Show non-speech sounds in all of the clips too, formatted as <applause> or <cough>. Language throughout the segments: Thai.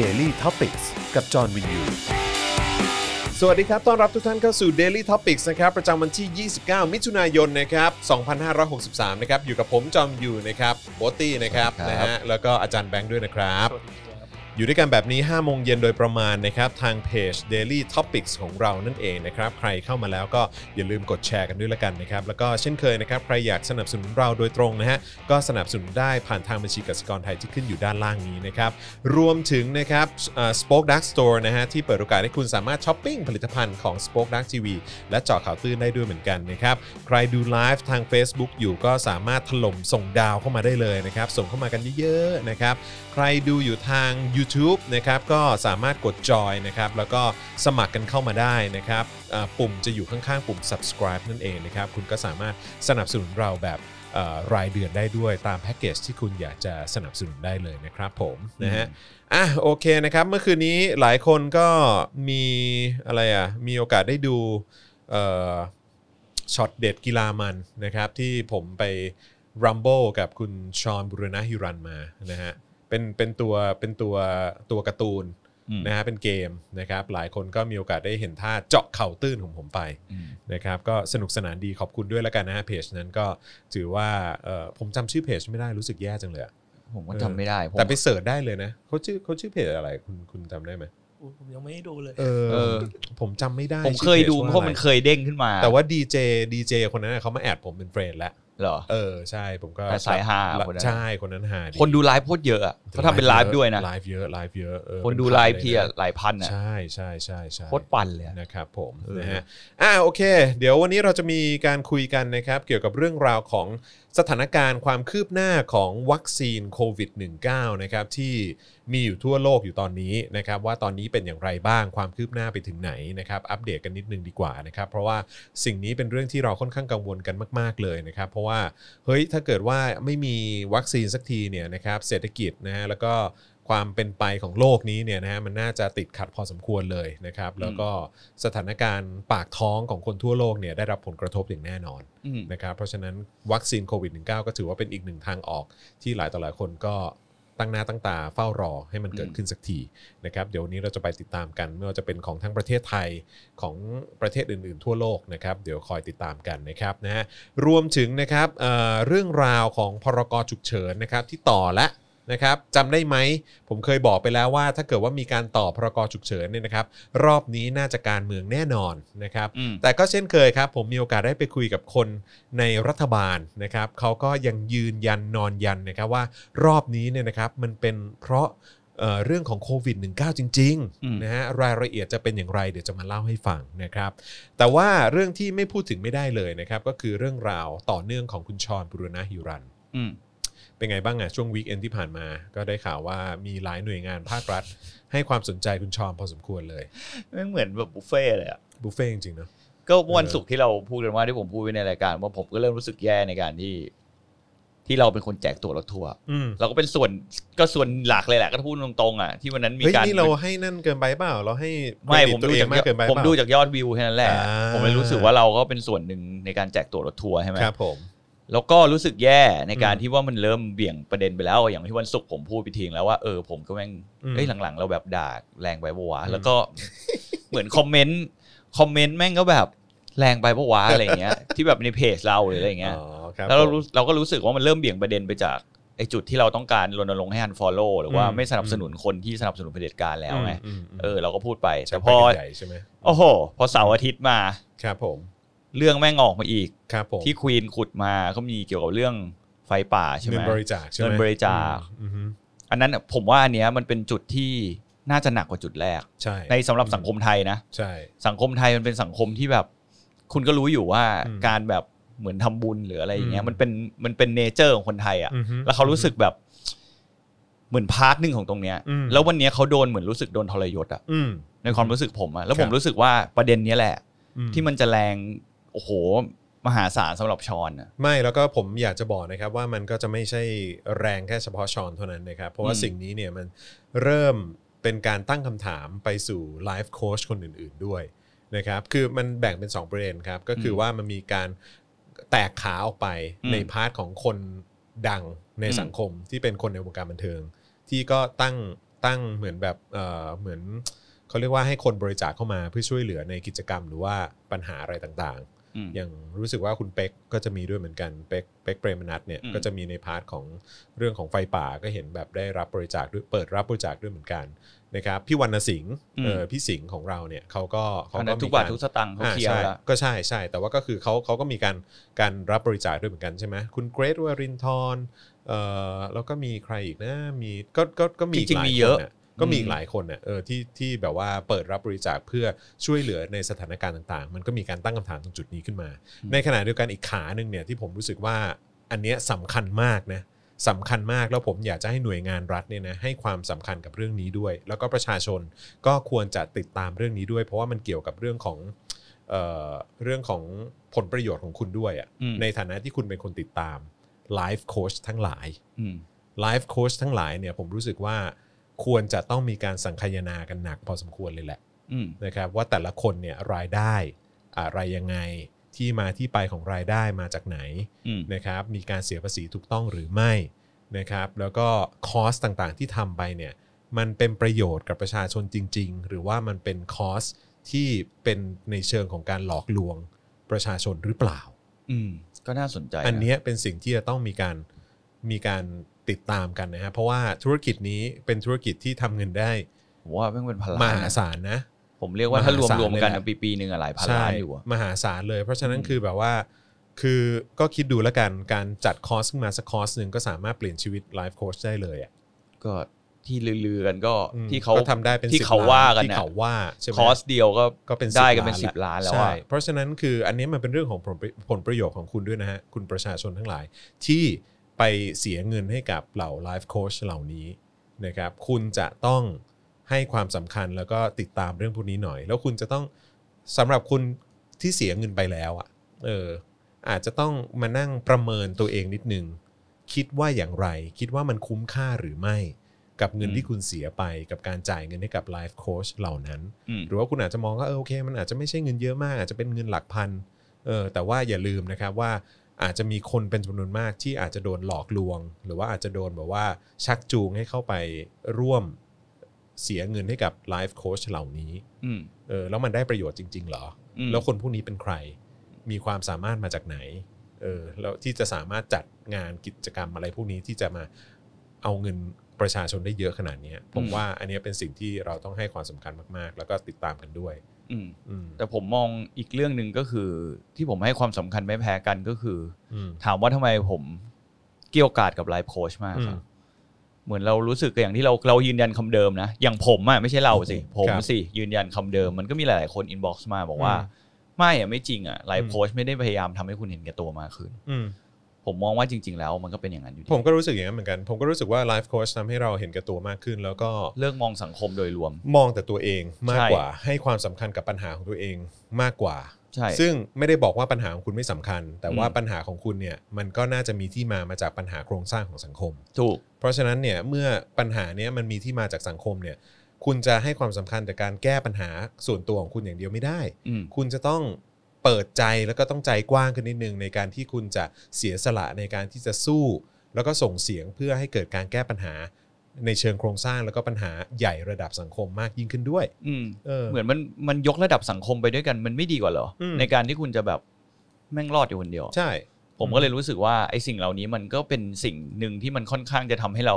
Daily t o p i c กกับจอห์นวินยู สวัสดีครับ ต้อนรับทุกท่านเข้าสู่ Daily Topics นะครับ ประจำวันที่ 29 มิถุนายน นะครับ 2563 นะครับ อยู่กับผม จอมยูนะครับ โบทตี้ นะครับ ครับ นะฮะ แล้วก็อาจารย์แบงค์ด้วยนะครับ อยู่ด้วยกันแบบนี้ 5 โมงเย็นโดยประมาณนะครับ ทางเพจ Daily Topics ของเรานั่นเองนะครับ ใครเข้ามาแล้วก็อย่าลืมกดแชร์กันด้วยละกันนะครับ แล้วก็เช่นเคยนะครับ ใครอยากสนับสนุนเราโดยตรงนะฮะ ก็สนับสนุนได้ผ่านทางบัญชีกสิกรไทยที่ขึ้นอยู่ด้านล่างนี้นะครับ รวมถึงนะครับสป็อคดักสโตร์นะฮะที่เปิดโอกาสให้คุณสามารถช้อปปิ้งผลิตภัณฑ์ของ Spoke Dark TV และเจาะข่าวตื้นได้ด้วยเหมือนกันนะครับ ใครดูไลฟ์ทาง Facebook อยู่ก็สามารถถล่มส่งดาวเข้ามาได้เลยนะครับ ส่งเข้ามากันเยอะๆนะครับ ใครดูอยู่ทาง YouTube นะครับก็สามารถกดจอยนะครับแล้วก็สมัครกันเข้ามาได้นะครับอ่าปุ่มจะอยู่ข้างๆ ปุ่ม subscribe นั่นเองนะครับ คุณก็สามารถสนับสนุนเราแบบเอ่อรายเดือนได้ด้วยตามแพ็กเกจที่คุณอยากจะสนับสนุนได้เลยนะครับผมนะฮะ อ่ะโอเคนะครับ เมื่อคืนนี้หลายคนก็มีอะไรอ่ะมีโอกาสได้ดูเอ่อช็อตเด็ดกีฬามันนะครับ ที่ผมไปรัมโบกับคุณชอนบุรณะฮิรันมานะฮะเป็นเป็นตัวเป็นตัวตัวการ์ตูน อืม นะฮะเป็นเกมนะครับ หลายคนก็มีโอกาสได้เห็นท่าเจาะเข่าตื้นของผมไป นะครับก็สนุกสนานดีขอบคุณด้วยแล้วกันนะฮะเพจนั้นก็ถือว่าเอ่อผมจำชื่อเพจไม่ได้รู้สึกแย่จังเลยอะ ผมก็จำไม่ได้ผม แต่ไปเสิร์ชได้เลยนะเขาชื่อเขาชื่อเพจอะไรคุณคุณจำได้ไหม อุ๊ยผมยังไม่ได้ดูเลย เอ เออ ผมจำไม่ได้ ผมเคยดู ชื่อ เพราะมัน ว่าอ เคยเด้งขึ้นมา ะไรแต่ว่าดีเจดีเจคนนั้นน่ะเขามาแอดผมเป็นเฟรนด์แล้ว เหรอ เออใช่ผมก็ แต่สายฮาคนนั้น ใช่คนนั้นฮาดี คนดูไลฟ์โคตรเยอะอะเขาทำเป็นไลฟ์ด้วยนะ ไลฟ์เยอะไลฟ์เยอะเออ คนดู เป็ ไล ข่าว ฟ์ทีอะหลายพันอะ ใช่ใช่ใช่ใช่ โคตรปั่นเลยอะ นะครับผม เออ นะฮะอ่าโอเค เดี๋ยววันนี้เราจะมีการคุยกันนะครับเกี่ยวกับเรื่องราวของสถานการณ์ความคืบหน้าของวัคซีนโควิด -19 นะครับที่มีอยู่ทั่วโลกอยู่ตอนนี้นะครับว่าตอนนี้เป็นอย่างไรบ้างความคืบหน้าไปถึงไหนนะครับอัปเดตกันนิดนึงดีกว่านะครับเพราะว่าสิ่งนี้เป็นเรื่องที่เราค่อนข้างกังวลกันมาก ๆ เลยนะครับเพราะว่าเฮ้ยถ้าเกิดว่าไม่มีวัคซีนสักทีเนี่ยนะครับเศรษฐกิจนะฮะแล้วก็ความเป็นไปของโลกนี้เนี่ยนะฮะมันน่าจะติดขัดพอสมควรเลยนะครับแล้วก็ สถานการณ์ปากท้องของคนทั่วโลกเนี่ยได้รับผลกระทบอย่างแน่นอน อืม นะครับเพราะฉะนั้นวัคซีนโควิด -19 ก็ถือว่าเป็นอีกหนึ่งทางออกที่หลายต่อหลายคนก็ตั้งหน้าตั้งตาเฝ้ารอให้มันเกิดขึ้นสักทีนะครับเดี๋ยววนนี้เราจะไปติดตามกันไม่ว่าจะเป็นของทั้งประเทศไทยของประเทศอื่น ๆ ทั่วโลกนะครับเดี๋ยวคอยติดตามกันนะครับนะฮะรวมถึงนะครับเอ่อเรื่องราวของพรกฉุกเฉินนะครับที่ต่อละ นะครับจำได้ไหมผมเคยบอกไปแล้วว่า ถ้าเกิดว่ามีการต่อพรกฉุกเฉินเนี่ยนะครับ รอบนี้น่าจะการเมืองแน่นอนนะครับ อืม แต่ก็เช่นเคยครับ ผมมีโอกาสได้ไปคุยกับคนในรัฐบาลนะครับเขาก็ยังยืนยันนอนยันนะครับว่ารอบนี้เนี่ยนะครับมันเป็นเพราะเอ่อเรื่องของโควิด -19 จริง อืม ๆนะฮะรายละเอียดจะเป็นอย่างไรเดี๋ยวจะมาเล่าให้ฟังนะครับ แต่ว่าเรื่องที่ไม่พูดถึงไม่ได้เลยนะครับก็คือเรื่องราวต่อเนื่องของคุณชรบุรณะฮิรัน อืม เป็นไงบ้างอะช่วงวีคเอนที่ผ่านมา ก็ได้ข่าวว่ามีหลายหน่วยงานภาครัฐ ให้ความสนใจคุณชอมพอสมควรเลย แม่งเหมือนแบบบุฟเฟ่ต์เลยอะ บุฟเฟ่ต์จริงๆเนอะ ก็เมื่อวันศุกร์ที่เราพูดกันว่าที่ผมพูดไว้ในรายการว่าผมก็เริ่มรู้สึกแย่ในการที่ ที่เราเป็นคนแจกตั๋วรถทัวร์ อืม เราก็เป็นส่วนก็ส่วนหลักเลยแหละก็พูดตรงๆอ่ะที่วันนั้นมี เฮ้ย การ นี่เราให้นั่นเกินไปเปล่า เราให้เคร ไม่ ดิต ผม ตัว ดู เอง จาก มากเกินไปเป ผ ล่า มดูจากยอดวิวแค่นั้นแหละ อ่า ผมเลยรู้สึกว่าเราก็เป็นส่วนหนึ่งในการแจกตั๋วรถทัวร์ใช่ไหม ครับผม แล้วก็รู้สึกแย่ในการ อืม ที่ว่ามันเริ่มเบี่ยงประเด็นไปแล้ว อย่างที่วันศุกร์ผมพูดไปทีงแล้วว่าเออผมก็แม่ง อืม เอ้ยหลังๆ เราแบบด่าแรงไปปะวะ อืม แล้วก็ เหมือนคอมเมนต์คอมเมนต์แม่งก็แบบแรงไปปะวะอะไรอย่างเงี้ย ที่แบบในเพจเราหรืออะไรอย่างเงี้ย อ๋อครับ แล้วเรา ผม รู้เราก็รู้สึกว่ามันเริ่มเบี่ยงประเด็นไปจากไอ้จุดที่เราต้องการรณรงค์ให้ฮันฟอลโล่หรือว่า อืม ไม่สนับสนุนคนที่สนับสนุนเผด็จการแล้วไง อืมมม เออเราก็พูดไปแต่ จะ พ ไป อ กันใหญ่ใช่ไหม โอ้โห พอเสาร์อาทิตย์มา ครับผม เรื่องแม่งออกมาอีก ครับผม ที่ควีนขุดมาก็มีเกี่ยวกับเรื่องไฟป่าใช่ไห เงิ ม นบริจาคใช่ไหม เงินบริจาค อืมอืม อันนั้นน่ะผมว่าอันเนี้ยมันเป็นจุดที่น่าจะหนักกว่าจุดแรก ใช่ ในสำหรับสังคมไทยนะ ใช่ สังคมไทยมันเป็นสังคมที่แบบ คุณก็รู้อยู่ว่า อืม การแบบเหมือนทำบุญหรืออะไรอย่างเงี้ อื ย ม มันเป็นมันเป็นเนเจอร์ของคนไทยอ่ะ อือฮึ แล้วเขารู้สึกแบบเหมือนพาร์ทหนึ่งของตรงเนี้ย อืม แล้ววันเนี้ยเขาโดนเหมือนรู้สึกโดนทรยศอ่ะ อืม ในความรู้สึกผมอ่ะแล้ว ค ผ รับ มรู้สึกว่าประเด็นเนี้ยแหละ อืม ที่มันจะแรงโอ้โห มหาศาลสำหรับชอนน่ะ ไม่แล้วก็ผมอยากจะบอกนะครับว่ามันก็จะไม่ใช่แรงแค่เฉพาะชอนเท่านั้นนะครับ เพราะว่า อืม สิ่งนี้เนี่ยมันเริ่มเป็นการตั้งคำถามไปสู่ไลฟ์โค้ชคนอื่นๆด้วยนะครับคือมันแบ่งเป็น 2 ประเด็นครับ ก็คือว่ามันมีการแตกขาออกไปในพาร์ทของคนดังในสังคมที่เป็นคนในวงการบันเทิง ที่ก็ตั้ง ตั้งเหมือนแบบเอ่อเหมือนเขาเรียกว่าให้คนบริจาคเข้ามาเพื่อช่วยเหลือในกิจกรรมหรือว่าปัญหาอะไรต่าง อืม ๆ อย่างรู้สึกว่าคุณเป็กก็จะมีด้วยเหมือนกันเป็กเป็กเปรมนัทเนี่ย อืม ก็จะมีในพาร์ทของเรื่องของไฟป่าก็เห็นแบบได้รับบริจาคด้วยเปิดรับบริจาคด้วยเหมือนกันนะครับพี่วรรณสิงห์เอ่อพี่สิงห์ของเราเนี่ยเขาก็เขา อัน ก็ นั้น มี ทุกบาท ร ทุกสตางค์เขา อ่า เคลียร์ ใช่ แล้ว ก็ใช่ใช่ แต่ว่าก็คือเขาเขาก็มีการการรับบริจาคด้วยเหมือนกันใช่ไหมคุณเกรทวรินทร์เอ่อแล้วก็มีใครอีกนะมีก็ก็ก็มีก จริ ห งๆ ลาย มี ค เย น อะ น่ะก็มีอี อื ก ม หลายคนเนี่ยเออที่ที่แบบว่าเปิดรับบริจาคเพื่อช่วยเหลือในสถานการณ์ต่างๆ มันก็มีการตั้งคำถามตรงจุดนี้ขึ้นมา ในขณะเดียวกันอีกขาหนึ่งเนี่ยที่ผมรู้สึกว่าอันเนี้ยสำคัญมากนะสำคัญมากแล้วผมอยากจะให้หน่วยงานรัฐเนี่ยนะให้ความสำคัญกับเรื่องนี้ด้วย แล้วก็ประชาชนก็ควรจะติดตามเรื่องนี้ด้วย เพราะว่ามันเกี่ยวกับเรื่องของเอ่อเรื่องของผลประโยชน์ของคุณด้วยอะ อืม ในฐานะที่คุณเป็นคนติดตามไลฟ์โค้ชทั้งหลาย อืม ไลฟ์โค้ชทั้งหลายเนี่ยผมรู้สึกว่าควรจะต้องมีการสังคายนากันหนักพอสมควรเลยแหละ อืม นะครับว่าแต่ละคนเนี่ยรายได้อะไรยังไงที่มาที่ไปของรายได้มาจากไหน อืม นะครับมีการเสียภาษีถูกต้องหรือไม่นะครับแล้วก็คอสต่างๆที่ทำไปเนี่ยมันเป็นประโยชน์กับประชาชนจริง ๆ หรือว่ามันเป็นคอสที่เป็นในเชิงของการหลอกลวงประชาชนหรือเปล่า อืม ก็น่าสนใจะ อันเนี้ยเป็นสิ่งที่จะต้องมีการมีการติดตามกันนะฮะเพราะว่าธุรกิจนี้เป็นธุรกิจที่ทำเงินได้ ผมว่าแม่งเป็นพัน ม ล้าน หา นะ ศาลนะ ผมเรียกว่าถ้ารวมรวมๆกัน มหาศาลเลยแหละ ปีปีๆหนึ่งอะหลายพันล้านอยู่อะ มหาศาลเลยเพราะฉะนั้น อืม คือแบบว่า คือก็คิดดูแล้วกันการจัดคอร์สขึ้นมาสักคอร์สหนึ่งก็สามารถเปลี่ยนชีวิตไลฟ์โค้ชได้เลยอ่ะ ก็ที่ลือๆกันก็ อืม ที่เขา ก็ทำได้เป็น ที่ 10 เขาว่ากัน ที่ น่ะ เขาว่าใช่ไหม คอร์สเดียวก็ ก็เป็น ได้กันเป็นสิบ 10 ล้านแล้ว ใช่ อะ เพราะฉะนั้นคืออันนี้มันเป็นเรื่องของผลประผลประโยชน์ของคุณด้วยนะฮะ คุณประชาชนทั้งหลาย ที่ไปเสียเงินให้กับเหล่าไลฟ์โค้ชเหล่านี้นะครับคุณจะต้องให้ความสำคัญแล้วก็ติดตามเรื่องพวกนี้หน่อย แล้วคุณจะต้องสำหรับคุณที่เสียเงินไปแล้วอ่ะเออ อาจจะต้องมานั่งประเมินตัวเองนิดนึง คิดว่าอย่างไร คิดว่ามันคุ้มค่าหรือไม่ กับเงิน อืม ที่คุณเสียไปกับการจ่ายเงินให้กับไลฟ์โค้ชเหล่านั้น อืม หรือว่าคุณอาจจะมองว่าเออโอเค มันอาจจะไม่ใช่เงินเยอะมาก อาจจะเป็นเงินหลักพันเออแต่ว่าอย่าลืมนะครับว่าอาจจะมีคนเป็นจำนวนมากที่อาจจะโดนหลอกลวง หรือว่าอาจจะโดนแบบว่าชักจูงให้เข้าไปร่วมเสียเงินให้กับไลฟ์โค้ชเหล่านี้ อืม เออแล้วมันได้ประโยชน์จริง ๆ เหรอ อืม แล้วคนผู้นี้เป็นใคร มีความสามารถมาจากไหน เออ แล้วที่จะสามารถจัดงานกิจกรรมอะไรพวกนี้ที่จะมาเอาเงินประชาชนได้เยอะขนาดเนี้ยผม อืม ว่าอันเนี้ยเป็นสิ่งที่เราต้องให้ความสำคัญมากๆ แล้วก็ติดตามกันด้วย อืม อืม แต่ผมมองอีกเรื่องหนึ่งก็คือ ที่ผมให้ความสำคัญไม่แพ้กันก็คือ อืม ถามว่าทำไมผมเกี่ยวกาดกับไลฟ์โค้ชมากครับ อืม เหมือนเรารู้สึกอย่างที่เราเรายืนยันคำเดิมนะ อย่างผมอะไม่ใช่เราสิ ผม ครับ สิ ยืนยันคำเดิม มันก็มีหลาย ๆ คนอินบ็อกซ์มาบอกว่า อืม ไม่อะไม่จริงอะไลฟ์โค้ชไม่ได้พยายามทำให้คุณเห็นแก่ตัวมากขึ้น อืม ผมมองว่าจริง ๆ แล้วมันก็เป็นอย่างนั้นอยู่ดี ผมก็รู้สึกอย่างนั้นเหมือนกัน ผมก็รู้สึกว่าไลฟ์โค้ชทำให้เราเห็นแกับตัวมากขึ้น แล้วก็ เลิกมองสังคมโดยรวม มองแต่ตัวเองมาก ใช่ กว่า ให้ความสำคัญกับปัญหาของตัวเองมากกว่า ใช่ ซึ่งไม่ได้บอกว่าปัญหาของคุณไม่สำคัญ แต่ว่า อืม ปัญหาของคุณเนี่ยมันก็น่าจะมีที่มามาจากปัญหาโครงสร้างของสังคม ถูก เพราะฉะนั้นเนี่ยเมื่อปัญหาเนี้ยมันมีที่มาจากสังคมเนี่ยคุณจะให้ความสำคัญแต่การแก้ปัญหาส่วนตัวของคุณอย่างเดียวไม่ได้ อืม คุณจะต้องเปิดใจแล้วก็ต้องใจกว้างขึ้นนิดนึงในการที่คุณจะเสียสละในการที่จะสู้ แล้วก็ส่งเสียงเพื่อให้เกิดการแก้ปัญหาในเชิงโครงสร้างแล้วก็ปัญหาใหญ่ระดับสังคมมากยิ่งขึ้นด้วย อืม เออ เหมือนมันมันยกระดับสังคมไปด้วยกันมันไม่ดีกว่าเหรออ ม ในการที่คุณจะแบบแม่งรอดอยู่คนเดียว ใช่ ผมก็เลยรู้สึกว่าไอ้สิ่งเหล่านี้มันก็เป็นสิ่งหนึ่งที่มันค่อนข้างจะทำให้เรา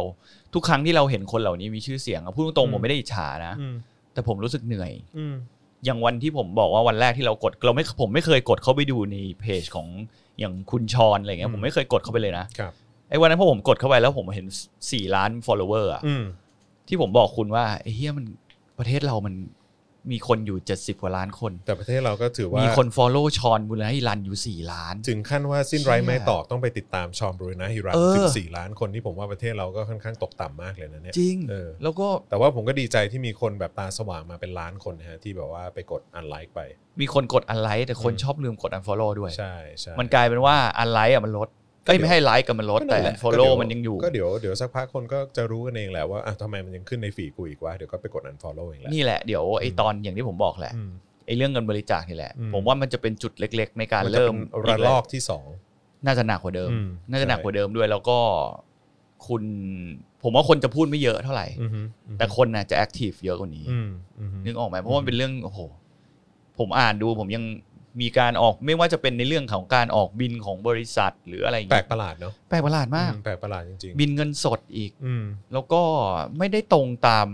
ทุกครั้งที่เราเห็นคนเหล่านี้มีชื่อเสียงอะพูดตรง อืม ๆผมไม่ได้อิจฉานะ อืม แต่ผมรู้สึกเหนื่อย อืม อย่างวันที่ผมบอกว่าวันแรกที่เรากดเราไม่ผมไม่เคยกดเข้าไปดูในเพจของอย่างคุณชอนอะไรเงี้ อื ย ม ผมไม่เคยกดเข้าไปเลยนะครับ ไอ้วันนั้นพอผมกดเข้าไปแล้วผมเห็น 4 ล้าน follower อะ อืม ที่ผมบอกคุณว่าไอ้เฮียมันประเทศเรามันมีคนอยู่ 70 กว่าล้านคน แต่ประเทศเราก็ถือว่า มีคน follow ชอนบุญให้รันอยู่ 4 ล้าน ถึงขั้นว่าสิ้นไร้ไม้ เชี่ย ตอกต้องไปติดตามชอมบรูนะฮิรัน เออ ถึงสี่ล้านคนที่ผมว่าประเทศเราก็ค่อนข้างตกต่ำมากเลยนะเนี่ย จริง เออ แล้วก็ แต่ว่าผมก็ดีใจที่มีคนแบบตาสว่างมาเป็นล้านคนนะฮะที่แบบว่าไปกดอันไลค์ไป มีคนกด unlike แต่คน อืม ชอบลืมกด unfollow ด้วย ใช่ใช่ มันกลายเป็นว่า unlike อ่ะมันลด ก็ เอ้ย เดี๋ยว ไม่ให้ like กับมันลด ก็ แต่ นั่นหละ unfollow ก็เดี๋ว มันยังอยู่ ก็เดี๋ยวเดี๋ยวสักพักคนก็จะรู้กันเองแหละว่าอ่ะทำไมมันยังขึ้นในฝีดกูอีกวะเดี๋ยวก็ไปกดอันฟอลโล่เองแหละ นี่แหละเดี๋ยวไอ อืม ตอนอย่างที่ผมบอกแหละ อืม ไอเรื่องเงินบริจาคนี่แหละ อืม ผมว่ามันจะเป็นจุดเล็ก ๆ ในการ มันจะ เริ่ม เป็นระลอกที่สอง น่าจะหนักกว่าเดิม อืม น่าจะหนัก ใช่ กว่าเดิมด้วยแล้วก็ คุณ ผมว่าคนจะพูดไม่เยอะเท่าไหร่ อือฮึอือฮึ แต่คนน่ะจะแอคทีฟเยอะกว่านี้ อืมอือฮึ นึกออกไหมเพราะว่ามันเป็นเรื่องโอ้โหผมอ่านดูผมยังมีการออกไม่ว่าจะเป็นในเรื่องของการออกบินของบริษัทหรืออะไรอย่าง แปล เงี้ ก ย ประหลาดเนาะ แปลกประหลาดมาก อืแปลกประหลาดจริง บินเงินสดอีก ๆ อืม แล้วก็ไม่ได้ตรงตาม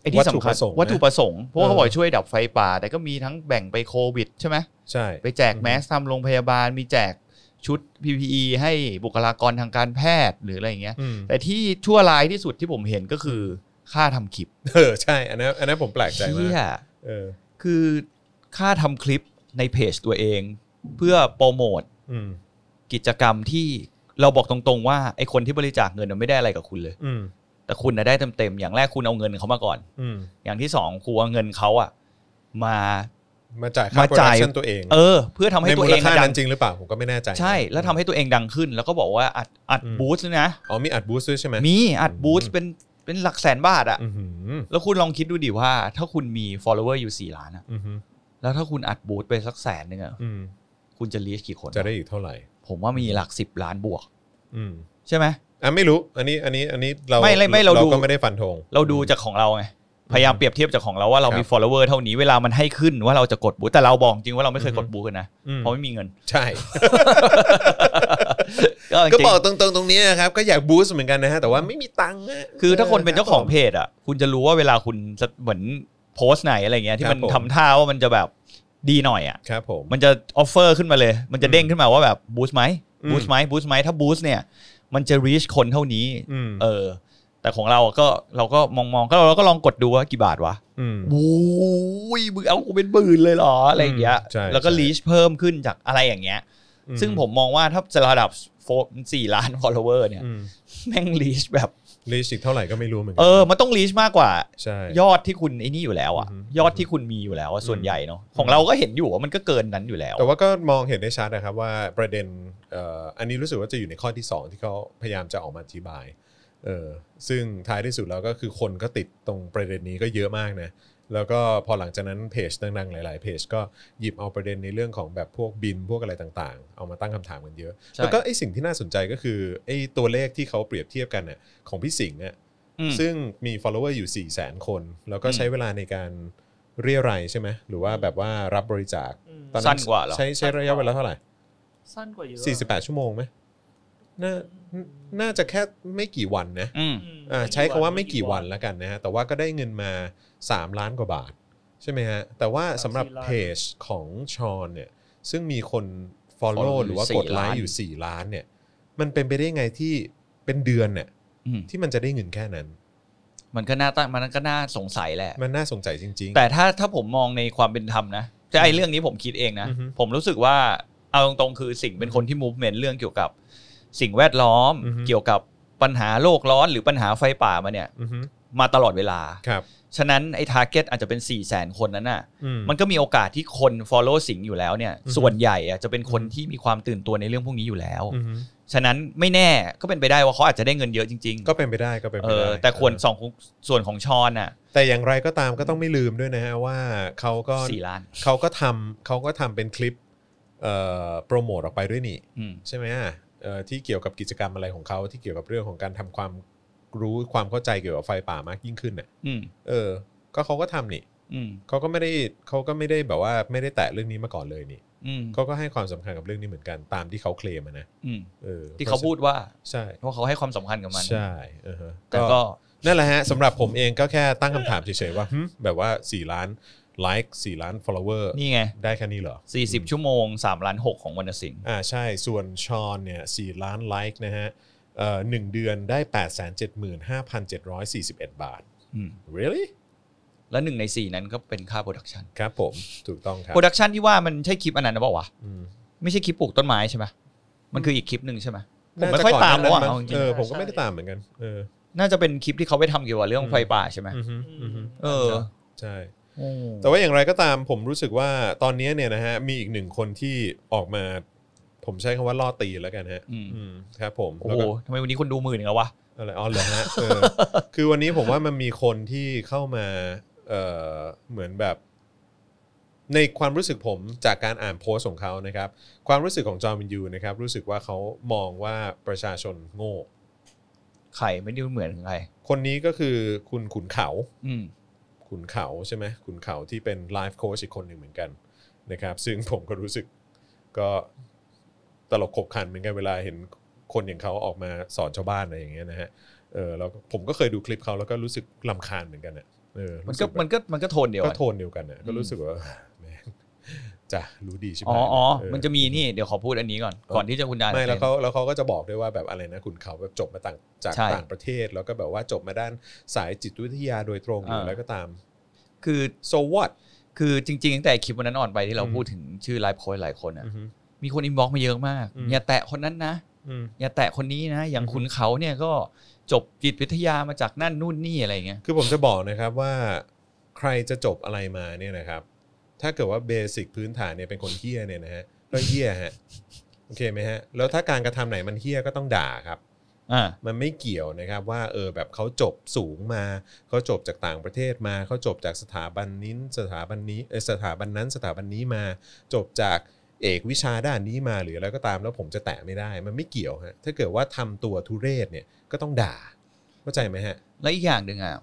ไอ้ที่สำคัญ วั วั ต ต ถุ ถุ ป ประ ระ ส ส ง ง ค์ ค์เพราะว่า เออ เขาบอกช่วยดับไฟป่า แต่ก็มีทั้งแบ่งไปโควิดใช่ไหม ใช่ ไปแจกแมสตามโรงพยาบาล มีแจกชุด PPE ให้บุคลากรทางการแพทย์หรืออะไรอย่างเงี้ย อืม แต่ที่ชั่วร้ายที่สุดที่ผมเห็นก็คือค่าทำคลิป เออใช่ อันนั้นอันนั้นผมแปลกใจมากเหี้ย เออ คือค่าทำคลิปในเพจตัวเอง เพื่อโปรโมท อืม กิจกรรมที่เราบอกตรงๆว่าไอ้คนที่บริจาคเงินน่ะไม่ได้อะไรกับคุณเลย อืม แต่คุณนะได้เต็มๆอย่างแรกคุณเอาเงินเขามาก่อน อืม อย่างที่สองคุณเอาเงินเขาอะมา มาจ่ายค่า มา โปรดั จ่าก ย ชั่นตัวเอง เออ เพื่อทำให้ ใน ตัว มู เอ ล ง ค่า ดั นั้ ง นจริงหรือเปล่า ผมก็ไม่แน่ใจ ใช่ แล้วทำให้ตัวเองดังขึ้น แล้วก็บอกว่าอัดอัด อืม บูสต์นะ อ๋อมีอัดบูสต์ด้วยใช่ไหม มีอัด อืม บูสต์เป็นเป็นหลักแสนบาทอะ อือหือ แล้วคุณลองคิดดูดิว่า ถ้าคุณมี follower อยู่สี่ล้านอะ อือหือ แล้วถ้าคุณอัดบูสต์ไปสักแสนหนึ่งอะ อืม คุณจะรีชกี่คน จะได้อีกเท่าไหร่ ผมว่ามีหลักสิบล้านบวก อืม ใช่ไหม อ่ะไม่รู้ อันนี้อันนี้อันนี้เรา ไม่ไม่ไม่เราดู ก็ไม่ได้ฟันธง เราดูจากของเราไงพยายามเปรียบเทียบจากของเราว่าเรา ครับ มี follower เท่านี้เวลามันให้ขึ้นว่าเราจะกดบูทแต่เราบอกจริงว่าเราไม่เคยกด อือฮึ บูทนะ อืม เพราะไม่มีเงิน ใช่ ก็จ ก็ ริ บอก ง ตรงๆตรงเนี้ยครับ ก็อยากบูสต์เหมือนกันนะฮะแต่ว่าไม่มีตังค์ะ คือถ้าคนเป็นเจ้าของเพจอ่ะ คุณจะรู้ว่าเวลาคุณจะเหมือนโพสต์ไหนอะไรเงี้ยที่มัน ครับผ ทำ ม ท่าว่ามันจะแบบดีหน่อยอ่ะ ครับผม มันจะออฟเฟอร์ขึ้นมาเลย มันจะเด้งขึ้นมาว่าแบบบูสต์ไหม อืม บูสต์ไหมบูสต์ไหมถ้าบูสต์เนี่ย มันจะ reach คนเท่านี้ อืม เออ แต่ของเราก็เราก็มองๆก็เราก็ลองกดดูว่ากี่บาทวะ อืม โอ้ยมึงเอากูเป็นหมื่นเลยเหรออะไรอย่างเงี้ย อืมใช่ แล้วก็ ใช่ ลีชเพิ่มขึ้นจากอะไรอย่างเงี้ย ซึ่งผมมองว่าถ้าจะระดับโฟสี่ล้าน follower เนี่ย อืม แม่งลีชแบบ รีชิกเท่าไหร่ก็ไม่รู้เหมือนกั เออ มันต้องลีชมากกว่า ใช่ ยอดที่คุณไอ้นี่อยู่แล้วอะ อือฮึ ยอดที่คุณมีอยู่แล้วอะส่วนใหญ่เนาะ ของเราก็เห็นอยู่ว่ามันก็เกินนั้นอยู่แล้ว แต่ว่าก็มองเห็นได้ชัดนะครับว่าประเด็นเอ่ออันนี้รู้สึกว่าจะอยู่ในข้อที่ 2 ที่เขาพยายามจะออกมาอธิบายเออซึ่งท้ายที่สุดแล้วก็คือคนก็ติดตรงประเด็นนี้ก็เยอะมากนะแล้วก็พอหลังจากนั้นเพจดังๆหลาย ๆ เพจก็หยิบเอาประเด็นในเรื่องของแบบพวกบินพวกอะไรต่างๆ เอามาตั้งคำถามกันเยอะ ใช่ แล้วก็ไอสิ่งที่น่าสนใจก็คือไอตัวเลขที่เขาเปรียบเทียบกันเนี่ยของพี่สิงห์เนี่ย อืม ซึ่งมี follower อยู่ 4 0 0แสนคน แล้วก็ อืม ใช้เวลาในการเรียรัยใช่ไหมหรือว่าแบบว่ารับบริจาค อืม ตอน สั้นกว่าเหรอ ใช้ใช้ระยะเวลาเท่าไหร่ สั้นกว่าเยอะ 48 ชั่วโมงไหมน่าน่าน่าจะแค่ไม่กี่วันนะ อืม อืม อ่าใช้คำว่าไม่กี่วันแล้วกันนะฮะ แต่ว่าก็ได้เงินมา 3 ล้านกว่าบาท ใช่ไหมฮะ แต่ว่าสำหรับเพจของชอนเนี่ย ซึ่งมีคน follow follow หรือว่ากด อยู่4 ไล ล้าน ค์อยู่ 4 ล้านเนี่ย มันเป็นไปได้ไงที่เป็นเดือนเนี่ย อืม ที่มันจะได้เงินแค่นั้น มันก็น่าตั้งมันก็น่าสงสัยแหละ มันน่าสงสัยจริง ๆ แต่ถ้าถ้าผมมองในความเป็นธรรมนะแต่ไอ้เรื่องนี้ผมคิดเองนะ อือฮึ ผมรู้สึกว่าเอาตรงๆคือสิ่งเป็นคนที่ movement เรื่องเกี่ยวกับสิ่งแวดล้อม อือฮึ เกี่ยวกับปัญหาโลกร้อนหรือปัญหาไฟป่ามาเนี่ย อือฮึ มาตลอดเวลา ครับ ฉะนั้นไอ้ t a r g e t อาจจะเป็น 4 0 0แสนคนนั้นน่ะ อืม มันก็มีโอกาสที่คน follow สิ่งอยู่แล้วเนี่ย อือฮึ ส่วนใหญ่อะจะเป็นคนที่มีความตื่นตัวในเรื่องพวกนี้อยู่แล้ว อือฮึ ฉะนั้นไม่แน่ก็เป็นไปได้ว่าเขาอาจจะได้เงินเยอะจริงๆ ก็เป็นไปได้ก็เป็น เอ ไปได้ อแต่ควร เออ สองส่วนของชอนน่ะ แต่อย่างไรก็ตามก็ต้องไม่ลืมด้วยนะฮะว่าเขาก็ สี่ล้าน เขาก็ทำเขาก็ทำเป็นคลิปเอ่อโปรโมทออกไปด้วยนี่ อืม ใช่ไหมอ่ะเอ่อที่เกี่ยวกับกิจกรรมอะไรของเขาที่เกี่ยวกับเรื่องของการทำความรู้ความเข้าใจเกี่ยวกับไฟป่ามากยิ่งขึ้นน่ะ อืม เออ ก็เขาก็ทำนี่ อืม เขาก็ไม่ได้เขาก็ไม่ได้แบบว่าไม่ได้แตะเรื่องนี้มาก่อนเลยนี่ อืม เขาก็ให้ความสำคัญกับเรื่องนี้เหมือนกันตามที่เขาเคลมอะนะ อืม เออ ที่เขาพูดว่า ใช่ ว่าเขาให้ความสำคัญกับมัน ใช่เออฮะ แต่ก็ นั่นแหละฮะสำหรับผมเองก็แค่ตั้งคำถามเฉยๆว่าหึแบบว่า 4 ล้านไลค์4ล้าน follower นี่ไง ได้แค่นี้เหรอ 40 ชั่วโมง3ล้าน6ของวรรณสิงห์ อ่าใช่ส่วนชอนเนี่ย4ล้านไลค์นะฮะเอ่อหนึ่งเดือนได้ 875,741 บาท อืม really แล้วหนึ่งใน 4 นั้นก็เป็นค่าโปรดักชัน ครับผมถูกต้องครับ โปรดักชันที่ว่ามันใช่คลิปอันนั้นนะเปล่าวะ อืม ไม่ใช่คลิปปลูกต้นไม้ใช่ไหมมันคืออีกคลิปหนึ่งใช่ไหมผมไม่ น่จะ ค่อย ก่นห ตาม น้ แล้วอ่ะ นั้น เอา มั้ จ ง ริ เอง อผมก็ไม่ได้ตามเหมือนกันเออ ๆน่าจะเป็นคลิปที่เขาไปทำเกี่ยวกับเรื่อง อืม ไฟป่าใช่ไหม อือฮึอือฮึ เออ ใช่ โอ้ แต่ว่าอย่างไรก็ตามผมรู้สึกว่าตอนนี้เนี่ยนะฮะมีอีกหนึ่งคนที่ออกมา ผมใช้คำว่าล่อตีนแล้วกันฮะ อืม อืมครับผม โอ้ แล้ว โห ก็ ทำไมวันนี้คนดูหมื่นแล้ววะ อะไรอ๋อเหรอฮะเออ คือวันนี้ผมว่ามันมีคนที่เข้ามาเอ่อเหมือนแบบ ในความรู้สึกผมจากการอ่านโพสต์ของเขานะครับ ความรู้สึกของจอห์นวินยูนะครับ รู้สึกว่าเขามองว่าประชาชนโง่ ใครไม่ได้เหมือนใคร คนนี้ก็คือคุณขุนเขา อืม ขุนเขาใช่ไหมขุนเขาที่เป็นไลฟ์โค้ชอีกคนหนึ่งเหมือนกันนะครับ ซึ่งผมก็รู้สึกก็ตลกขบขันเหมือนกันเวลาเห็นคนอย่างเขาออกมาสอนชาวบ้านอะไรอย่างเงี้ยนะฮะเออแล้วผมก็เคยดูคลิปเขาแล้วก็รู้สึกลำคาญเหมือนกันอ่ะเออ มัน รู้สึ ก็ แบบ มันก็มันก็โทนเดียว ก็ กัน โทนเดียวกันอ่ะก็รู้สึกว่าแม่งจะรู้ดีใช่ไหม อ๋ออ๋อ เ มันจะมีนี่เดี๋ยวขอพูดอันนี้ก่อน ก่อนที่จะคุณดาน ไม่แล้วเขาแล้วเขาก็จะบอกด้วยว่าแบบอะไรนะคุณเขาแบบจบมาต่างจาก ใช่ ต่างประเทศ แล้วก็แบบว่าจบมาด้านสายจิตวิทยาโดยตรงหรืออะไร อ่า ก็ตาม คือ so what คือจริงๆตั้งแต่คลิปวันนั้นอ่อนไปที่เรา อืม พูดถึงชื่อไลฟ์โค้ชหลายคนอ่ะ อือฮึ มีคนอินบ็อกมาเยอะมาก อืม อย่าแตะคนนั้นนะ อืม อย่าแตะคนนี้นะ อย่างคุณเขาเนี่ยก็จบจิตวิทยามาจากนั่นนู่นนี่อะไรเงี้ย คือผมจะบอกนะครับว่าใครจะจบอะไรมาเนี่ยนะครับ ถ้าเกิดว่าเบสิกพื้นฐานเนี่ยเป็นคนเฮี้ยเนี่ยนะฮะก็เฮี้ยฮะโอเคไหมฮะแล้วถ้าการกระทำไหนมันเฮี้ยก็ต้องด่าครับ อ่า มันไม่เกี่ยวนะครับว่าเออแบบเขาจบสูงมาเขาจบจากต่างประเทศมาเขาจบจากสถาบันนี้สถาบันนี้เอ่อสถาบันนั้นสถาบันนี้มา จบจากเอกวิชาด้านนี้มาหรืออะไรก็ตามแล้วผมจะแตะไม่ได้ มันไม่เกี่ยวฮะถ้าเกิดว่าทำตัวทุเรศเนี่ยก็ต้องด่าเข้าใจไหมฮะ และอีกอย่างหนึ่งอ่ะ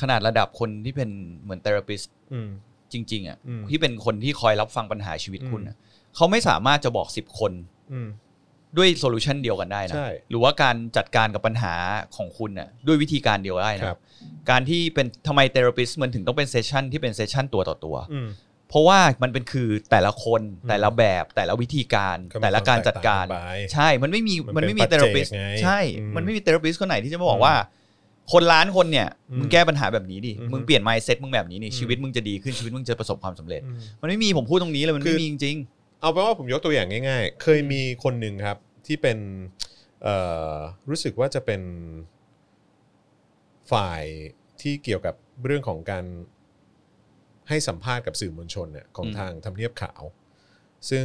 ขนาดระดับคนที่เป็นเหมือนเทอราปิส อืม จริง ๆอ่ะ อืม ที่เป็นคนที่คอยรับฟังปัญหาชีวิตคุณอะเขาไม่สามารถจะบอกสิบคน อืม ด้วยโซลูชันเดียวกันได้นะ ใช่ หรือว่าการจัดการกับปัญหาของคุณน่ะด้วยวิธีการเดียวได้ ครั นะ บ การที่เป็นทำไมเทอราปิสมันถึงต้องเป็นเซสชันที่เป็นเซสชันตัวต่อตัว อืม เพราะว่ามันเป็นคือแต่ละคน อืม แต่ละแบบแต่ละวิธีการ ก็มี แต่ละการจัดการ ความแตกต่างกันไป ใช่ มันไม่มี มั มัน นเป็น ไม่มีเทอราปิส ปัจเจกไง ใช่ อืม มันไม่มีเทอราปิสคนไหนที่จะมาบอ อื ก ม ว่า คนล้านคนเนี่ย อืม มึงแก้ปัญหาแบบนี้ดิ อือฮึ มึงเปลี่ยนไมเซ็ตมึงแบบนี้นี่ อืม ชีวิตมึงจะดีขึ้นชีวิตมึงจะประสบความสำเร็จ อืม มันไม่มีผมพูดตรงนี้เลยมัน คือไม่มีจริง เอาเป็นว่าผมยกตัวอย่างง่าย ๆ เคยมีคนหนึ่งครับที่เป็นเอ่อรู้สึกว่าจะเป็นฝ่ายที่เกี่ยวกับเรื่องของการให้สัมภาษณ์กับสื่อมวลชนเนี่ยของ อืม ทางทำเนียบขาว ซึ่ง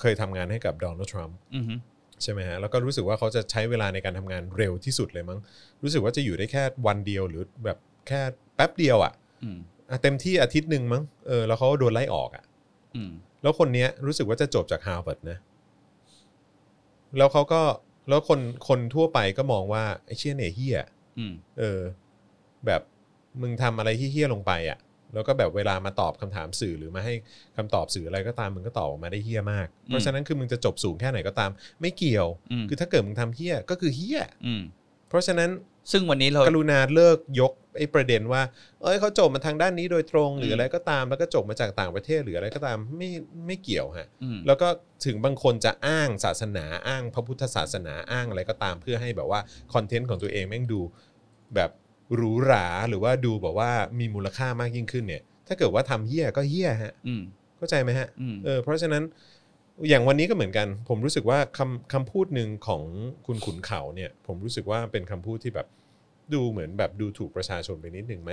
เคยทำงานให้กับโดนัลด์ทรัมป์ ๆอือฮึ ใช่ไหมฮะแล้วก็รู้สึกว่าเขาจะใช้เวลาในการทำงานเร็วที่สุดเลยมั้งรู้สึกว่าจะอยู่ได้แค่วันเดียวหรือแบบแค่แป๊บเดียวอะ อืม อ่ะเต็มที่อาทิตย์หนึ่งมั้งเออแล้วเขาก็โดนไล่ออกอ่ะ อืม แล้วคนเนี้ยรู้สึกว่าจะจบจากฮาร์วาร์ดนะ แล้วเขาก็แล้วคนคนทั่วไปก็มองว่าไอ้เชี่ยเนี่ยเฮีย อืม เออ แบบมึงทำอะไรที่เฮี้ยลงไปอะ่ะ แล้วก็แบบเวลามาตอบคำถามสื่อหรือมาให้คำตอบสื่ออะไรก็ตามมึงก็ตอบออกมาได้เฮี้ยมาก เพราะฉะนั้นคือมึงจะจบสูงแค่ไหนก็ตาม ไม่เกี่ยว อืม คือถ้าเกิดมึงทำเฮี้ยก็คือเฮี้ย อืม เพราะฉะนั้น ซึ่งวันนี้เรา กรุณาเลิกยกไอ้ประเด็นว่า เอ้ยเขาจบมาทางด้านนี้โดยตรง หรือ ม อะไรก็ตาม แล้วก็จบมาจากต่างประเทศหรืออะไรก็ตามไม่ไม่เกี่ยวฮะ อืม แล้วก็ถึงบางคนจะอ้างศาสนาอ้างพระพุทธศาสนาอ้างอะไรก็ตามเพื่อให้แบบว่าคอนเทนต์ของตัวเองแม่งดูแบบหรูหราหรือว่าดูแบบว่ามีมูลค่ามากยิ่งขึ้นเนี่ย ถ้าเกิดว่าทำเหี้ยก็เหี้ยฮะ อืม เข้าใจไหมฮะ อืม เออเพราะฉะนั้นอย่างวันนี้ก็เหมือนกัน ผมรู้สึกว่าคำคำพูดหนึ่งของคุณขุนเขาเนี่ย ผมรู้สึกว่าเป็นคำพูดที่แบบดูเหมือนแบบดูถูกประชาชนไปนิดหนึ่งไหม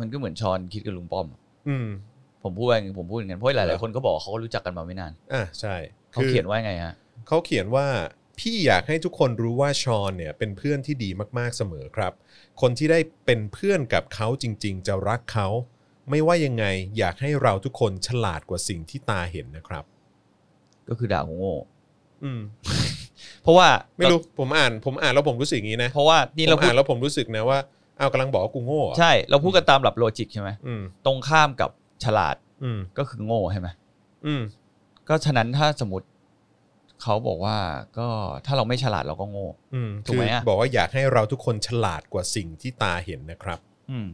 มันก็เหมือนชอนคิดกับลุงป้อม อืม ผมพูดว่าอย่างงี้ผมพูดอย่างนั้นเพราะห เหร ลา อ ยๆคนก็บอกว่าเขาก็รู้จักกันมาไม่นาน อ่ะใช่ เขา คือ เขียนว่าไงฮะ เขาเขียนว่าพี่อยากให้ทุกคนรู้ว่าชอนเนี่ยเป็นเพื่อนที่ดีมากๆเสมอครับ คนที่ได้เป็นเพื่อนกับเขาจริงๆ จะรักเขา ไม่ว่ายังไงอยากให้เราทุกคนฉลาดกว่าสิ่งที่ตาเห็นนะครับ ก็คือด่าหัวโง่ อืม เพราะว่า ไม่รู้ผมอ่านผมอ่านแล้วผมรู้สึกอย่างนี้นะ เพราะว่านี่เรา ผม พูด อ่านแล้วผมรู้สึกนะว่าเอาวกำลังบอกว่ากูโง่เหรอ ใช่ เราพูดกันตามหลักโลจิกใช่ไหม อืม ตรงข้ามกับฉลาด อืม ก็คือโง่ใช่ไหม อืม ก็ฉะนั้นถ้าสมมติเขาบอกว่าก็ถ้าเราไม่ฉลาดเราก็โง่ อืม ถูกไหมอะ คือบอกว่าอยากให้เราทุกคนฉลาดกว่าสิ่งที่ตาเห็นนะครับ อืม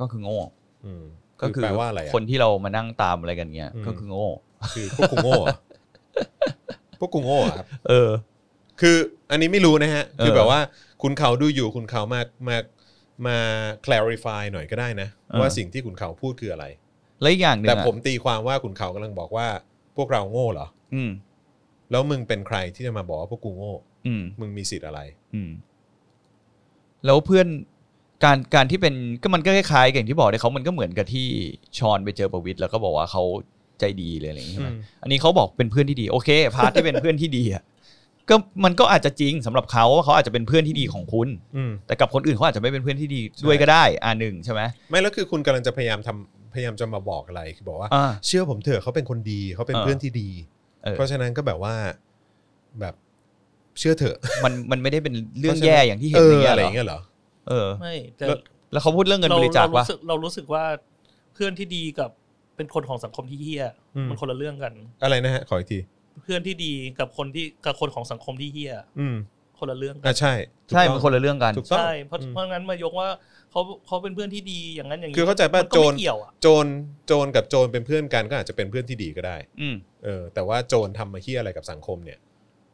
ก็คือโง่ อืม ก็คือ แปลว่าอะไรอะ คนที่เรามานั่งตามอะไรกันเนี้ย อืม ก็คือโง่ คือพวกกูโง่เหรอ พวกกูโง่ <laughs> เหรอครับ เออ คืออันนี้ไม่รู้นะฮะ เออ คือแบบว่าคุณเขาดูอยู่คุณเขามามามา clarify หน่อยก็ได้นะ เออ ว่าสิ่งที่คุณเขาพูดคืออะไร และอีกอย่างหนึ่ง แต่ อะ ผมตีความว่าคุณเขากำลังบอกว่าพวกเราโง่เหรอ อืม แล้วมึงเป็นใครที่จะมาบอกว่าพวกกูโง่ อืม มึงมีสิทธิ์อะไร อืม แล้วเพื่อนการการที่เป็นก็มันก็คล้ายๆกับอย่างที่บอกเลยเขามันก็เหมือนกับที่ชอนไปเจอประวิทย์แล้วก็บอกว่าเขาใจดีเลยอะไรอย่างเงี้ยใช่ไหม อืม อันนี้เขาบอกเป็นเพื่อนที่ดี โอเคพาร์ทที่เป็นเพื่อนที่ดีอะก็มันก็อาจจะจริงสำหรับเขาว่าเขาอาจจะเป็นเพื่อนที่ดีของคุณ อืม แต่กับคนอื่นเขาอาจจะไม่เป็นเพื่อนที่ดี ใช่ ด้วยก็ได้อ่าหนึ่งใช่ไหม ไม่แล้วคือคุณกำลังจะพยายามทำพยายามจะมาบอกอะไรคือบอกว่า อ่า เชื่อผมเถอะเขาเป็นคนดีเขาเป็น เออ เพื่อนที่ดี เออ เพราะฉะนั้นก็แบบว่าแบบ เชื่อเถอะ มันมันไม่ได้เป็นเรื่องแย่อย่างที่เห็น อ อย่างเงี้ย อะไร เหร อ อย่าง เงี้ยเหรอ เออ ไม่แต่ แล้ว แล้วเขาพูดเรื่องเงิน เรา บริจาค เรา ว่า รู้สึกเรารู้สึกว่าเพื่อนที่ดีกับเป็นคนของสังคมที่เฮี้ย อืม มันคนละเรื่องกัน อะไรนะฮะขออีกที เพื่อนที่ดีกับคนที่กับคนของสังคมที่เฮี้ย อืม คนละเรื่องกั อ่ะ น ใช่ถูก ใช่ ต้อง มันคนละเรื่องกัน ถูกต้อง ใช่เพราะ อืม เพราะงั้นมายกว่าเขาเขาเป็นเพื่อนที่ดีอย่างนั้นอย่างนี้ คือเข้าใจป่ะ มันโจก็ร ไม่เกี่ยวอ่ะ โจรโจรกับโจรเป็นเพื่อนกันก็อาจจะเป็นเพื่อนที่ดีก็ได้ อืม เออ แต่ว่าโจรทำมาเฮี้ยอะไรกับสังคมเนี่ย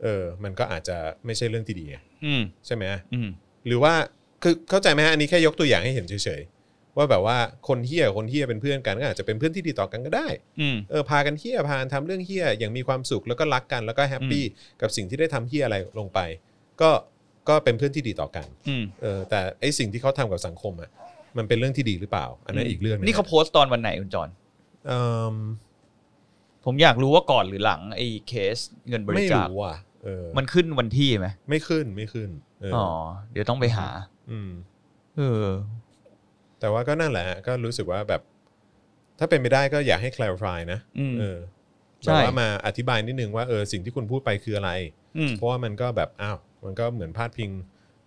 เออ มันก็อาจจะไม่ใช่เรื่องที่ดีไง อืม ใช่ไหมฮะ อืม หรือว่าคือเข้าใจไหมฮะอันนี้แค่ยกตัวอย่างให้เห็นเฉยๆว่าแบบว่าคนเฮี้ยกับคนเฮี้ยเป็นเพื่อนกันก็อาจจะเป็นเพื่อนที่ดีต่อกันก็ได้ อืม เออพากันเฮี้ยพากันทำเรื่องเฮี้ยอย่างมีความสุขแล้วก็รักกันแล้วก็แฮปปี้กับสิ่งที่ได้ทำเฮี้ยอะไรลงไป ก็ก็เป็นเพื่อนที่ดีต่อกัน อืม เออแต่ไอสิ่งที่เขาทำกับสังคมอ่ะมันเป็นเรื่องที่ดีหรือเปล่า อันนั้นอีกเรื่องหง นี่เขาโพสต์ตอนวันไหนคุณจอน เอิ่ม ผมอยากรู้ว่าก่อนหรือหลังไอ้เคสเงินบริ ไม่ จาค รู้อ่ะเออ มันขึ้นวันที่ไหม ไม่ขึ้นไม่ขึ้นเอออ อ๋อ เดี๋ยวต้องไปหา ม เออ แต่ว่าก็นั่นแหละฮะก็รู้สึกว่าแบบ ถ้าเป็นไม่ได้ก็อยากให้ clarify นะ อืม เออ ใช่ แบบว่ามาอธิบายนิดนึงว่าเออสิ่งที่คุณพูดไปคืออะไร อืม เพราะว่ามันก็แบบอ้าวมันก็เหมือนพาดพิง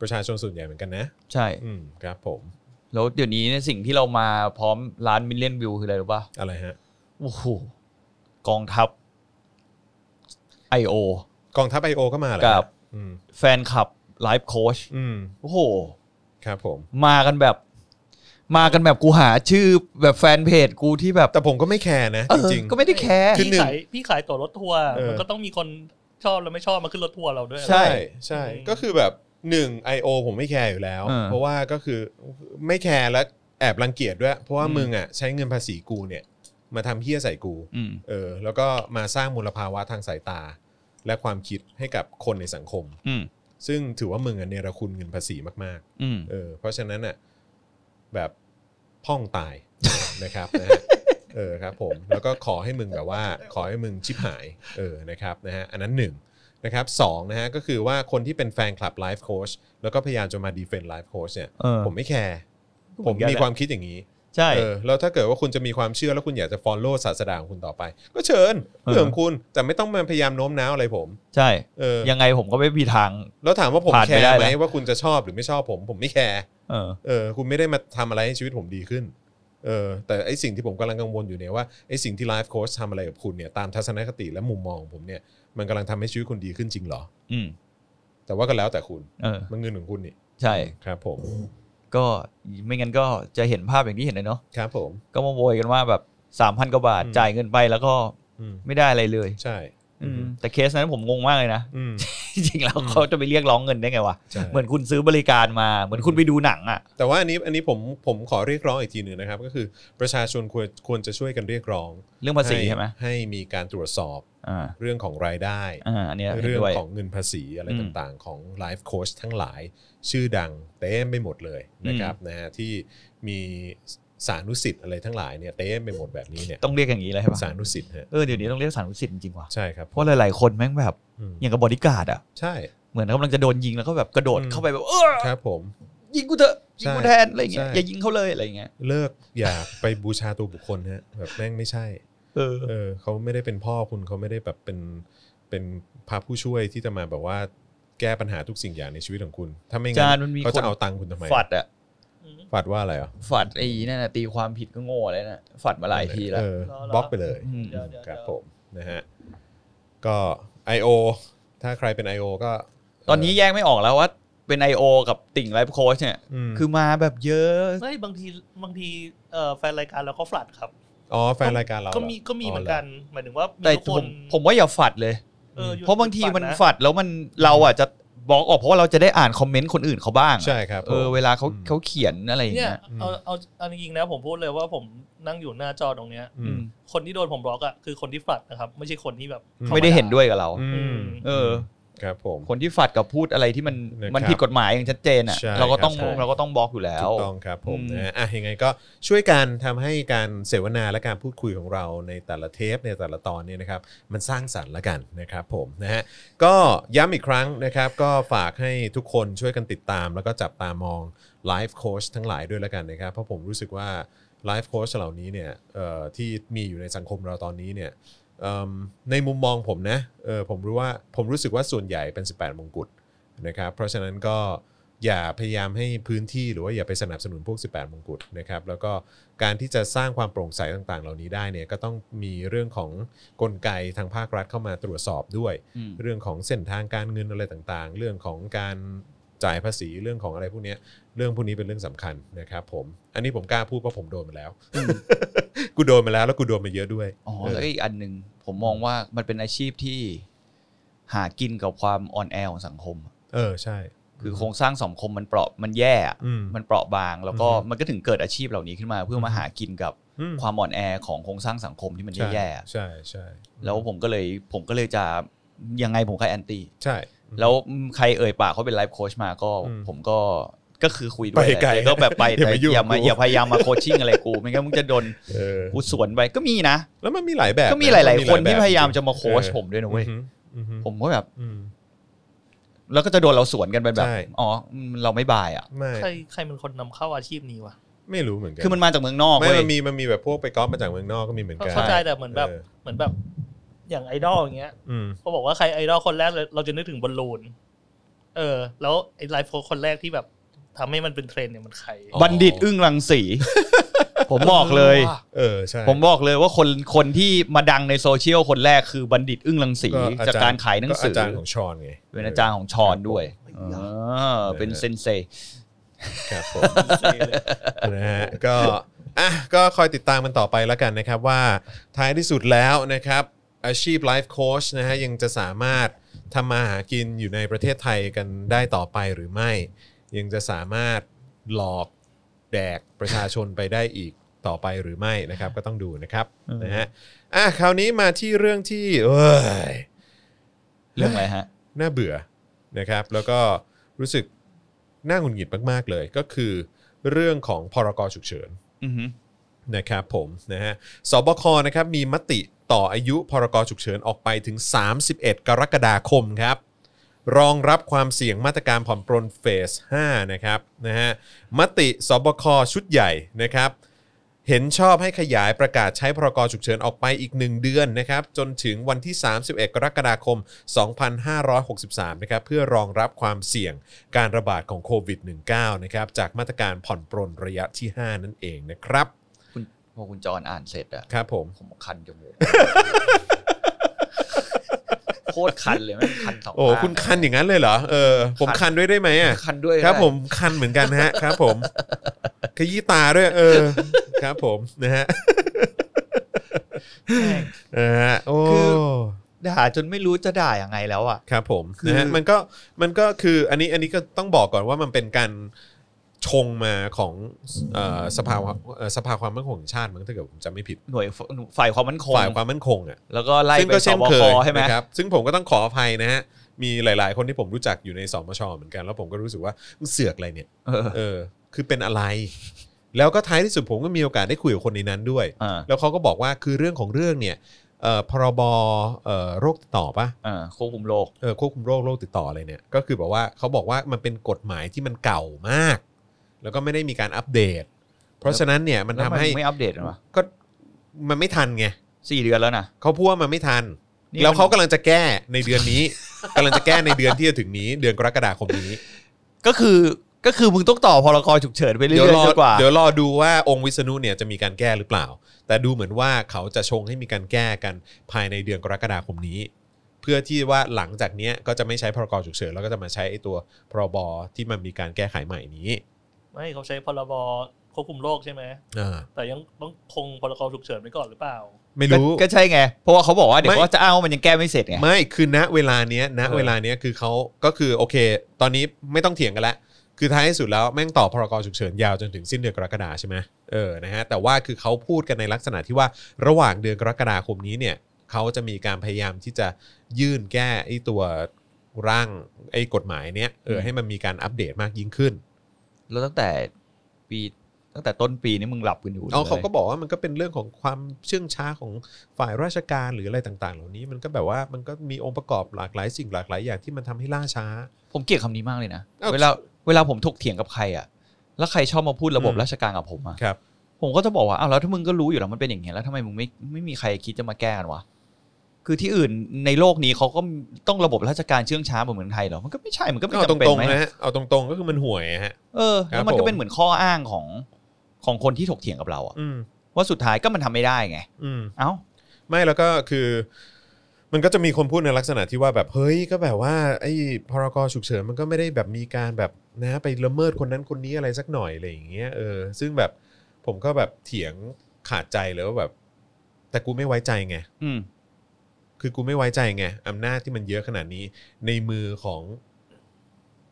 ประชาชนส่วนใหญ่เหมือนกันนะ ใช่ อืมครับผม แล้วเดี๋ยวนี้เนี่ยสิ่งที่เรามาพร้อมล้านมิลเล n นวิวคืออะไรรู้ป่ะ อะไรฮะ โอ้โห กองทัพ I.O. กองทัพไอโอก็มาเหรอ กับ อืม แฟนคลับไลฟ์โค้ช อืม โอ้โห ครับผม มากันแบบ มากันแบบกูหาชื่อแบบแฟนเพจกูที่แบบ แต่ผมก็ไม่แคร์นะ เอ จ อ ริง ก็ไม่ได้แคร์ คือหนึ่งพี่ขายพี่ขายตั๋วรถทัวร์ เออ มันก็ต้องมีคนชอบแล้วไม่ชอบมาขึ้นรถทัวร์เราด้วย ๆใช่ใช่ อืม ก็คือแบบหนึ่ง I.O. ผมไม่แคร์อยู่แล้ว เออ เพราะว่าก็คือไม่แคร์และแอบรังเกียจด้วย เพราะว่า อืม มึงอ่ะใช้เงินภาษีกูเนี่ย มาทำเฮี้ยใส่กู อืม เออ แล้วก็มาสร้างมูลภาวะทางสายตา และความคิดให้กับคนในสังคม อืม ซึ่งถือว่ามึงอ่ะเนรคุณเงินภาษีมากๆ อืม เออเพราะฉะนั้นอ่ะแบบพ่อง <laughs> ตาย นะครับนะฮะเออครับผมแล้วก็ขอให้มึงแบบว่า ขอให้มึงชิบหายเออนะครับนะฮะอันนั้นหนึ่งนะครับสองนะฮะก็คือว่าคนที่เป็นแฟนคลับไลฟ์โค้ชแล้วก็พยายามจะมาดีเฟนต์ไลฟ์โค้ชเนี่ย เออ ผมไม่แคร์ ก็เห ผมมือนกัน มี แหละ ความคิดอย่างนี้ ใช่ เออแล้วถ้าเกิดว่าคุณจะมีความเชื่อแล้วคุณอยากจะฟอลโล่ศาสดาของคุณต่อไป ก็เชิญเรื่องของคุณแต่ไม่ต้องมาพยายามโน้มน้าวอะไรผม ใช่ เออ ยังไงผมก็ไม่มีทาง แล้วถามว่าผม ผ่าน แคร์ไปได้ ไหม แล้ว ว่าคุณจะชอบหรือไม่ชอบผมผมไม่แคร์ เออ เออคุณไม่ได้มาทำอะไรให้ชีวิตผมดีขึ้น เออแต่ไอสิ่งที่ผมกำลังกังวลอยู่เนี่ยว่าไอสิ่งที่ไลฟ์โค้ชทำอะไรกับคุณเนี่ยตามทัศนคติและมุมมองของผมเนี่ยมันกำลังทำให้ชีวิตคุณดีขึ้นจริงเหรอ อืม แต่ว่าก็แล้วแต่คุณ เออ มันเงินของคุณนี่ ใช่ ครับผม ก็ไม่งั้นก็จะเห็นภาพอย่างที่เห็นเลยเนาะ ครับผม ก็มาโวยกันว่าแบบสามพันกว่าบาท อืม จ่ายเงินไปแล้วก็ อืม ไม่ได้อะไรเลย ใช่ อืม แต่เคสนั้นผมงงมากเลยนะ <laughs> อืม จริงๆแล้ว อืม เขาจะไปเรียกร้องเงินได้ไงวะ ใช่ <laughs> เหมือนคุณซื้อบริการมา เหมือนคุณไปดูหนังอ่ะ แต่ว่าอันนี้อันนี้ผมผมขอเรียกร้องอีกทีหนึ่งนะครับ ก็คือประชาชนควรควรจะช่วยกันเรียกร้อง เรื่องภาษีใช่ไหม ให้มีการตรวจสอบ อ่า เรื่องของรายได้ อ่าอันเนี้ยห็น เรื่อง ด้วย ของเงินภาษีอะไร อืม ต่างๆ ของไลฟ์โค้ชทั้งหลายชื่อดังเต็มไปหมดเลยนะครับนะฮะที่มีสานุสิทธิ์อะไรทั้งหลายเนี่ยเต็มไปหมดแบบนี้เนี่ย ต้องเรียกอย่างนี้เลยใช่ปะ สานุสิทธิ์ฮะ เออ เดี๋ยวนี้ต้องเรียกสารวุฒิสิทธิ์จริงๆว่ะ ใช่ครับ เพราะหลายๆคนแม่งแบบ อืม อย่างกับบอดี้การ์ดอ่ะ ใช่ เหมือนกำลังจะโดนยิงแล้วก็แบบกระโดด อืม เข้าไปแบบเออ ครับผม ยิงกูเถอะ ยิงกู ใช่ แทนอะไรอย่างเงี้ย ใช่ อย่ายิงเขาเลยอะไรอย่างเงี้ย เลิกอย่าไปบูชาตัวบุคคลฮะแบบแม่งไม่ใช่ เออ เออเขาไม่ได้เป็นพ่อคุณเขาไม่ได้แบบเป็นเป็นพระผู้ช่วยที่จะมาแบบว่าแก้ปัญหาทุกสิ่งอย่างในชีวิตของคุณ ถ้าไม่งั้ จาน น มันมี เขา คน จะเอาตังค์คุณทำไม ฝัดอ่ะ อืม ฝัดว่าอะไรอ่ะ ฝัดไอ้นั่นนะตีความผิดก็โง่เลยนะฝัดมาหลายทีแล้ว เออ รอๆ บล็อกไปเลย อืม เดี๋ยวเดี๋ยว ค เดี๋ รั ย บ ว ผมนะฮะก็ I.O. ถ้าใครเป็น I.O. ก็ ตอนนี้แยกไม่ออกแล้วว่าเป็น I.O. กับติ่งไลฟ์โค้ชเนี่ย คื คือ อมาแบบเยอะ ไม่บางทีบางทีเอ่อแฟนรายการเราก็ฝลัดครับ อ๋อแฟนรายการเรา ก็มีก็มีเหมือนกัน หมายถึงว่า แต่ผทุกค ม น ผมว่าอย่าฝัดเลย อออยู่ เพราะบางทีมัน ะ ฝัดแล้วมันเราอ่ะจะบล็อกออกเพราะว่าเราจะได้อ่านคอมเมนต์คนอื่นเขาบ้าง ใช่ครับผม เออเวลาเขา อืม เขาเขียนอะไรอย่าง เนี่ย เงี้ย เอาเอาเอาจริงๆนะผมพูดเลยว่าผมนั่งอยู่หน้าจอตรงเนี้ย อืม คนที่โดนผมบล็อกอ่ะคือคนที่ฝัดนะครับ ไม่ใช่คนที่แบบ อืม ข้าา ไม่ได้เห็นด้วยกับเรา อืม เออ ครับผม คนที่ฝัดกับพูดอะไรที่มัน นะครับ มันผิดกฎหมายอย่างชัดเจนอ่ะ ใช่ เราก็ต้อง ครับใช่ เราก็ต้องบล็อกอยู่แล้ ถู ว กต้องครับผม อืม นะฮะอ่ะยังไงก็ช่วยกันทำให้การเสวนาและการพูดคุยของเราในแต่ละเทปในแต่ละตอนเนี่ยนะครับ มันสร้างสรรค์ละกันนะครับผมนะฮะก็ย้ำอีกครั้งนะครับ ก็ฝากให้ทุกคนช่วยกันติดตาม แล้วก็จับตามองไลฟ์โค้ชทั้งหลายด้วยละกันนะครับ เพราะผมรู้สึกว่าไลฟ์โค้ชเหล่านี้เนี่ยเอ่อที่มีอยู่ในสังคมเราตอนนี้เนี่ย เอิ่มในมุมมองผมนะเออผมรู้ว่าผมรู้สึกว่าส่วนใหญ่เป็น 18 มงกุฎนะครับเพราะฉะนั้นก็อย่าพยายามให้พื้นที่หรือว่าอย่าไปสนับสนุนพวก 18 มงกุฎนะครับแล้วก็การที่จะสร้างความโปร่งใสต่างๆ เหล่านี้ได้เนี่ยก็ต้องมีเรื่องของกลไกทางภาครัฐเข้ามาตรวจสอบด้วย อืม เรื่องของเส้นทางการเงินอะไรต่างๆ เรื่องของการจ่ายภาษีเรื่องของอะไรพวกเนี้ยเรื่องพวกนี้เป็นเรื่องสำคัญนะครับผม อันนี้ผมกล้าพูดเพราะผมโดนมาแล้ว <laughs> กูโดนมาแล้วแล้วกูโดนมาเยอะด้วย อ๋อ เออ แล้วก็อีกอันหนึ่งผมมองว่ามันเป็นอาชีพที่หากินกับความอ่อนแอของสังคม เออใช่ คือโครงสร้างสังคมมันเปราะมันแย่อะ อืม มันเปราะบาง แล้วก็ อือฮึ มันก็ถึงเกิดอาชีพเหล่านี้ขึ้นมา เพื่อมาหากินกับ อืม ความอ่อนแอของโครงสร้างสังคมที่มัน ใช่ แย่ๆอะ ใช่ใช่ แล้วผมก็เลยผมก็เลยจะยังไงผมก็แอนตี้ ใช่ แล้วใครเอ่ยปากเขาเป็นไลฟ์โค้ชมาก็ อืม ผมก็ก็คือคุยด้วย ไปไกล แต่ก็แบบไป อย่า แต่ ไปยุ่ง อย่ามา กู อย่าพยายามมาโคชชิ่งอะไรกู ไม่งั้นมึงจะโดน เออ กูสวนไปก็มีนะ แล้วมันมีหลายแบบ ก็มีหลาย ะ ๆ คนที่พยายามจะมาโคช เออ ผมด้วยนะเว้ย อือหืออือหือ ผมก็แบบ อืม แล้วก็จะโดนเราสวนกันไปแบบ ใช่ อ๋ออืมเราไม่บายอ่ะ ไม่ ใครใครเป็นคนนำเข้าอาชีพนี้วะ ไม่รู้เหมือนกัน คือมันมาจากเมืองนอก ไม่ เว้ย มันมีมันมีแบบพวกไปก๊อปมาจากเมืองนอกก็มีเหมือนกัน เข้าใจแต่เหมือนแบบ เออ เหมือนแบบ อย่างไอดอลอย่างเงี้ย อืม เขาบอกว่าใครไอดอลคนแรกเราจะนึกถึงบอลลูนเออ แล้วไอไลฟ์โค้ชคนแรกที่แบบทำให้มันเป็นเทรนด์เนี่ยมันใคร บัณฑิตอึ้งรัง <laughs> สี ผมบอกเลย ว่ะ เออใช่ ผมบอกเลยว่าคนคนที่มาดังในโซเชียลคนแรกคือบัณฑิตอึ้งรังสีจากการขายหนังสืก็ออาจารย์ของชอนไง เป็นอาจารย์ของชอนด้วยเออเป็นเซนเซ ครับผมนะฮะก็อ่ะก็คอยติดตามมันต่อไปแล้วกันนะครับว่าท้ายที่สุดแล้วนะครับ อาชีพไลฟ์โค้ชนะฮะยังจะสามารถทำมาหากินอยู่ในประเทศไทยกันได้ต่อไปหรือไม่ ยังจะสามารถหลอกแดกประชาชนไปได้อีกต่อไปหรือไม่นะครับ ก็ต้องดูนะครับนะฮะอ่ะคราวนี้มาที่เรื่องที่เอ้ย เรื่องอะไรฮะ น่าเบื่อนะครับ แล้วก็รู้สึกน่าหงุดหงิดมาก ๆ เลยก็คือเรื่องของพรกฉุกเฉิน อือหือ นะครับผมนะฮะสบคนะครับมีมติต่ออายุพรกฉุกเฉินออกไปถึง 31 กรกฎาคมครับ รองรับความเสี่ยงมาตรการผ่อนปรนเฟส 5 นะครับนะฮะมติสบคชุดใหญ่นะครับ เห็นชอบให้ขยายประกาศใช้พรกฉุกเฉินออกไปอีก 1 เดือนนะครับ จนถึงวันที่ 31 กรกฎาคม 2563 นะครับ เพื่อรองรับความเสี่ยงการระบาดของโควิด -19 นะครับ จากมาตรการผ่อนปรนระยะที่ 5 นั่นเองนะครับ คุณพอคุณจรอ่านเสร็จอะ ครับผม ผมคันจมูก โคตรคันเลยแม่งคันสอง โอ้ ข้าง คุณคันอย่างนั้นเลยเหรอ เออ ผมคันด้วยได้ไหมอ่ะ คันด้วย ครับ นะ ผมคันเหมือนกันฮะ ครับผม <laughs> ขยี้ตาด้วยเออ ครับผมนะฮะนะฮะโอ้ คือด่าจนไม่รู้จะด่ายังไงแล้วอ่ะ ครับผม คือ นะฮะมันก็มันก็คืออันนี้อันนี้ก็ต้องบอกก่อนว่ามันเป็นการชงมาของเอ่อสภาเอ่อสภาความมั่นคงแห่งชาติมั้งถ้าเกิดผมจำไม่ผิด หน่วยฝ่ายความมั่นคง ฝ่ายความมั่นคงอ่ะ แล้วก็ไล่ ซึ่ง ไป ก็ ส เช่น บ เค ค ย ใช่ไหม นะครับซึ่งผมก็ต้องขออภัยนะฮะ มีหลาย ๆ คนที่ผมรู้จักอยู่ในสมชเหมือนกัน แล้วผมก็รู้สึกว่ามึงเสือกอะไรเนี่ย เออ เออ คือเป็นอะไร แล้วก็ท้ายที่สุดผมก็มีโอกาสได้คุยกับคนในนั้นด้วย อ่า แล้วเขาก็บอกว่าคือเรื่องของเรื่องเนี่ยเอ่อพรบเอ่อโรคติดต่อปะ อ่าควบคุมโรค เออควบคุมโรคโรคติดต่ออะไรเนี่ย ก็คือแบบว่าเขาบอกว่ามันเป็นกฎหมายที่มันเก่ามาก แล้วก็ไม่ได้มีการอัปเดต เพราะฉะนั้นเนี่ยมัน แล้ว ทำให้ ไม่อัปเดตเหรอวะ ก็มันไม่ทันไง สี่เดือนแล้วนะ เขาพูดว่ามันไม่ทัน นี่ แล้วเขา มัน กำลังจะแก้ในเดือนนี้ กำลังจะแก้ในเดือนที่จะถึงนี้ เดือนกรกฎาคมนี้ ก็คือก็คือมึงต้องต่อพรกฉุกเฉินไปเรื่อย เดี๋ยวรอ ๆจนกว่า เดี๋ยวรอดูว่าองค์วิษณุเนี่ยจะมีการแก้หรือเปล่า แต่ดูเหมือนว่าเขาจะชงให้มีการแก้กันภายในเดือนกรกฎาคมนี้ เพื่อที่ว่าหลังจากเนี้ยก็จะไม่ใช้พรกฉุกเฉินแล้วก็จะมาใช้ไอ้ตัวพรบที่มันมีการแก้ไขใหม่นี้ ไม่เขาใช้พรบควบคุมโรคใช่ไหม อ่า แต่ยังต้องคงพรกฉุกเฉินไว้ก่อนหรือเปล่า ไม่ ก็ รู้ ก็ใช่ไง เพราะว่าเขาบอกว่าเดี๋ย ไม่ วก็จะอ้างว่ามันยังแก้ไม่เสร็จไง ไม่คือณเวลาเนี้ยณ เออ เวลาเนี้ยคือเขาก็คือโอเค ตอนนี้ไม่ต้องเถียงกันละคือท้ายที่สุดแล้วแม่งต่อพรกฉุกเฉินยาวจนถึงสิ้นเดือนกรกฎาใช่ไหมเออนะฮะแต่ว่าคือเขาพูดกันในลักษณะที่ว่าระหว่างเดือนกรกฎาคมนี้เนี่ยเขาจะมีการพยายามที่จะยื่นแก้ไอ้ตัวร่างไอ้กฎหมายเนี้ยเออให้มันมีการอัปเดตมากยิ่งขึ้น แล้วตั้งแต่ปีตั้งแต่ต้นปีนี่มึงหลับกันอยู่ เอาเขา ลย ก็บอกว่ามันก็เป็นเรื่องของความเชื่องช้าของฝ่ายราชการหรืออะไรต่าง ๆ เหล่านี้ มันก็แบบว่ามันก็มีองค์ประกอบหลากหลายสิ่งหลากหลายอย่างที่มันทำให้ล่าช้า ผมเกลียดคำนี้มากเลยนะ เอ้า เวลาเวลาผมถกเถียงกับใครอ่ะ แล้วใครชอบมาพูดระบบ อืม ราชการกับผมอ่ะ ครับ ผมก็จะบอกว่าอ้าวแล้วถ้ามึงก็รู้อยู่แล้วมันเป็นอย่างเงี้ยแล้วทำไมมึงไม่ไม่มีใครคิดจะมาแก้กันวะ คือที่อื่นในโลกนี้เขาก็ต้องระบบราชการเชื่องช้าเหมือนไทยเหรอมันก็ไม่ใช่มันก็ไม่ เอาต จำเป็น รง ไหม ๆนะฮะเอาตรงๆก็คือมันห่วยฮะ เออแล้วมัน ครับผมก็เป็นเหมือนข้ออ้างของของคนที่ถกเถียงกับเราอะ อืม ว่าสุดท้ายก็มันทำไม่ได้ไง อืม เอ้า ไม่แล้วก็คือ มันก็จะมีคนพูดในลักษณะที่ว่าแบบเฮ้ยก็แบบว่าไอ้พรกฉุกเฉินมันก็ไม่ได้แบบมีการแบบนะไปละเมิดคนนั้นคนนี้อะไรสักหน่อยอะไรอย่างเงี้ยเออซึ่งแบบผมก็แบบเถียงขาดใจเลยว่าแบบ แต่กูไม่ไว้ใจไง อืม คือกูไม่ไว้ใจไงอำนาจที่มันเยอะขนาดนี้ในมือของ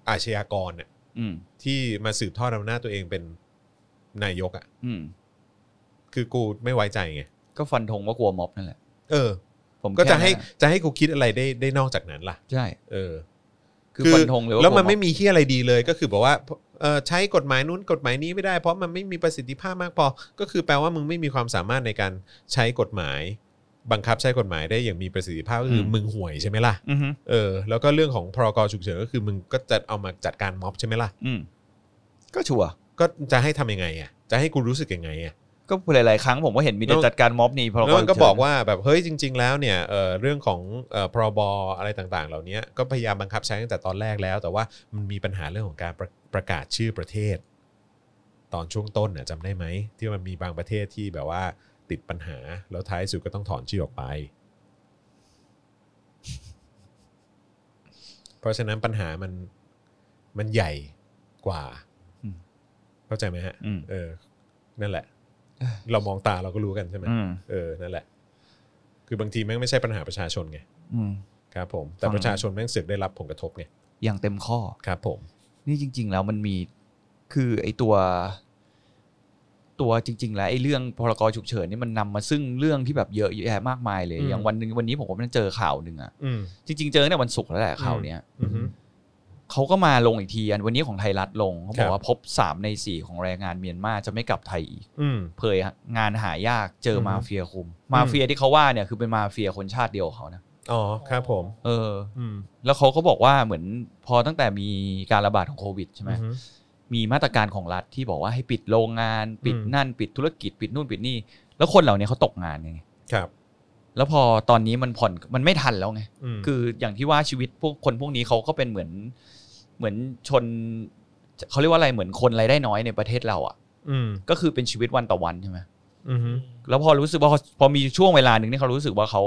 อาชญากรเนี่ย อืม ที่มาสืบทอดอำนาจตัวเองเป็นนายกอะ่ะ อืม คือกูไม่ไว้ใจไง ก็ฟันธงว่ากลัวม็อบนั่นแหละ เออ ผม ก็จะ แค่ ให้จะให้กูคิดอะไรได้ได้นอกจากนั้นล่ะ ใช่ เออ คือฟันธงเลยว่า แล้วมัน กว ไม่มีที่อะไรดีเลยก็คือบอกว่าเอ่อใช้กฎหมายนู้นกฎหมายนี้ไม่ได้เพราะมันไม่มีประสิทธิภาพมากพอ ก็คือแปลว่ามึงไม่มีความสามารถในการใช้กฎหมาย บังคับใช้กฎหมายได้อย่างมีประสิทธิภาพก็คือมึงห่วยใช่ไหมล่ะ อือฮึ เออแล้วก็เรื่องของพรกฉุกเฉินก็คือมึงก็จะเอามาจัดการม็อบใช่ไหมล่ะ อืม ก็ชัวร์ ก็จะให้ทำยังไงอ่ะจะให้กูรู้สึกยังไงอ่ะ ก็หลายๆครั้งผมก็เห็นมีแล้แต่ว จัดการม็อบนี่พอ แล้วมันก็บอกว่าแบบเฮ้ยจริง ๆ แล้วเนี่ยเอ่อเรื่องของเอ่อพรบอะไรต่างๆ เหล่านี้ก็พยายามบังคับใช้ตั้งแต่ตอนแรกแล้ว แต่ว่ามันมีปัญหาเรื่องของการประประกาศชื่อประเทศ ตอนช่วงต้นน่ะจำได้ไหมที่มันมีบางประเทศที่แบบว่าติดปัญหาแล้วท้ายสุดก็ต้องถอนชื่อออกไป <laughs> เพราะฉะนั้นปัญหามันมันใหญ่กว่าเข้าใจไหมฮะ อืม เออนั่นแหละ เรามองตาเราก็รู้กันใช่ไหม อืม เออ นั่นแหละ คือบางทีแม่งไม่ใช่ปัญหาประชาชนไง อืม ครับผม แต่ ฟัง ประชาชนแม่งเสือกได้รับผลกระทบไง อย่างเต็มข้อ ครับผม นี่จริง ๆ แล้วมันมีคือไอ้ตัว ตัวจริง ๆ แล้วไอ้เรื่องพรกฉุกเฉินนี่มันนำมาซึ่งเรื่องที่แบบเยอะแยะมากมายเลย อืม อย่างวันหนึ่งวันนี้ผมก็เพิ่งเจอข่าวหนึ่งอะ อืม จริง ๆ เจอในวันศุกร์แล้วแหละข่าวเนี้ย อือฮึ เขาก็มาลงอีกทีอันวันนี้ของไทยรัฐลงเขาบคอรั ก บ ว่าพบสามในสี่ของแรงงานเมียนมาจะไม่กลับไทยอีก อืม เผยงานหายากเจออ ม มาเฟียคุม มาเฟียที่เขาว่าเนี่ยคือเป็นมาเฟียคนชาติเดียวของเขานะ อ๋อ ครับผม เออ อืม แล้วเขาก็บอกว่าเหมือนพอตั้งแต่มีการระบาดของโควิดใช่ไหม อือฮึ มีมาตรการของรัฐที่บอกว่าให้ปิดโรงงาน ปิด อืม นั่นปิดธุรกิจปิดนู่นปิดนี่ แล้วคนเหล่านี้เขาตกงานไง ครับ แล้วพอตอนนี้มันผ่อนมันไม่ทันแล้วไง อืม คืออย่างที่ว่าชีวิตพวกคนพวกนี้เขาก็เป็นเหมือนเหมือนชนเขาเรียกว่าอะไรเหมือนคนรายได้น้อยในประเทศเราอ่ะ อืม ก็คือเป็นชีวิตวันต่อวันใช่ไหม อืม แล้วพอรู้สึกว่าพอพอมีช่วงเวลาหนึ่งที่เขารู้สึกว่าเขา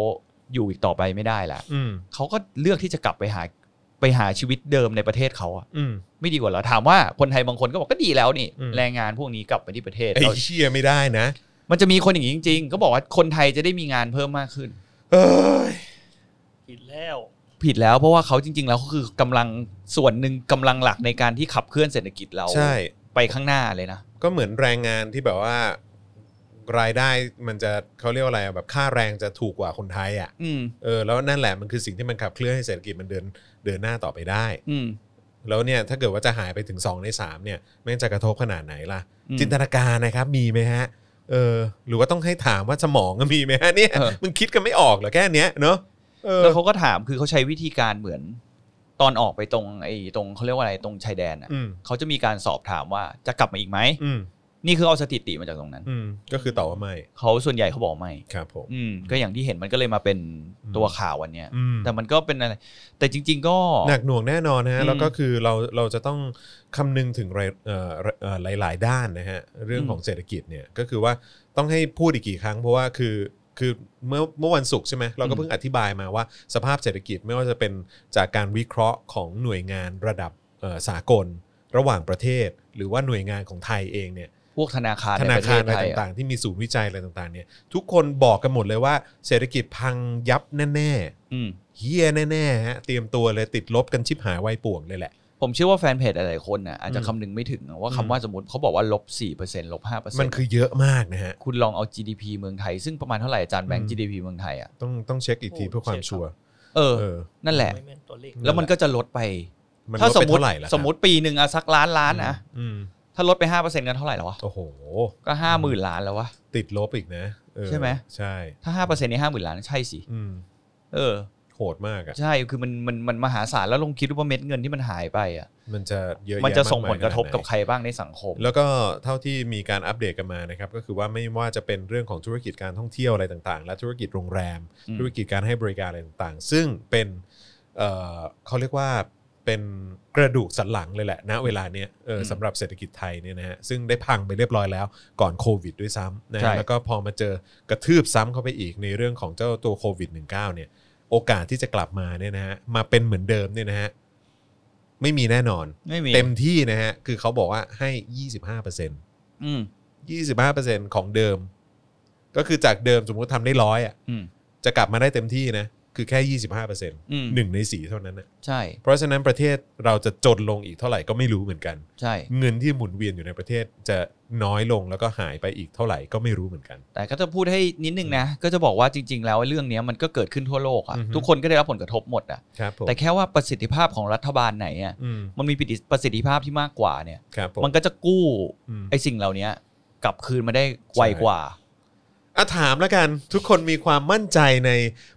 อยู่อีกต่อไปไม่ได้ละ อืม เขาก็เลือกที่จะกลับไปหาไปหาชีวิตเดิมในประเทศเขาอะ อืม ไม่ดีกว่าเหรอถามว่าคนไทยบางคนก็บอกก็ดีแล้วนี่ อืม แรงงานพวกนี้กลับไปที่ประเทศ ไอ้ เรา เชี่ยไม่ได้นะ มันจะมีคนอย่างนี้จริงๆ ก็บอกว่าคนไทยจะได้มีงานเพิ่มมากขึ้น เอ้ย ผิดแล้ว ผิดแล้วเพราะว่าเขาจริง ๆ แล้วก็คือกำลังส่วนหนึ่งกำลังหลักในการที่ขับเคลื่อนเศรษฐกิจเรา ใช่ ไปข้างหน้าเลยนะ ก็เหมือนแรงงานที่แบบว่า รายได้มันจะเขาเรียกว่าอะไรอะแบบค่าแรงจะถูกกว่าคนไทยอ่ะ อืม เออ แล้วนั่นแหละมันคือสิ่งที่มันขับเคลื่อนให้เศรษฐกิจมันเดินเดินหน้าต่อไปได้ อืม แล้วเนี่ยถ้าเกิดว่าจะหายไปถึง 2 ใน 3 เนี่ยแม่งจะกระทบขนาดไหนล่ะ อืม จินตนาการนะครับมีไหมฮะเออหรือว่าต้องให้ถามว่าสมองอะมีไหมฮะเนี่ย เออ มึงคิดกันไม่ออกเหรอแค่เนี้ยเนาะเออ แล้วเขาก็ถามคือเขาใช้วิธีการเหมือนตอนออกไปตรงไอ้ตรงเขาเรียกว่าอะไรตรงชายแดนอ่ะ อืม เขาจะมีการสอบถามว่าจะกลับมาอีกไหม อืม นี่คือเอาสถิติมาจากตรงนั้น อืมก็คือตอบว่าไม่ เขาส่วนใหญ่เขาบอกไม่ ครับผม อืม ก็อย่างที่เห็นมันก็เลยมาเป็นตัวข่าววันเนี้ย อืม แต่มันก็เป็นอะไร แต่จริง ๆ ก็ หนักหน่วงแน่นอนนะฮะ อืม แล้วก็คือเราเราจะต้องคำนึงถึงรายเอ่อเอ่อหลาย ๆ ด้านนะฮะเรื่อง อืม ของเศรษฐกิจเนี่ยก็คือว่าต้องให้พูดอีกกี่ครั้ง เพราะว่าคือคือเมื่อเมื่อวันศุกร์ใช่ไหมเราก็เพิ่งอธิบายมาว่าสภาพเศรษฐกิจไม่ว่าจะเป็นจากการวิเคราะห์ของหน่วยงานระดับเอ่อสากล ระหว่างประเทศ หรือว่าหน่วยงานของไทยเองเนี่ย พวกธนาคาร ธ ใน นา ประเท คาร ศ อะไร ไทย ต่า อะ งๆ ที่มีศูนย์วิจัยอะไรต่างๆเนี่ยทุกคนบอกกันหมดเลยว่าเศรษฐกิจพังยับแน่ อืม ๆเฮียแน่ๆฮะเตรียมตัวเลยติดลบกันชิบหายวายป่วงเลยแหละ ผมเชื่อว่าแฟนเพจหลายๆคนน่ะอาจจะคำนึงไม่ถึงอะว่า อืม คำว่าสมมติเขาบอกว่าลบสี่เปอร์เซ็นต์ลบห้าเปอร์เซ็ มัน น ต์ คือเยอะมากนะฮะ คุณลองเอา GDP เมืองไทย ซึ่งประมาณเท่าไหร่อาจารย์แบง อื ค์ ม GDP เมืองไทยอ่ะ ต้องต้องเช็คอีกทีเพื่อความชัวร์ เออ เออ นั่นแหละ ไม่แม่นตัวเลข อื แล้วมันก็จะลดไป มันล ถ้า ด สม ไป มติ เท่าไหร่ล่ะครับ สมมติปีหนึ่งอะสักล้านล้านนะ อืม ถ้าลดไปห้าเปอร์เซ็นต์กันเท่าไหร่หรอวะ โอ้โห ก็ห้าหมื่นล้านแล้ววะ ติดลบอีกนะเออ ใช่ไหม ใช่ ถ้าห้าเปอร์เซ็นต์ในห้าหมื่นล้านใช่สิ อืม เออ โ โหดมากอ่ะ ใช่คือมันมันมันมหาศาลแล้วลองคิดดูว่าเม็ดเงินที่มันหายไปอ่ะ มันจะเยอะแย มันจะส่งผลกระทบ มาย กับ ขาดไหน ใครบ้างในสังคม แล้วก็เท่าที่มีการอัปเดตกันมานะครับก็คือว่าไม่ว่าจะเป็นเรื่องของธุรกิจการท่องเที่ยวอะไรต่างๆ และธุรกิจโรงแรม อืม ธุรกิจการให้บริการอะไรต่างๆ ซึ่งเป็นเอ่อเขาเรียกว่าเป็นกระดูกสันหลังเลยแหละณเวลาเนี้ยเออสำหรับเศรษฐกิจไทยเนี่ยนะฮะซึ่งได้พังไปเรียบร้อยแล้วก่อนโควิดด้วยซ้ำนะ ใช่ ฮะแล้วก็พอมาเจอกระทืบซ้ำเข้าไปอีกในเรื่องของเจ้าตัวโควิด -19 เนี่ยโอกาสที่จะกลับมาเนี่ยนะฮะมาเป็นเหมือนเดิมเนี่ยนะฮะไม่มีแน่นอน ไม่มี เต็มที่นะฮะ คือเขาบอกว่าให้ 25% อืม 25%ของเดิม ก็คือจากเดิมสมมุติทำได้ร้อยอ่ะ อืม จะกลับมาได้เต็มที่นะ คือแค่ 25% ม หนึ่งในสี่เท่านั้นนะ ใช่ เพราะฉะนั้นประเทศเราจะจนลงอีกเท่าไหร่ก็ไม่รู้เหมือนกัน ใช่ เงินที่หมุนเวียนอยู่ในประเทศจะน้อยลงแล้วก็หายไปอีกเท่าไหร่ก็ไม่รู้เหมือนกัน แต่ก็จะพูดให้นิดนึงนะ ก็จะบอกว่าจริง ๆ แล้วเรื่องเนี้ยมันก็เกิดขึ้นทั่วโลกอะ อือฮึ ทุกคนก็ได้รับผลกระทบหมดอะ ครับผม แต่แค่ว่าประสิทธิภาพของรัฐบาลไหนอะ อืม มันมีประสิทธิภาพที่มากกว่าเนี่ย ครับผม มันก็จะกู้ อืม ไอ้สิ่งเหล่าเนี้ยกลับคืนมาได้ไวกว่า อะถามแล้วกันทุกคนมีความมั่นใจใน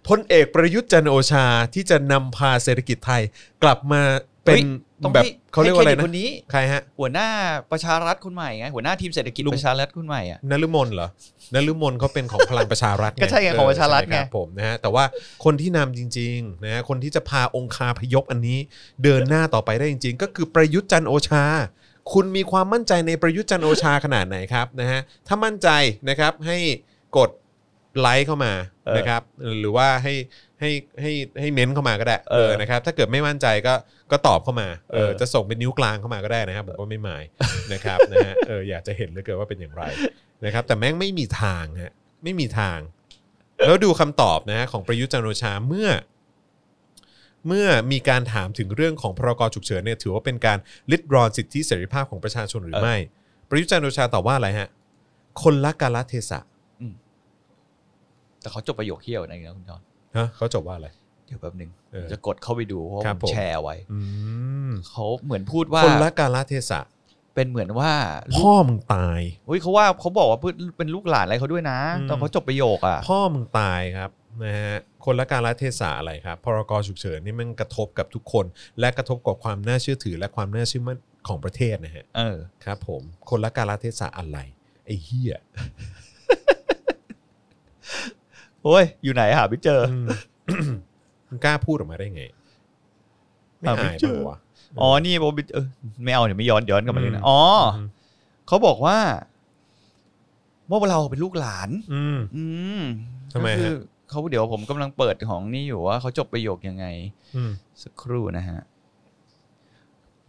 พลเอกประยุทธ์จันทร์โอชาที่จะนำพาเศรษฐกิจไทยกลับมาเป็ เฮ้ น ยต้อง แบบ ให้ เขาเรียกว่าอะไร ให้เครนะดิตคนนี้ ใครฮะ หัวหน้าประชารัฐคนใหม่ไงหัวหน้าทีมเศรษฐกิจ ลุง ประชารัฐคนใหม่อะ นฤมลเหรอนฤมลเขาเป็นของพลังประชารัฐ ก็ใช่ไง เ ของประชารัฐไง ใคบผมนะฮะแต่ว่าคนที่นำจริงๆนะฮะคนที่จะพาองค์คาพยพอันนี้ เดินหน้าต่อไปได้จริง ๆ ก็คือประยุทธ์จันทร์โอชา คุณมีความมั่นใจในประยุทธ์จันทร์โอชาขนาดไหนครับนะฮะถ้ามั่นใจนะครับให้กดไลค์เข้ามา เออ นะครับหรือว่าให้ให้ให้ให้เม้นเข้ามาก็ได้ เออ นะครับถ้าเกิดไม่มั่นใจก็ก็ตอบเข้ามาเออ เออ จะส่งเป็นนิ้วกลางเข้ามาก็ได้นะครับผมก็ไม่ห <laughs> มายนะครับนะฮะเอออยากจะเห็นเหลือเกินว่าเป็นอย่างไร นะครับแต่แม่งไม่มีทางฮะไม่มีทาง แล้วดูคำตอบนะฮะของประยุทธ์จันทร์โอชาเมื่อ เมื่อมีการถามถึงเรื่องของพรกฉุกเฉินเนี่ยถือว่าเป็นการลิดรอนสิทธิเสรีภาพของประชาชนหรือ เออ ไม่ ประยุทธ์จันทร์โอชาตอบว่าอะไรฮะ คนละกาลเทศะ แต่เขาจบประโยคเที่ยวนะอีกนะคุณจอน ฮะเขาจบว่าอะไร เดี๋ยวแป๊บหนึง เออ จะกดเข้าไปดูเพราะว่า ครับ ผม ผม แชร์ไว้ อืม เขาเหมือนพูดว่า คนละกาลเทศะ เป็นเหมือนว่า พ่อมึงตาย อุ้ยเขาว่าเขาบอกว่าเป็นลูกหลานอะไรเขาด้วยนะ อืม ตอนเขาจบประโยคอ่ะ พ่อมึงตายครับนะฮะคนละการละเทศะอะไรครับพรกฉุกเฉินนี่มันกระทบกับทุกคน และกระทบกับความน่าเชื่อถือและความน่าเชื่อมั่นของประเทศนะฮะ เออ ครับผมคนละการละเทศะอะไรไอ้เหี้ย โอ้ย อยู่ไหนหาไม่เจอ ม <coughs> มึงกล้าพูดออกมาได้ไง ไม่ อ่ะไม่ อาย เจ ปะ อ วะ อ๋อ นี่โบบิเออไม่เอาเดี๋ยวไม่ย้อนย้อนกลับมาเลย อื นะ ม อ๋ออ ม เขาบอกว่าว่าเราเป็นลูกหลาน อืม อืม ทำไมฮะ ก็คือเขาเดี๋ยวผมกำลังเปิดของนี่อยู่ว่าเขาจบประโยคยังไง อืม สักครู่นะฮะ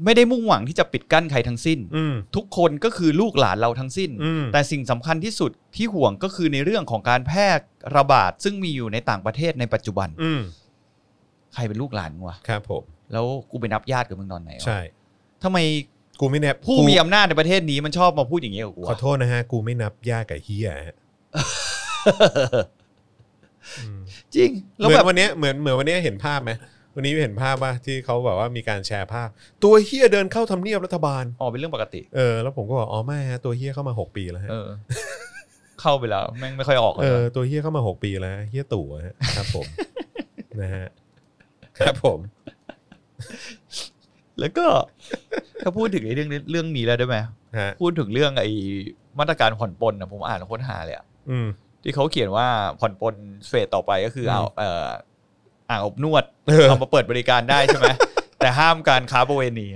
ไม่ได้มุ่งหวังที่จะปิดกั้นใครทั้งสิ้น อืม ทุกคนก็คือลูกหลานเราทั้งสิ้น อืม แต่สิ่งสำคัญที่สุดที่ห่วงก็คือในเรื่องของการแพร่ระบาด ซึ่งมีอยู่ในต่างประเทศในปัจจุบัน อืม ใครเป็นลูกหลานวะ ครับผม แล้วกูไปนับญาติกับมึงตอนไหนวะ ใช่ ทำไม กูไม่นับ ผู้มีอำนาจในประเทศนี้มันชอบมาพูดอย่างนี้ยกับกูกูวะ ขอโทษนะฮะ กูไม่นับญาติกับเฮีย <laughs> ฮะอืม จริง แล้ว เหมื แบ อบ นวันเนี้ยเหมือนเหมือนวันเนี้ยเห็นภาพไหมวันนี้เห็นภาพว่าที่เขาแบบว่ามีการแชร์ภาพ ตัวเฮียเดินเข้าทำเนียบรัฐบาล อ๋อเป็นเรื่องปกติ เออแล้วผมก็บอกอ๋อไม่ฮะตัวเฮียเข้ามา 6 ปีแล้วฮะ เออ เข้าไปแล้วแม่งไม่ค่อยออกเล เอย อ วะ ตัวเฮียเข้ามา 6 ปีแล้วฮะเฮียตู่ฮะครับ <laughs> ผม นะฮะครับผม แล้วก็ <laughs> ถ้าพูดถึงไอ้เรื่องนี้เรื่องนี้แล้วได้ไหม ฮะ พูดถึงเรื่องไอ้มาตรการผ่อนปลนนะผมอ่านแล้วโคนหาเลยอะ อืม ที่เขาเขียนว่าผ่อนปลนเฟสต่อไปก็คือเอา อืม เอ่ออ่างอบนวด เออ เอามาเปิดบริการได้ใช่ไหม <laughs> แต่ห้ามการค้าประเวณี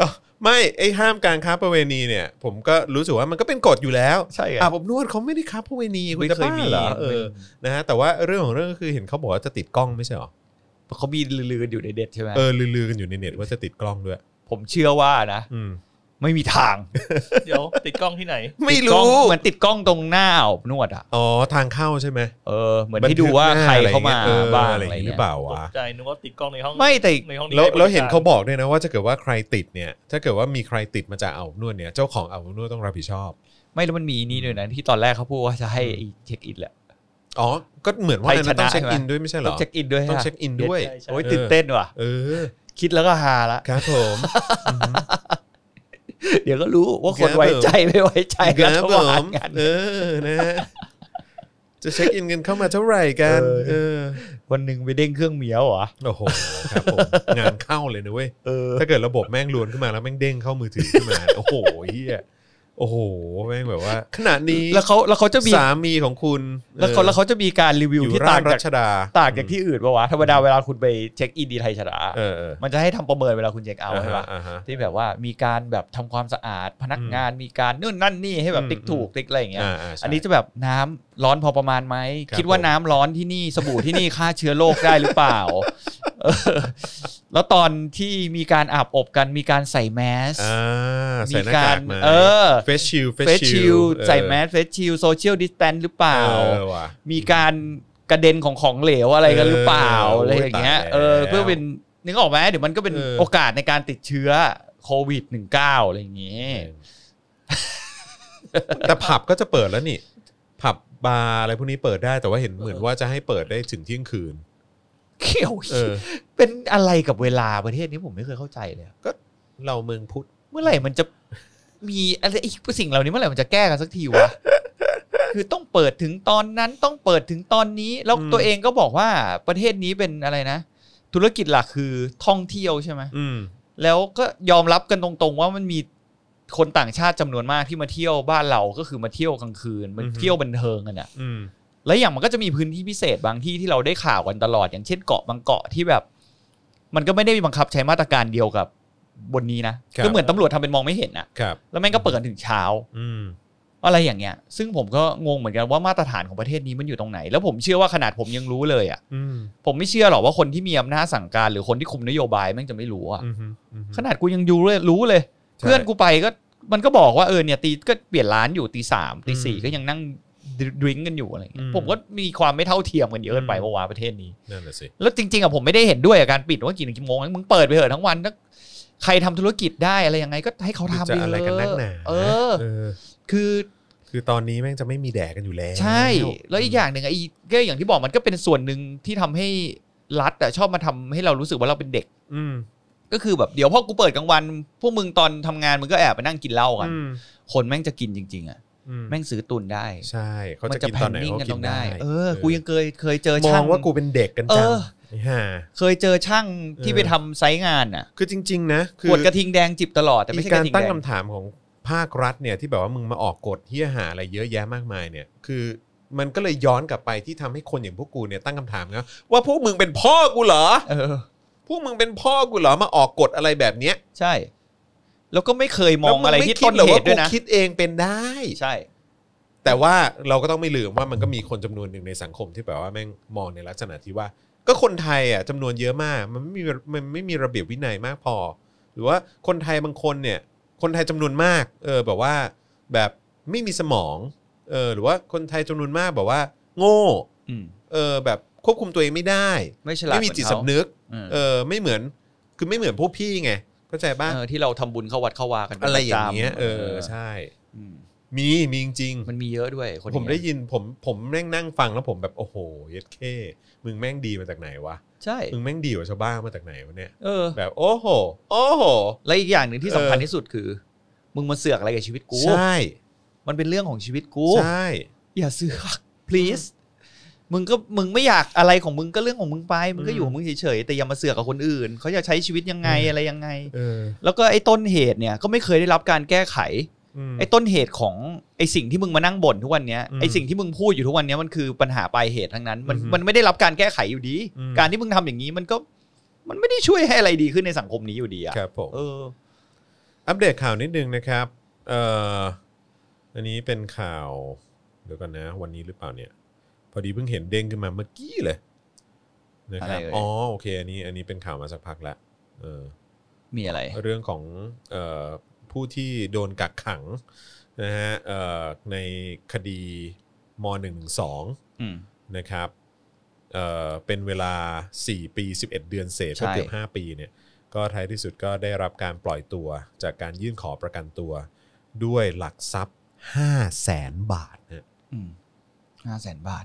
อ๋อไม่ไอ้ห้ามการค้าประเวณีเนี่ย ผมก็รู้สึกว่ามันก็เป็นกฎอยู่แล้ว ใช่ไง อาบอบนวดเขาไม่ได้ค้าประเวณีคุณ ไม่ จะ เคย บ้า มี เหรอเออ ม นะฮะแต่ว่าเรื่องของเรื่องก็คือเห็นเขาบอกว่าจะติดกล้องไม่ใช่เหรอ เขามีลือๆกันอยู่ในเด็ดใช่ไหม เออลือๆกันอยู่ในเน็ตว่าจะติดกล้องด้วย ผมเชื่อว่านะ อืม ไม่มี <laughs> ทาง เดี๋ยวติดกล้องที่ไหน ไม่ ติดกล้อง รู้ เหมือนติดกล้องตรงหน้าอาบอบนวดอ่ะ อ๋อทางเข้าใช่ไหม เออเหมือนให้ดูว่าใครเข้ามาบ้างอะไรอย่าง หรื เงี้ อย เปล่า ต วะ กใจนึกว่าติดกล้องในห้อง ไม่แต่ ในห้องนี้ แล้ว ให้บริก แล้วเห็นเขาบอกด้วยนะว่าถ้าเกิดว่าใครติดเนี่ย ถ้าเกิดว่ามีใครติดมาจากอาบอบนวดเนี่ยเจ้าของอาบอบนวดต้องรับผิดชอบ ไม่แล้วมันมีนี่ด้วยนะที่ตอนแรกเขาพูดว่าจะให้ไอ้เช็คอินแหละ อ๋อ ก็เหมือนว่าอันนั้น ใครชนะ ต้องเช็คอินด้วใช่ไหมยไม่ใช่เหร ต้อ อ งเช็คอินด้วย ต้อง ฮะ เช็คอินด้วย ใช่ใช่ โอ้ยตื่นเต้นว่ะ เออ คิดแล้วก็ฮาละ ครับผม เดี๋ยวก็รู้ว่าคนไว้ใจไม่ไว้ใจ ค รั รั ฐ บผ บาล ม กัน เออนะฮะจะเช็คอินกันเข้ามาเท่าไหร่กัน เออ เออ วันหนึ่งไปเด้งเครื่องเมียวเหรอ โอ้โหครับผมงานเข้าเลยนะเว้ย เออ ถ้าเกิดระบบแม่งลวนขึ้นมาแล้วแม่งเด้งเข้ามือถือขึ้นมา โอ้โหเฮียโอ้โหแม่งแบบว่า ขณะนี้ แล้วเขาแล้วเขาจะมี สามีของคุณ แล้วเขาแล้วเขาจะมีการรีวิว อยู่ ที่ ร่า ต่าง ง รั จาก ชดา ต่างจากที่อื่นปะวะธรรมดาเวลาคุณไปเช็คอินดีไทยชนะ เออเออ มันจะให้ทำประเมินเวลาคุณเช็คเอาท์ใช่ปะ อ่าฮะ ที่แบบว่ามีการแบบทำความสะอาดพนักงานมีการนู่นนั่นนี่ให้แบบ อืม ติ๊กถูกติ๊กอะไรอย่างเงี้ย อ่าฮะาๆใช่ อันนี้จะแบบน้ำร้อนพอประมาณไหม ครับ คิดว่า ผม น้ำร้อนที่นี่สบู่ที่นี่ฆ่าเชื้อโรคได้หรือเปล่าเออแล้วตอนที่มีการอาบอบกันมีการใส่แมส อ่าใส่หน้ามีากการ กมา เออ เฟสชิล เฟสชิลใส่แมสเฟสชิลโซเชียลดิสแตนหรือเปล่า เออว่ะ มีการกระเด็นของของเหลวอะไรกันหรือเปล่า เอออ อะไรอย่างเงี้ย โอ้ยตายแล้ว เออเพื่อเป็นนึกออกไหมเดี๋ยวมันก็เป็น เออ โอกาสในการติดเชื้อโควิด -19 อะไรอย่างเงี้ย แต่ผับก็จะเปิดแล้วนี่ ผับบาร์อะไรพวกนี้เปิดได้แต่ว่าเห็นเหมือนว่าจะให้เปิดได้ถึงเที่ยงคืน เขียว เออ เป็นอะไรกับเวลาประเทศนี้ผมไม่เคยเข้าใจเลย เราเมืองพุทธ เมื่อไหร่มันจะมีอะไรไอ้สิ่งเหล่านี้เมื่อไหร่มันจะแก้กันสักทีวะ คือต้องเปิดถึงตอนนั้นต้องเปิดถึงตอนนี้ แล้ว อืม ตัวเองก็บอกว่าประเทศนี้เป็นอะไรนะ ธุรกิจหลักคือท่องเที่ยวใช่ไหม อืม แล้วก็ยอมรับกันตรงๆ ว่ามันมีคนต่างชาติจำนวนมากที่มาเที่ยวบ้านเราก็คือมาเที่ยวกลางคืนมา อือฮึ เที่ยวบันเทิงกันอะ อืม แล้วอย่างมันก็จะมีพื้นที่พิเศษบางที่ที่เราได้ข่าวกันตลอดอย่างเช่นเกาะบางเกาะที่แบบ มันก็ไม่ได้บังคับใช้มาตรการเดียวกับบนนี้นะครับ ก็เหมือนตำรวจทำเป็นมองไม่เห็นอะ ครับ แล้วแม่งก็เปิดกันถึงเช้า อืม อะไรอย่างเงี้ย ซึ่งผมก็งงเหมือนกันว่ามาตรฐานของประเทศนี้มันอยู่ตรงไหน แล้วผมเชื่อว่าขนาดผมยังรู้เลยอะ อืม ผมไม่เชื่อหรอกว่าคนที่มีอำนาจสั่งการหรือคนที่คุมนโยบายแม่งจะไม่รู้อะ อืมฮึอืมฮึ ขนาดกูยังยูเลยรู้เลย ใช่ เพื่อนกูไปก็มันก็บอกว่าเออเนี่ยตีก็เปลี่ยนร้านอยู่ตีสามตีสี่ อืม ก็ยังนั่งดื่มกันอยู่อะไรอย่างเงี้ อื ย ม ผมก็มีความไม่เท่าเทียมกันเยอะเกินไป อืม ปะวะประเทศนี้ นั่นแหละสิ แล้วจริงๆอะผมไม่ได้เห็นด้วยกับการปิดว่ากี่กี่โมงนะมึงเปิดไปเถอะทั้งวันถ้าใครทำธุรกิจได้อะไรยังไงก็ให้เขาทำ จะอะไรกันนักหนา เออ เออ คือ คือตอนนี้แม่งจะไม่มีแดกกันอยู่แล้ว ใช่ แล้วอีกอย่างหนึ่งไอ้ก็อย่างที่บอกมันก็เป็นส่วนหนึ่งที่ทำให้รัฐอะชอบมาทำให้เรารู้สึกว่าเราเป็นเด็ก อืม ก็คือแบบเดี๋ยวพอกูเปิดกลางวัน พวกมึงตอนทำงานมึงก็แอบไปนั่งกินเหล้ากัน อืม คนแม่งจะกินจริง ๆอะ อืม แม่งซื้อตุนได้ ใช่เขา มั จะกินตอนไหนเขา กั ก็กิน ง ได้ เออ กูยังเคยเคยเจอ มอช่าง งว่ากูเป็นเด็กกันจัง เออ ไอ้ห่า เคยเจอช่างที่ เออ ไปทำไซต์งานอ่ะ คือจริง ๆ นะ คื ขวดกระทิงแดงจิบตลอดแต่ไม่ มี ใช่ก การ ระทิง ตั้ แด ง ง คำถามของภาครัฐเนี่ยที่แบบว่ามึงมาออกกฎเฮี้ยหาอะไรเยอะแยะมากมายเนี่ย คือมันก็เลยย้อนกลับไปที่ทำให้คนอย่างพวกกูเนี่ยตั้งคำถามนะว่าพวกมึงเป็นพ่อกูเหรอ เออ พวกมึงเป็นพ่อกูเหรอมาออกกฎอะไรแบบเนี้ย ใช่ แล้วก็ไม่เคยม แล้ อ ว งอะไร ม่ ที่ คิ ต้น รอ เหตุด้วยนะ ากูคิดเองเป็นได้ ใช่ แต่ว่าเราก็ต้องไม่ลืมว่ามันก็มีคนจำนวนหนึ่งในสังคมที่แบบว่าแม่งมองในลักษณะที่ว่า ก็คนไทยอ่ะจำนวนเยอะมาก มันไม่มีมันไม่มีระเบียบวินัยมากพอ หรือว่าคนไทยบางคนเนี่ย คนไทยจำนวนมาก เออแบบว่าแบบไม่มีสมองเออหรือว่าคนไทยจำนวนมากแบบว่า โง่ อืม เออแบบควบคุมตัวเองไม่ได้ ไม่ฉลาด ไม่มีจิตสำนึก เหมือน เอ เขา อไม่เหมือนคือไม่เหมือนพวกพี่ไงเข้าใจป่ะ เออที่เราทำบุญเข้าวัดเข้าวากันป็น อะไร ป อย่างเงี้ย จำ เออใช่ อืม มีมีจริงๆ มันมีเยอะด้วยคนเนี้ ผมได้ยินผมผมแม่งนั่งฟังแล้วผมแบบโอ้โหเย็ดเคมึงแม่งดีมาจากไหนวะ ใช่ มึงแม่งดีกว่าชาวบ้านมาจากไหนวะเนี่ย เออ แบบโอ้โห โอ้โห และอีกอย่างหนึ่งที่สำคัญ เออ ที่สุดคือ มึงมาเสือกอะไรกับชีวิตกู ใช่ มันเป็นเรื่องของชีวิตกู ใช่ อย่าเสือก please มึงก็มึงไม่อยากอะไรของมึงก็เรื่องของมึงไปมึงก็อยู่ของมึงเฉยๆแต่อย่ามาเสือกกับคนอื่นเขาอยากใช้ชีวิตยังไงอะไรยังไง เออ แล้วก็ไอ้ต้นเหตุเนี่ยก็ไม่เคยได้รับการแก้ไข ม ไอ้ต้นเหตุของไอ้สิ่งที่มึงมานั่งบ่นทุกวันเนี้ย อืม ไอ้สิ่งที่มึงพูดอยู่ทุกวันเนี้ยมันคือปัญหาปลายเหตุทั้งนั้น มัน อือฮึ มันไม่ได้รับการแก้ไขอยู่ดี อืม การที่มึงทำอย่างนี้มันก็มันไม่ได้ช่วยให้อะไรดีขึ้นในสังคมนี้อยู่ดีอะ ครับผม เออ อัปเดตข่าวนิดนึงนะครับเอ่ออันนี้เป็นข่าวเดี๋ยวกันนะ วันนี้หรือเปล่าเนี่ย พอดีเพิ่งเห็นเด้งขึ้นมาเมื่อกี้เลยนะครับ อะไรเอ่ย อ๋อโอเคอันนี้อันนี้เป็นข่าวมาสักพักละเออ มีอะไร เรื่องของเออผู้ที่โดนกักขังนะฮะเอ่อในคดีม .112 อืม นะครับเอ่อเป็นเวลา 4 ปี 11 เดือนเศษ ใช่ ก็เกือบ5 ปีเนี่ยก็ท้ายที่สุดก็ได้รับการปล่อยตัวจากการยื่นขอประกันตัว ด้วยหลักทรัพย์ 5 0 0แสนบาทนะ อืมห้าแสนบาท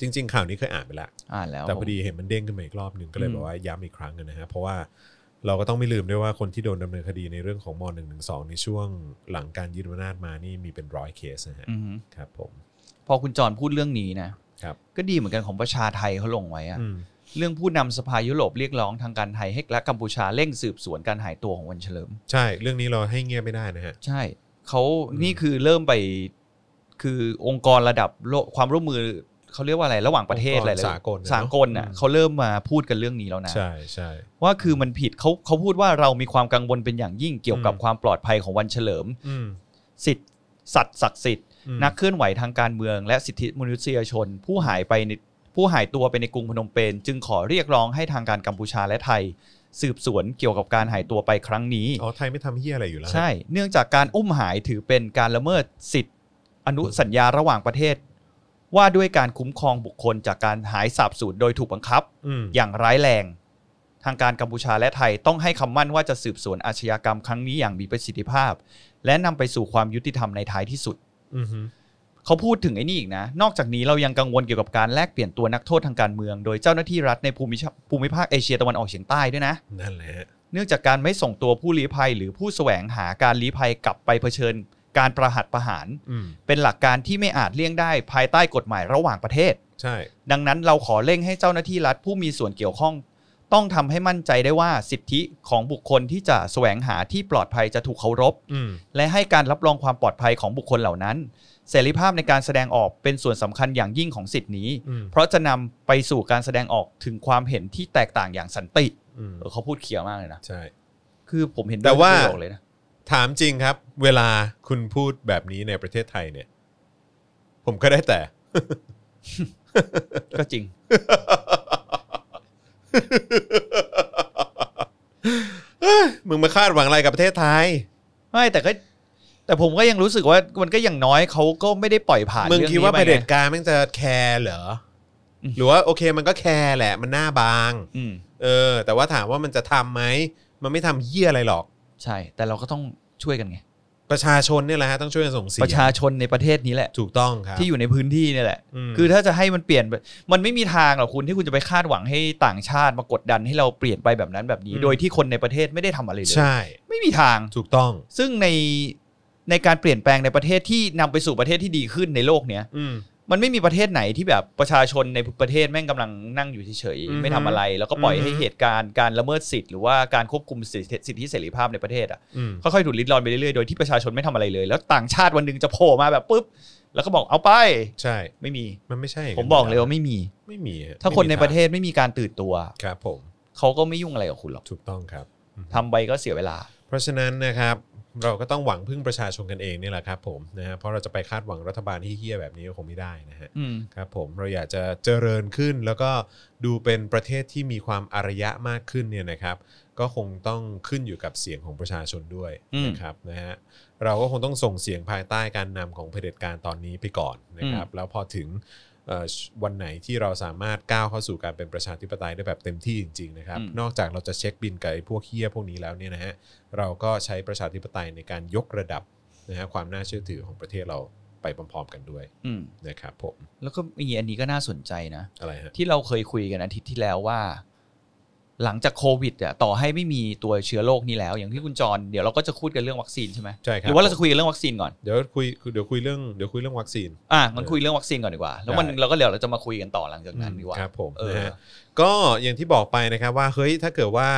จริง ๆ ข่าวนี้เคยอ่านไปแล้ว อ่านแล้ว แต่พอดีเห็นมันเด้งขึ้นมาอีกรอบหนึ่งก็เลย อืม บอกว่าย้ำอีกครั้งนะฮะเพราะว่าเราก็ต้องไม่ลืมด้วยว่าคนที่โดนดำเนินคดีในเรื่องของม .112 ในช่วงหลังการยึดอำนาจมานี่มีเป็นร้อยเคสนะฮะ อือฮึ ครับผม พอคุณจรพูดเรื่องนี้นะ ครับ ก็ดีเหมือนกันของประชาไทยเขาลงไว้อะ อืม เรื่องผู้นำสภายุโรปเรียกร้องทางการไทยให้และกัมพูชาเร่งสืบสวนการหายตัวของวันเฉลิม ใช่เรื่องนี้เราให้เงียบไม่ได้นะฮะ ใช่เขา อืม นี่คือเริ่มไปคือองค์กรระดับโลกความร่วมมือเขาเรียกว่าอะไรระหว่างประเทศอะไร อง เล ค์ก ย สากลนะ สากลน่ะ เนอะ เขาเริ่มมาพูดกันเรื่องนี้แล้วนะ ใช่ใช่ ว่าคือมันผิดเขาเขาพูดว่าเรามีความกังวลเป็นอย่างยิ่งเกี่ยวกับ อืม ความปลอดภัยของวันเฉลิม อืม สิทธิสัตว์ศักดิ์สิทธิ์ อืม นักเคลื่อนไหวทางการเมือง และสิทธิมนุษยชน ผู้หายไปในผู้หายตัวไปในกรุงพนมเปญจึงขอเรียกร้องให้ทางการกัมพูชาและไทย สืบสวนเกี่ยวกับการหายตัวไปครั้งนี้ อ๋อไทยไม่ทำเฮียอะไรอยู่แล้วฮะ ใช่ เนื่องจากการอุ้มหายถือเป็นการละเมิดสิทธิอนุสัญญาระหว่างประเทศ ว่าด้วยการคุ้มครองบุคคลจากการหายสาบสูญโดยถูกบังคับ อืม อย่างร้ายแรง ทางการกัมพูชาและไทยต้องให้คำมั่นว่าจะสืบสวนอาชญากรรมครั้งนี้อย่างมีประสิทธิภาพ และนำไปสู่ความยุติธรรมในท้ายที่สุด อือฮึ เขาพูดถึงไอ้นี่อีกนะ นอกจากนี้เรายังกังวลเกี่ยวกับการแลกเปลี่ยนตัวนักโทษทางการเมือง โดยเจ้าหน้าที่รัฐในภูมิชาภูมิภาคเอเชียตะวันออกเฉียงใต้ด้วยนะ นั่นแหละฮะ เนื่องจากการไม่ส่งตัวผู้ลี้ภัย หรือผู้แสวงหาการลี้ภัยกลับไปเผชิญ การประหัตประหาร อืม เป็นหลักการที่ไม่อาจเลี่ยงได้ภายใต้กฎหมายระหว่างประเทศ ใช่ ดังนั้นเราขอเร่งให้เจ้าหน้าที่รัฐผู้มีส่วนเกี่ยวข้อง ต้องทำให้มั่นใจได้ว่าสิทธิของบุคคลที่จะแสวงหาที่ปลอดภัยจะถูกเคารพ อืม และให้การรับรองความปลอดภัยของบุคคลเหล่านั้น เสรีภาพในการแสดงออกเป็นส่วนสำคัญอย่างยิ่งของสิทธินี้ อืม เพราะจะนำไปสู่การแสดงออกถึงความเห็นที่แตกต่างอย่างสันติ อืม เออเขาพูดเคลียร์มากเลยนะ ใช่ คือผมเห็นด้วย แต่ว่า กับประโยคเลยนะ ถามจริงครับ เวลาคุณพูดแบบนี้ในประเทศไทยเนี่ย ผมก็ได้แต่ ก็จริง <laughs> เอ้ยมึงมาคาดหวังอะไรกับประเทศไทย ไม่แต่ก็แต่ผมก็ยังรู้สึกว่ามันก็อย่างน้อยเขาก็ไม่ได้ปล่อยผ่าน มึง เรื่อง คิด นี้ ว่า ไป ประเผด็จ ไง การแมันจะแคร์เหรออ ม หรือว่าโอเคมันก็แคร์แหละ มันหน้าบาง อืม เออ แต่ว่าถามว่ามันจะทำไหม มันไม่ทำเหี้ยอะไรหรอก ใช่ แต่เราก็ต้องช่วยกันไง ประชาชนเนี่ยแหละฮะต้องช่วยกันส่งเสียง ประชาชนในประเทศนี้แหละ ถูกต้องครับ ที่อยู่ในพื้นที่เนี่ยแหละ อืม คือถ้าจะให้มันเปลี่ยนไปมันไม่มีทางหรอกคุณที่คุณจะไปคาดหวังให้ต่างชาติมากดดันให้เราเปลี่ยนไปแบบนั้นแบบนี้ อืม โดยที่คนในประเทศไม่ได้ทำอะไรเลย ใช่ ไม่มีทาง ถูกต้อง ซึ่งในในการเปลี่ยนแปลงในประเทศที่นำไปสู่ประเทศที่ดีขึ้นในโลกเนี้ย อืม มันไม่มีประเทศไหนที่แบบประชาชนในประเทศแม่งกำลังนั่งอยู่เฉย อือฮึ ๆไม่ทำอะไร แล้วก็ปล่อยให้ อือฮึ เหตุการณ์การละเมิดสิทธิ์หรือว่าการควบคุมสิทธิสิทธิเสรีภาพในประเทศอ่ะ อืม ค่อยๆถูกลิดรอนไปเรื่อยๆ โดยที่ประชาชนไม่ทำอะไรเลย แล้วต่างชาติวันหนึ่งจะโผล่มาแบบปุ๊บ แล้วก็บอกเอาไป ใช่ ไม่มี มันไม่ใช่ย่าง ผ นั้น มบอกเลยว่าไม่มี ไม่มีฮะ ถ้าคนใน ไม่มี ประเทศไม่มีการตื่นตัว ทางครับผม เขาก็ไม่ยุ่งอะไรกับคุณหรอก ถูกต้องครับอืม ทำไปก็เสียเวลา เพราะฉะนั้นนะครับ เราก็ต้องหวังพึ่งประชาชนกันเองนี่แหละครับผมนะฮะเพราะเราจะไปคาดหวังรัฐบาลที่เฮี้ยแบบนี้ก็คงไม่ได้นะฮะ อืม ครับผมเราอยากจะเจริญขึ้นแล้วก็ดูเป็นประเทศที่มีความอารยะมากขึ้นเนี่ยนะครับ ก็คงต้องขึ้นอยู่กับเสียงของประชาชนด้วย อืม นะครับนะฮะเราก็คงต้องส่งเสียงภายใต้การนำของเผด็จการตอนนี้ไปก่อนนะครับ แล้วพอถึง เอ่อวันไหนที่เราสามารถก้าวเข้าสู่การเป็นประชาธิปไตยได้แบบเต็มที่จริงๆนะครับ อืม นอกจากเราจะเช็คบินกับไอ้พวกเฮี้ยพวกนี้แล้วเนี่ยนะฮะเราก็ใช้ประชาธิปไตยในการยกระดับนะฮะความน่าเชื่อถือของประเทศเราไปพร้อมๆกันด้วย อืม นะครับผม แล้วก็มีอันนี้ก็น่าสนใจนะ อะไรฮะ ที่เราเคยคุยกันอาทิตย์ที่แล้วว่า หลังจากโควิดอ่ะต่อให้ไม่มีตัวเชื้อโรคนี้แล้ว อย่างที่คุณจรเดี๋ยวเราก็จะพูดกันเรื่องวัคซีนใช่ไหม ใช่ครั ห บ รือว่าเราจะคุยกันเรื่องวัคซีนก่อน เดี๋ยวคุยเดี๋ยวคุยเรื่องเดี๋ยวคุยเรื่องวัคซีน อ่ะงั้นคุยเรื่องวัคซีนก่อนดีกว่า แล้วมัน ได้ เราก็เดี๋ยวเราจะมาคุยกันต่อหลังจากนั้นดีกว่า ครับผม เออ นะฮะก็อย่างที่บอกไปนะครับว่าเฮ้ยถ้าเกิดว่า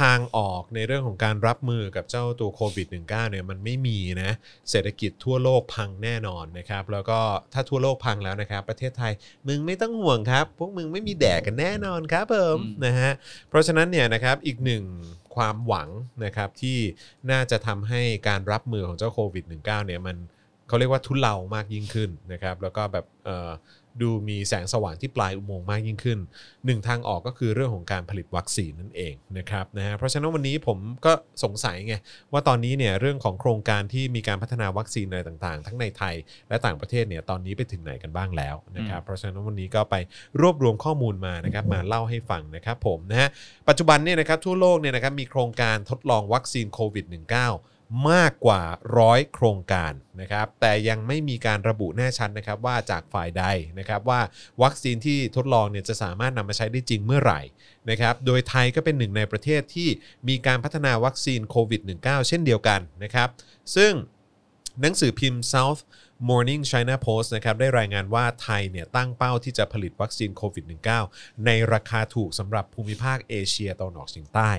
ทางออกในเรื่องของการรับมือกับเจ้าตัวโควิด -19 เนี่ยมันไม่มีนะเศรษฐกิจทั่วโลกพังแน่นอนนะครับ แล้วก็ถ้าทั่วโลกพังแล้วนะครับ ประเทศไทยมึงไม่ต้องห่วงครับ พวกมึงไม่มีแดกกันแน่นอนครับผม อืม นะฮะเพราะฉะนั้นเนี่ยนะครับอีกหนึ่งความหวังนะครับที่น่าจะทำให้การรับมือของเจ้าโควิด -19 เนี่ยมัน เขาเรียกว่าทุเลามากยิ่งขึ้นนะครับ แล้วก็แบบเอ่อดูมีแสงสว่างที่ปลายอุโมงค์มากยิ่งขึ้นหนึ่งทางออกก็คือเรื่องของการผลิตวัคซีนนั่นเองนะครับนะฮะเพราะฉะนั้นวันนี้ผมก็สงสัยไงว่าตอนนี้เนี่ยเรื่องของโครงการที่มีการพัฒนาวัคซีนอะไรต่างๆ ทั้งในไทยและต่างประเทศเนี่ยตอนนี้ไปถึงไหนกันบ้างแล้วนะครับเพราะฉะนั้นวันนี้ก็ไปรวบรวมข้อมูลมานะครับมาเล่าให้ฟังนะครับผมนะฮะ ปัจจุบันเนี่ยนะครับทั่วโลกเนี่ยนะครับมีโครงการทดลองวัคซีนโควิด -19 มากกว่า 100 โครงการนะครับแต่ยังไม่มีการระบุแน่ชัดนะครับว่าจากฝ่ายใดนะครับว่าวัคซีนที่ทดลองเนี่ยจะสามารถนำมาใช้ได้จริงเมื่อไหร่นะครับโดยไทยก็เป็นหนึ่งในประเทศที่มีการพัฒนาวัคซีนโควิด -19 เช่นเดียวกันนะครับซึ่งหนังสือพิมพ์ South Morning China Post นะครับได้รายงานว่าไทยเนี่ยตั้งเป้าที่จะผลิตวัคซีนโควิด -19 ในราคาถูกสำหรับภูมิภาคเอเชียตะวันออกเฉียงใต้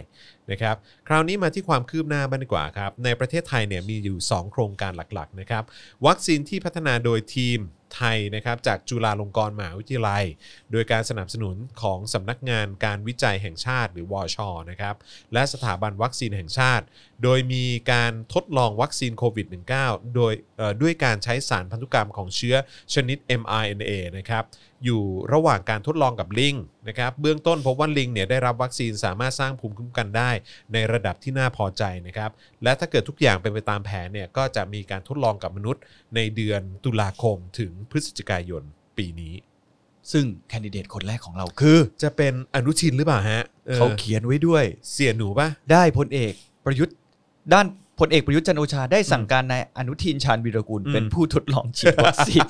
นะครับคราวนี้มาที่ความคืบหน้าบ้างดีกว่าครับในประเทศไทยเนี่ยมีอยู่ 2 โครงการหลักๆนะครับวัคซีนที่พัฒนาโดยทีมไทยนะครับจากจุฬาลงกรณ์มหาวิทยาลัย โดยการสนับสนุนของสำนักงานการวิจัยแห่งชาติหรือวชนะครับ และสถาบันวัคซีนแห่งชาติ โดยมีการทดลองวัคซีนโควิด -19 โดยเอ่อด้วยการใช้สารพันธุกรรมของเชื้อชนิด mRNA นะครับ อยู่ระหว่างการทดลองกับลิงนะครับ เบื้องต้นพบว่าลิงเนี่ยได้รับวัคซีนสามารถสร้างภูมิคุ้มกันได้ ในระดับที่น่าพอใจนะครับ และถ้าเกิดทุกอย่างเป็นไปตามแผนเนี่ย ก็จะมีการทดลองกับมนุษย์ ในเดือนตุลาคมถึงพฤศจิกายนปีนี้ ซึ่งแคนดิเดตคนแรกของเราคือ จะเป็นอนุชินหรือเปล่าฮะออ เขาเขียนไว้ด้วย เสียหนูปะ ได้พลเอกประยุทธ์ ด้านพลเอกประยุทธ์จันทร์โอชาได้สั่งการนายอนุทินชาญวีรกูล อืม เป็นผู้ทดลองฉีดวัค <laughs> ซีน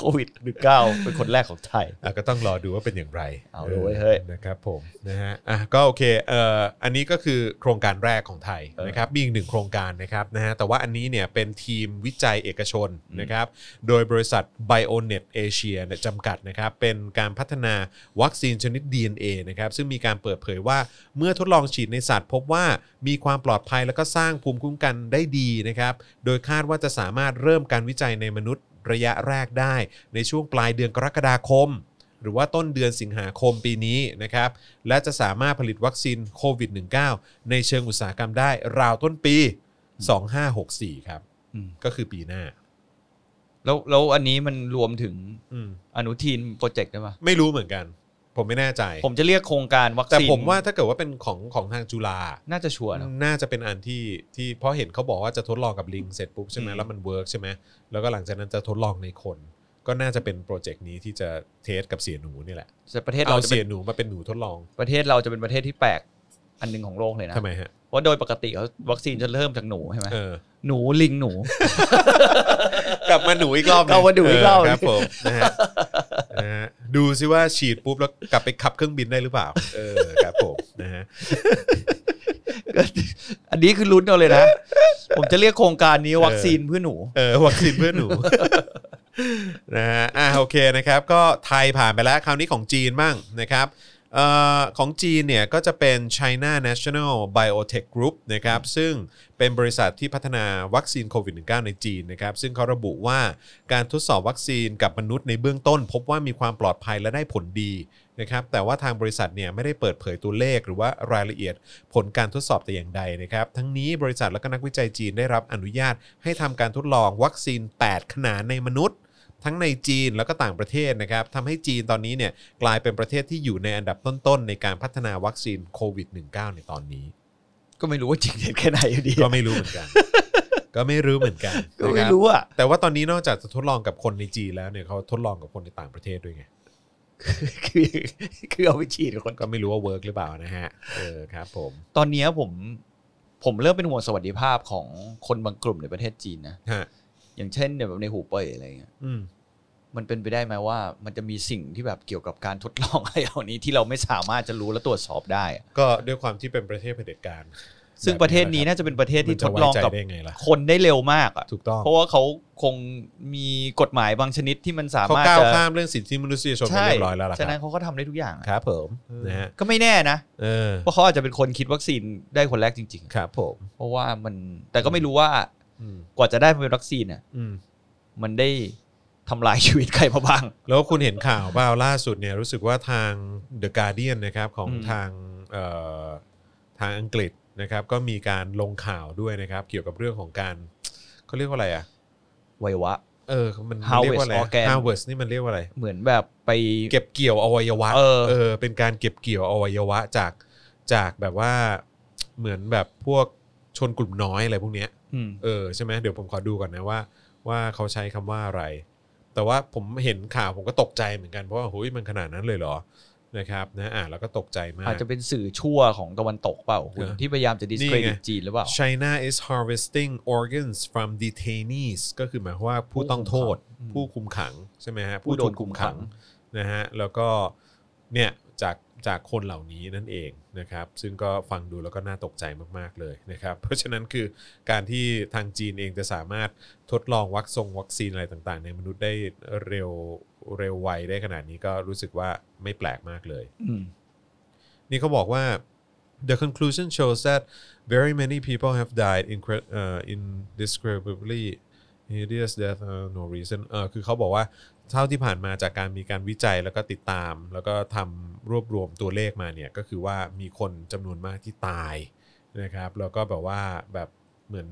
โควิด -19 เป็นคนแรกของไทย อ่ะก็ต้องรอดูว่าเป็นอย่างไร เอาเลยเว้ยเฮ้ย นะครับผมนะฮะอ่ะก็โอเคเอ่ออันนี้ก็คือโครงการแรกของไทย เออ นะครับมีอีกหนึ่งโครงการนะครับนะฮะแต่ว่าอันนี้เนี่ยเป็นทีมวิจัยเอกชน อืม นะครับโดยบริษัท Bionet Asia เนี่ยจำกัดนะครับเป็นการพัฒนาวัคซีนชนิด DNA นะครับซึ่งมีการเปิดเผยว่าเมื่อทดลองฉีดในสัตว์พบว่ามีความปลอดภัยแล้วก็สร้างภูมิคุ้มกันได้ดีนะครับโดยคาดว่าจะสามารถเริ่มการวิจัยในมนุษย์ระยะแรกได้ ในช่วงปลายเดือนกรกฎาคม หรือว่าต้นเดือนสิงหาคมปีนี้นะครับ และจะสามารถผลิตวัคซีนโควิด -19 ในเชิงอุตสาหกรรมได้ราวต้นปี 2564 ครับ อืม ก็คือปีหน้า แล้วแล้วอันนี้มันรวมถึง อืม อนุทินโปรเจกต์ได้ปะ ไม่รู้เหมือนกัน ผมไม่แน่ใจ ผมจะเรียกโครงการวัคซีน แต่ผมว่าถ้าเกิดว่าเป็นของของทางจุฬา น่าจะชัวร์นะ น่าจะเป็นอันที่ที่เพราะเห็นเขาบอกว่าจะทดลองกับลิงเสร็จปุ๊บใช่ไหม อืม แล้วมันเวิร์กใช่ไหมแล้วก็หลังจากนั้นจะทดลองในคน ก็น่าจะเป็นโปรเจกต์นี้ที่จะเทสกับเสียหนูนี่แหละ แต่ประเทศเรา เอา จะ เสียเป็น หนูมาเป็นหนูทดลอง ประเทศเราจะเป็นประเทศที่แปลกอันหนึ่งของโลกเลยนะ ทำไมฮะ เพราะโดยปกติเขาวัคซีนจะเริ่มจากหนูใช่ไหม เออ หนูลิงหนู กลับมาหนูอีกรอบหนึ่ง กลับมาหนูอีกรอบ เคบผมนะฮะนะฮะดูซิว่าฉีดปุ๊บแล้วกลับไปขับเครื่องบินได้หรือเปล่า เออครับผมนะฮะ อันนี้คือลุ้นเอาเลยนะ ผมจะเรียกโครงการนี้วัคซีนเพื่อหนู เออวัคซีนเพื่อนหนูนะฮะอ่ะโอเคนะครับ ก็ไทยผ่านไปแล้วคราวนี้ของจีนบ้างนะครับเอ่อของจีนเนี่ยก็จะเป็น China National Biotech Group นะครับซึ่งเป็นบริษัทที่พัฒนาวัคซีนโควิด -19 ในจีนนะครับซึ่งเขาระบุว่าการทดสอบวัคซีนกับมนุษย์ในเบื้องต้น พบว่ามีความปลอดภัยและได้ผลดี นะครับแต่ว่าทางบริษัทเนี่ยไม่ได้เปิดเผยตัวเลขหรือว่ารายละเอียดผลการทดสอบแต่อย่างใดนะครับ ทั้งนี้บริษัทและก็นักวิจัยจีนได้รับอนุญาตให้ทำการทดลองวัคซีน 8 ขนาดในมนุษย์ ทั้งในจีนแล้วก็ต่างประเทศนะครับทำให้จีนตอนนี้เนี่ยกลายเป็นประเทศที่อยู่ในอันดับต้นๆ ในการพัฒนาวัคซีนโควิด -19 ในตอนนี้ ก็ไม่รู้ว่าจริงเท็จแค่ไหนอยู่ดี ก็ไม่รู้เหมือนกัน <laughs> ก็ไม่รู้เหมือนกัน ก็ นะค ไม่ บ รู้อ่ะ <laughs> แต่ว่าตอนนี้นอกจากจะทดลองกับคนในจีนแล้วเนี่ยเขาทดลองกับคนในต่างประเทศด้วยไง คือคือเอาไปฉีดกับคน ก็ไม่รู้ว่าเวิร์กหรือเปล่านะฮะเออครับผม ตอนเนี้ยผมผมเริ่มเป็นห่วงสวัสดิภาพของคนบางกลุ่มในประเทศจีนนะ ฮะ อย่างเช่นเนี่ยแบบในหูเป่ยอะไรเงี้ย อืม มันเป็นไปได้ไหมว่า มันจะมีสิ่งที่แบบเกี่ยวกับการทดลอง อะไรเหล่านี้ที่เราไม่สามารถจะรู้และตรวจสอบได้อะ ก็ด้วยความที่เป็นประเทศเผด็จการ ซึ่งประเทศนี้น่าจะเป็นประเทศที่ทดลองกับ มันจะไว้ใจได้ไงล่ะ คนได้เร็วมากอ่ะ ถูกต้อง เพราะว่าเขาคงมีกฎหมายบางชนิดที่มันสา เขา มารถ ก้าว จะ ข้ามเรื่องสิทธิมนุษยชนไป ใช่ เรียบร้อยแล้วล่ะค ฉะนั้ รั น บ เขาก็ทำได้ทุกอย่างอะ ครับผมนะฮะ ก็ไม่แน่นะ เออ เพราะเขาอาจจะเป็นคนคิดวัคซีนได้คนแรกจริงๆอะ ครับผม เพราะว่ามันแต่ก็ไม่รู้ว่า อืม กว่าจะได้มาเป็นวัคซีนอ่ะ อืม มันได้ทำลายชีวิตใครมาบ้าง แล้วคุณเห็นข่าวเปล่าล่าสุดเนี่ยรู้สึกว่าทาง The Guardian นะครับของ อืม ทางเอ่อทางอังกฤษนะครับ ก็มีการลงข่าวด้วยนะครับ เกี่ยวกับเรื่องของการเขาเรียกว่าอะไรอ่ะ ไวยวะ เออมันเรียก Harvest ว่าอะไร organ harvest นี่มันเรียกว่าอะไร เหมือนแบบไป เก็บเกี่ยวอวัยวะ เออ เป็นการเก็บเกี่ยวอวัยวะจากจากแบบว่าเหมือนแบบพวกชนกลุ่มน้อยอะไรพวกเนี้ย อืม เออใช่ไหมเดี๋ยวผมขอดูก่อนนะว่า ว่าเขาใช้คำว่าอะไร แต่ว่าผมเห็นข่าวผมก็ตกใจเหมือนกันเพราะว่าหุยมันขนาดนั้นเลยเหรอนะครับนะอ่านแล้วก็ตกใจมาก อาจจะเป็นสื่อชั่วของตะวันตกเปล่าคุณ เออ ที่พยายามจะดิสเครดิ นี่ ต ไง จีนหรือเปล่า China is harvesting organs from detainees ก็คือหมายความว่าผู้ต้องโทษ ผู้ ผู้ คุ คุมขังใช่ไหมฮะ ผู้โดนคุมขัง นะฮะแล้วก็เนี่ยจาก จากคนเหล่านี้นั่นเองนะครับ ซึ่งก็ฟังดูแล้วก็น่าตกใจมากๆเลยนะครับ เพราะฉะนั้นคือการที่ทางจีนเองจะสามารถทดลองวัคซงวัคซีนอะไรต่างๆ ในมนุษย์ได้เร็วเร็วไวได้ขนาดนี้ก็รู้สึกว่าไม่แปลกมากเลย อืม นี่เขาบอกว่า the conclusion shows that very many people have died incre- uh, indescribably hideous death uh, no reason เออคือเขาบอกว่าเท่าที่ผ่านมาจากการมีการวิจัยแล้วก็ติดตาม แล้วก็ทำรวบรวมตัวเลขมาเนี่ย ก็คือว่ามีคนจำนวนมากที่ตายนะครับ แล้วก็แบบว่าแบบเหมือน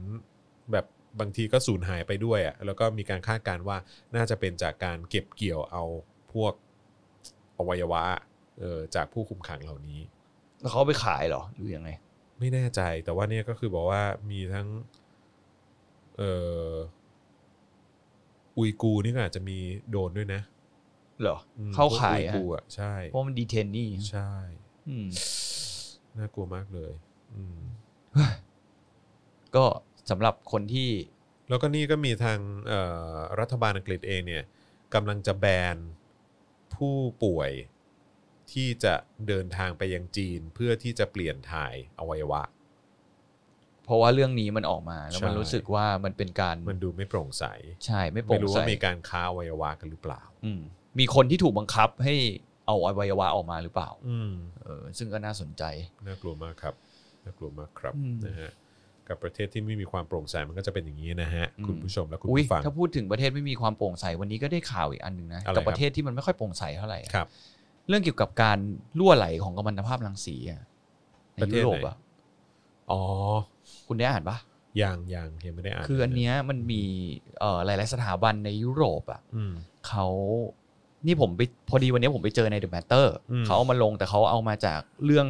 แบบบางทีก็สูญหายไปด้วยอะแล้วก็มีการคาดการณ์ว่าน่าจะเป็นจากการเก็บเกี่ยวเอาพวกอวัยวะเออจากผู้คุมขังเหล่านี้ แล้วเขาเอาไปขายเหรอหรือยังไง ไม่แน่ใจแต่ว่าเนี่ยก็คือบอกว่ามีทั้งเอ่ออุยกูนี่ก็อาจจะมีโดนด้วยนะ เหรอ อืม เข้าขาย พวกอุย อะ กูอ่ะใช่ เพราะมันดีเทนนี่ ใช่ อืม น่ากลัวมากเลย อืม ก็สำหรับคนที่ แล้วก็นี่ก็มีทางเอ่อรัฐบาลอังกฤษเองเนี่ยกำลังจะแบนผู้ป่วยที่จะเดินทางไปยังจีนเพื่อที่จะเปลี่ยนถ่ายอวัยวะ เพราะว่าเรื่องนี้มันออกมาแล้วมัน ใช่ รู้สึกว่ามันเป็นการ มันดูไม่โปร่งใส ใช่ไม่โป ไม่ ร่ง รู้ ใส ว่ามีการค้าอวัยวะกันหรือเปล่า อืมมีคนที่ถูกบังคับให้เอาอวัยวะออกมาหรือเปล่า อืม เออซึ่งก็น่าสนใจ น่ากลัวมากครับน่ากลัวมากครับ อืม นะฮะกับประเทศที่ไม่มีความโปร่งใสมันก็จะเป็นอย่างนี้นะฮะ อืม คุณผู้ชมและคุณ อุ้ย ผู้ฟัง ถ้าพูดถึงประเทศไม่มีความโปร่งใสวันนี้ก็ได้ข่าวอีกอันหนึ่งนะ อะไร กับ ครับ ประเทศที่มันไม่ค่อยโปร่งใสเท่าไหร่อะ ครับ เรื่องเกี่ยวกับการรั่วไหลของกัมมันตภาพรังสีอะใน ประเท ยุ ศไหน โรปอะ อ๋อ คุณได้อ่านปะ ยังยังยังไม่ได้อ่าน คืออันเนี้ยมันมีเอ่อหลาย ๆ สถาบันในยุโรปอะ อืม เขานี่ผมไปพอดีวันนี้ผมไปเจอใน The Matter อืม เขาเอามาลงแต่เขาเอามาจากเรื่อง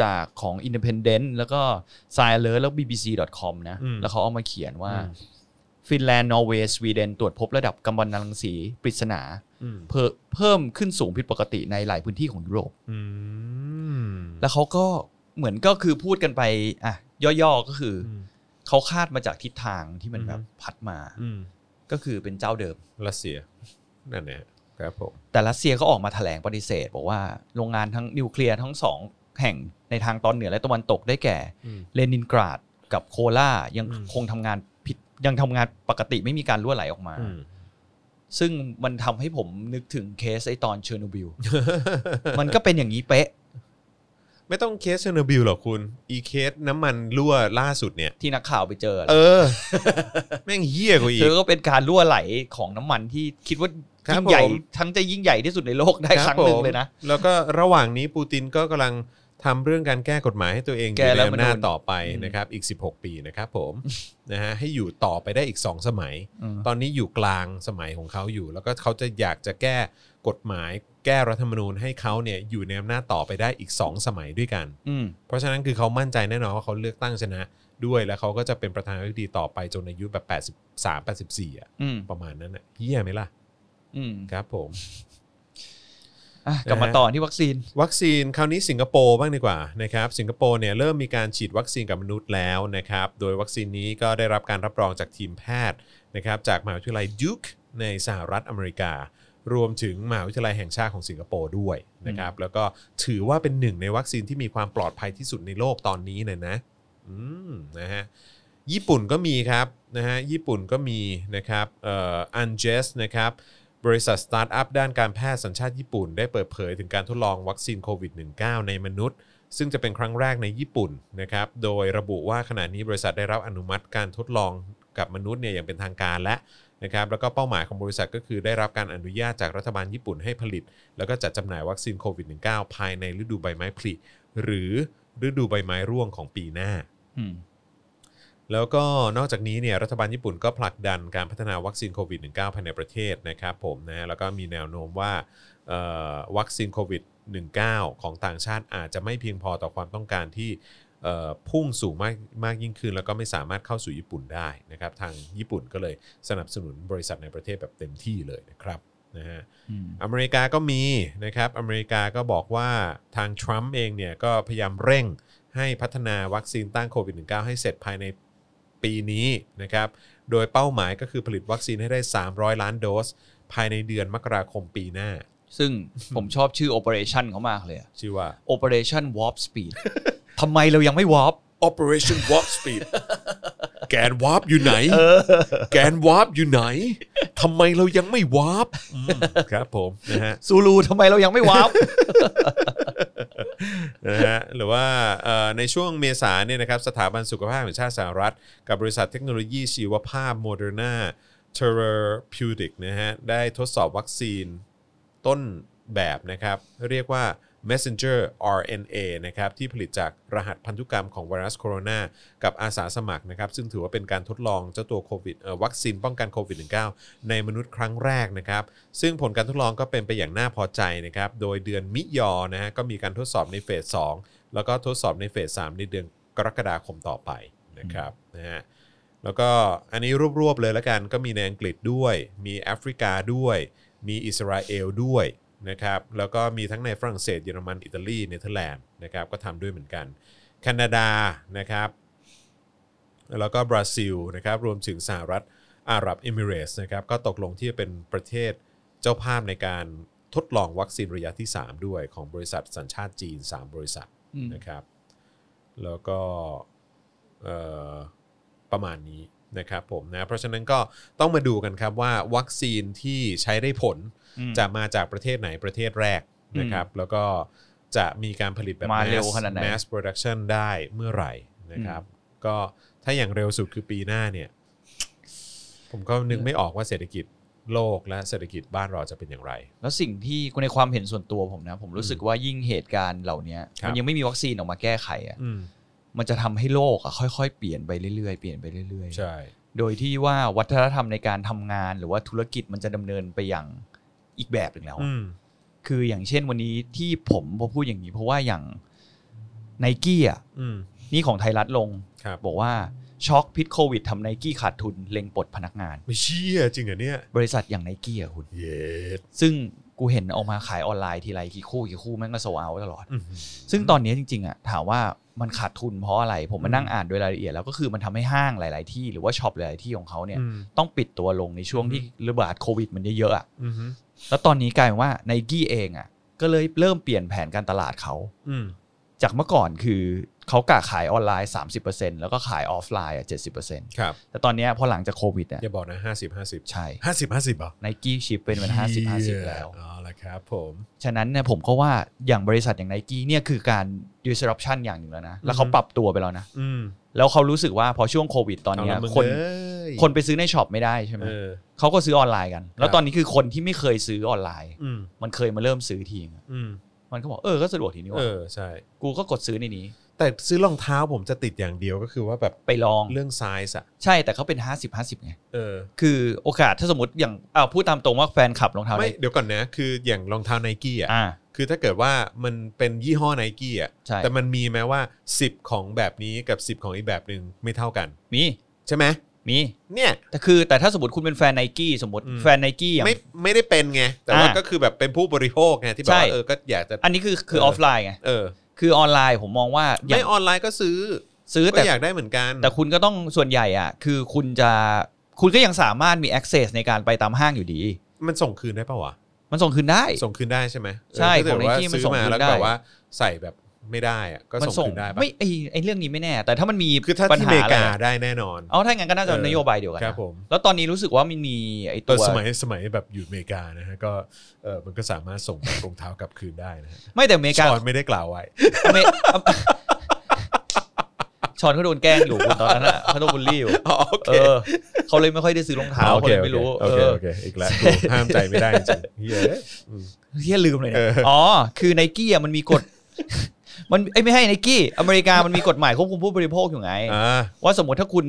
จากของ Independent แล้วก็ s i l e r แล้ว bbc.com นะ แล้วเขาเอามาเขียนว่า ฟินแลนด์ นอร์เวย์สวีเดนตรวจพบระดับกัมมันตรังสีปริศนา อืม เพิ่มเพิ่มขึ้นสูงผิดปกติในหลายพื้นที่ของยุโรป อืม แล้วเขาก็เหมือนก็คือพูดกันไปอ่ะย่อๆก็คือ อื อ ม เขาคาดมาจากทิศทางที่มันแบบ อืม พัดมา อืม ก็คือเป็นเจ้าเดิม รัสเซียนั่นแหละครับผม แต่รัสเซียก็ออกมาแถลงปฏิเสธ บอกว่าโรงงานทั้งนิวเคลียร์ทั้งสองแห่งในทางตอนเหนือและตะวันตกได้แก่ อืม เลนินกราดกับโคลายัง อืม คงทำงานผิดยังทำงานปกติไม่มีการรั่วไหลออกมา อืม ซึ่งมันทำให้ผมนึกถึงเคสไอตอนเชอร์โนบิ <laughs> ล มันก็เป็นอย่างนี้เป๊ะ ไม่ต้องเคสเชอร์โนบิลหรอกคุณ อีเคสน้ำมันรั่วล่าสุดเนี่ย ที่นักข่าวไปเจอ เออ แม่งเหี้ยกว่าอีก คือก็เป็นการรั่วไหลของน้ำมันที่คิดว่า ครับ ยิ่งใหญ่ ผม ทั้งจะยิ่งใหญ่ที่สุดในโลกได้ครั้งหนึ่งเลยนะ ผมแล้วก็ระหว่างนี้ปูตินก็กำลังทำเรื่องการแก้กฎหมายให้ตัวเองอยู่ แก้ ใน รัฐธรรม อำ นูญ นาจต่อไป อืม นะครับ อีก 16 ปีนะครับผม นะฮะให้อยู่ต่อไปได้อีก 2 สมัย อืม ตอนนี้อยู่กลางสมัยของเขาอยู่ แล้วก็เขาจะอยากจะแก้กฎหมาย แก้รัฐธรรมนูญให้เขาเนี่ยอยู่ในอำนาจต่อไปได้อีก 2 สมัยด้วยกัน อืม เพราะฉะนั้นคือเขามั่นใจแน่นอนว่าเขาเลือกตั้งชนะด้วยแล้วเขาก็จะเป็นประธานาธิบดีต่อไปจนอายุแบบ83 84อะ อืม ประมาณนั้นน่ะเฮี้ยไหมล่ะ อืม ครับผม อ่ะกลับมาต่อที่วัคซีน วัคซีนคราวนี้สิงคโปร์บ้างดีกว่านะครับสิงคโปร์เนี่ยเริ่มมีการฉีดวัคซีนกับมนุษย์แล้วนะครับโดยวัคซีนนี้ก็ได้รับการรับรองจากทีมแพทย์นะครับจากมหาวิทยาลัยดูคในสหรัฐอเมริกา รวมถึงมหาวิทยาลัยแห่งชาติของสิงคโปร์ด้วยนะครับแล้วก็ถือว่าเป็นหนึ่งในวัคซีนที่มีความปลอดภัยที่สุดในโลกตอนนี้เลยนะอืมนะฮะญี่ปุ่นก็มีครับนะฮะญี่ปุ่นก็มีนะครับเอ่ออันเจสนะครับ บริษัทสตาร์ทอัพด้านการแพทย์สัญชาติญี่ปุ่น ได้เปิดเผยถึงการทดลองวัคซีนโควิด -19 ในมนุษย์ ซึ่งจะเป็นครั้งแรกในญี่ปุ่นนะครับ โดยระบุว่าขณะนี้บริษัทได้รับอนุมัติการทดลองกับมนุษย์เนี่ยอย่างเป็นทางการและนะครับแล้วก็เป้าหมายของบริษัทก็คือได้รับการอนุญาตจากรัฐบาลญี่ปุ่นให้ผลิต แล้วก็จัดจำหน่ายวัคซีนโควิด -19 ภายในฤดูใบไม้ผลิหรือฤดูใบไม้ร่วงของปีหน้า อืม แล้วก็นอกจากนี้เนี่ยรัฐบาลญี่ปุ่นก็ผลักดันการพัฒนาวัคซีนโควิด -19 ภายในประเทศนะครับผมนะแล้วก็มีแนวโน้มว่าเอ่อวัคซีนโควิด -19 ของต่างชาติอาจจะไม่เพียงพอต่อความต้องการที่เอ่อพุ่งสูงมากมากยิ่งขึ้น แล้วก็ไม่สามารถเข้าสู่ญี่ปุ่นได้นะครับทางญี่ปุ่นก็เลยสนับสนุนบริษัทในประเทศแบบเต็มที่เลยนะครับนะฮะ อืม อเมริกาก็มีนะครับ อเมริกาก็บอกว่าทางทรัมป์เองเนี่ยก็พยายามเร่งให้พัฒนาวัคซีนต้านโควิด -19 ให้เสร็จภายในปีนี้นะครับ โดยเป้าหมายก็คือผลิตวัคซีนให้ได้ 300 ล้านโดส ภายในเดือนมกราคมปีหน้า ซึ่งผมชอบชื่อ Operation เขามากเลยอะ ชื่อว่า Operation Warp Speed <laughs> ทำไมเรายังไม่ Warp Operation Warp <laughs> Speed แกนวาร์ปอยู่ไหน <laughs> แกนวาร์ปอยู่ไหนทำไมเรายังไม่วาร์ปอืมครับผมนะฮะ ซูลูทำไมเรายังไม่ <laughs> Warp นะฮะหรือว่าเอ่อในช่วงเมษาเนี่ยนะครับสถาบันสุขภาพแห่งชาติสหรัฐ กับบริษัทเทคโนโลยีชีวภาพโมเดอร์นาเทอร์พิวติกนะฮะได้ทดสอบวัคซีนต้นแบบนะครับ เรียกว่า messenger RNA นะครับที่ผลิตจากรหัสพันธุกรรมของไวรัสโคโรนากับอาสาสมัครนะครับ ซึ่งถือว่าเป็นการทดลองเจ้าตัวโควิดเอ่อวัคซีนป้องกันโควิด -19 ในมนุษย์ครั้งแรกนะครับ ซึ่งผลการทดลองก็เป็นไปอย่างน่าพอใจนะครับ โดยเดือนมิยอนะฮะก็มีการทดสอบในเฟส 2 แล้วก็ทดสอบในเฟส 3 ในเดือนกรกฎาคมต่อไปนะครับนะฮะแล้วก็อันนี้รวบๆเลยละกันก็มีในอังกฤษด้วย มีแอฟริกาด้วย มีอิสราเอลด้วยนะครับแล้วก็มีทั้งในฝรั่งเศสเยอรมันอิตาลีเนเธอร์แลนด์นะครับก็ทำด้วยเหมือนกัน แคนาดานะครับ แล้วก็บราซิลนะครับรวมถึงสหรัฐอาหรับเอมิเรตส์นะครับก็ตกลงที่จะเป็นประเทศเจ้าภาพในการทดลองวัคซีนระยะที่ 3 ด้วยของบริษัทสัญชาติจีน 3 บริษัท อืม นะครับ แล้วก็เอ่อประมาณนี้นะครับผมนะเพราะฉะนั้นก็ต้องมาดูกันครับว่าวัคซีนที่ใช้ได้ผลจะมาจากประเทศไหนประเทศแรกนะครับ แล้วก็จะมีการผลิตแบบ มาเร็ว mass- ขนาดไหน mass production ได้เมื่อไหร่นะครับ ก็ถ้าอย่างเร็วสุดคือปีหน้าเนี่ย ผมก็นึกไม่ออกว่าเศรษฐกิจโลกและเศรษฐกิจบ้านเราจะเป็นอย่างไร แล้วสิ่งที่ในความเห็นส่วนตัวผมนะ ผมรู้สึกว่ายิ่งเหตุการณ์เหล่านี้ ครับ มันยังไม่มีวัคซีนออกมาแก้ไขอะ อืม มันจะทำให้โลกอะค่อยๆ เปลี่ยนไปเรื่อยๆเปลี่ยนไปเรื่อยๆ ใช่ โดยที่ว่าวัฒนธรรมในการทำงานหรือว่าธุรกิจมันจะดำเนินไปอย่างอีกแบบหนึ่งแล้วอะ อืม คืออย่างเช่นวันนี้ที่ผมพอพูดอย่างนี้ เพราะว่าอย่างไนกี้อ่ะ อืม นี่ของไทยรัฐลง ครับ บอกว่าช็อกพิษโควิดทำไนกี้ขาดทุนเล็งปลดพนักงาน ไม่เชี่ยจริงเหรอเนี่ย บริษัทอย่างไนกี้อ่ะคุณ เย็ด ซึ่งกูเห็นออกมาขายออนไลน์ทีไรกี่คู่กี่คู่แม่งก็โซเอาตลอด ซึ่งตอนนี้จริงๆอ่ะถามว่ามันขาดทุนเพราะอะไรผมมานั่งอ่านโดยรายละเอียดแล้วก็คือมันทำให้ห้างหลาย ๆ ที่หรือว่าช็อปหลายๆที่ของเขาเนี่ย อืม ต้องปิดตัวลงในช่วงที่ระบาดโควิดมันเยอะๆอะ อืมอืม แล้วตอนนี้กลายเป็นว่าไนกี้เองอ่ะ ก็เลยเริ่มเปลี่ยนแผนการตลาดเขา อืม จากเมื่อก่อนคือเขากะขายออนไลน์ 30%แล้วก็ขายออฟไลน์อ่ะ70% ครับ แต่ตอนเนี้ยพอหลังจากโควิดอ่ะ อย่าบอกนะห้าสิบห้าสิบ ใช่ ห้าสิบห้าสิบอ่ะ ไนกี้ชิปเป็นมัน50 50 แล้ว อ๋อละครับผม ฉะนั้นเนี่ยผมก็ว่าอย่างบริษัทอย่างไนกี้เนี่ยคือการ disruption อย่างหนึ่งแล้วนะ แล้วเขาปรับตัวไปแล้วนะ อืม แล้วเขารู้สึกว่าพอช่วงโควิดตอนเนี้ย เาละมึง คน เอ้ย คนไปซื้อในช็อปไม่ได้ใช่ไหม เออ เขาก็ซื้อออนไลน์กันควแล้รับ ตอนนี้คือคนที่ไม่เคยซื้อออนไลน์ อืม มันเคยมาเริ่มซื้อทีนึงอะ อืม มันก็บอกเออ ก็สะดวกทีนี้ เอ ว่า อใช่ กูก็กดซื้อในนี้ แต่ซื้อรองเท้าผมจะติดอย่างเดียวก็คือว่าแบบ ไปลอง เรื่องไซส์อะ ใช่แต่เขาเป็น 50 50ไง เออ คือโอกาสถ้าสมมติอย่างอ้าวพูดตามตรงว่าแฟนขับรองเท้า ไม่ ได้ เดี๋ยวก่อนนะ คืออย่างรองเท้าไนกี้อ่ะ อ่า คือถ้าเกิดว่ามันเป็นยี่ห้อไนกี้อ่ะ ใช่ แต่มันมีไหมว่า 10 ของแบบนี้กับ 10 ของอีกแบบหนึ่งไม่เท่ากัน มี ใช่ไหม มี เนี่ย แต่คือแต่ถ้าสมมติคุณเป็นแฟนไนกี้สมมติ อืม แฟนไนกี้อย่าง ไม่ไม่ได้เป็นไง แต่ว่า อ่า ก็คือแบบเป็นผู้บริโภคไงที่แบบ ใช่ ว่าเออก็อยากจะ อันนี้คือคือ เออ ออฟไลน์ไง เออ คือออนไลน์ผมมองว่าอย่า ไม่ ง ออนไลน์ก็ซื้อ ซื้อ ก็ แต่ อยากได้เหมือนกัน แต่คุณก็ต้องส่วนใหญ่อ่ะ คือคุณจะคุณก็ยังสามารถมี access ในการไปตามห้างอยู่ดี มันส่งคืนได้ปะวะ มันส่งคืนได้ ส่งคืนได้ใช่ไหมเออ ใช่ ถ้าเกิดว่า ของ Nike มัน ซื้อ ส่ง มา คืน แล้วก็แบบ ได้ ว่าใส่แบบไม่ได้อะก็ มั ส่งคืนได้ปะ ไม่ไอไอเรื่องนี้ไม่แน่ แต่ถ้ามันมี คือถ้า ปัญ ที่อ หา เมริ อะไร กา อะ ได้แน่นอน เอาถ้าอย่างนั้นก็น่าจะ เออน โยบายเดียวกันนะครับ ผม แล้วตอนนี้รู้สึกว่ามันมีไอ้ ต ตั อ ว นสมัยสมัยแบบอยู่อเมริกานะฮะก็เออมันก็สามารถส่งรองเท้ากลับคืนได้นะฮะ ไม่แต่อเมริ ช กา อนไม่ได้กล่าวไว้ อ <laughs> เมชอนเขาโดนแกล้งอยู่คุณตอนนั้นอ่ะเขาโดนบูลลี่อยู่เออเขาเลยไม่ค่อยได้ซื้อรองเท้า โอ เขา เค เลยไม่รู้ โอ เอ เค อ โอเคอีกแล้วกูห้ามใจไม่ได้จริงๆเหี้ยอืม เฮียลืมเลยเนี่ย เออ อ๋อคือไนกี้อ่ะมันมีกฎ <laughs> มันเอ้ยไม่ให้ไนกี้อเมริกามันมีกฎหมายควบคุมผู้บริโภคอยู่ไง อ่า ว่าสมมติถ้าคุณ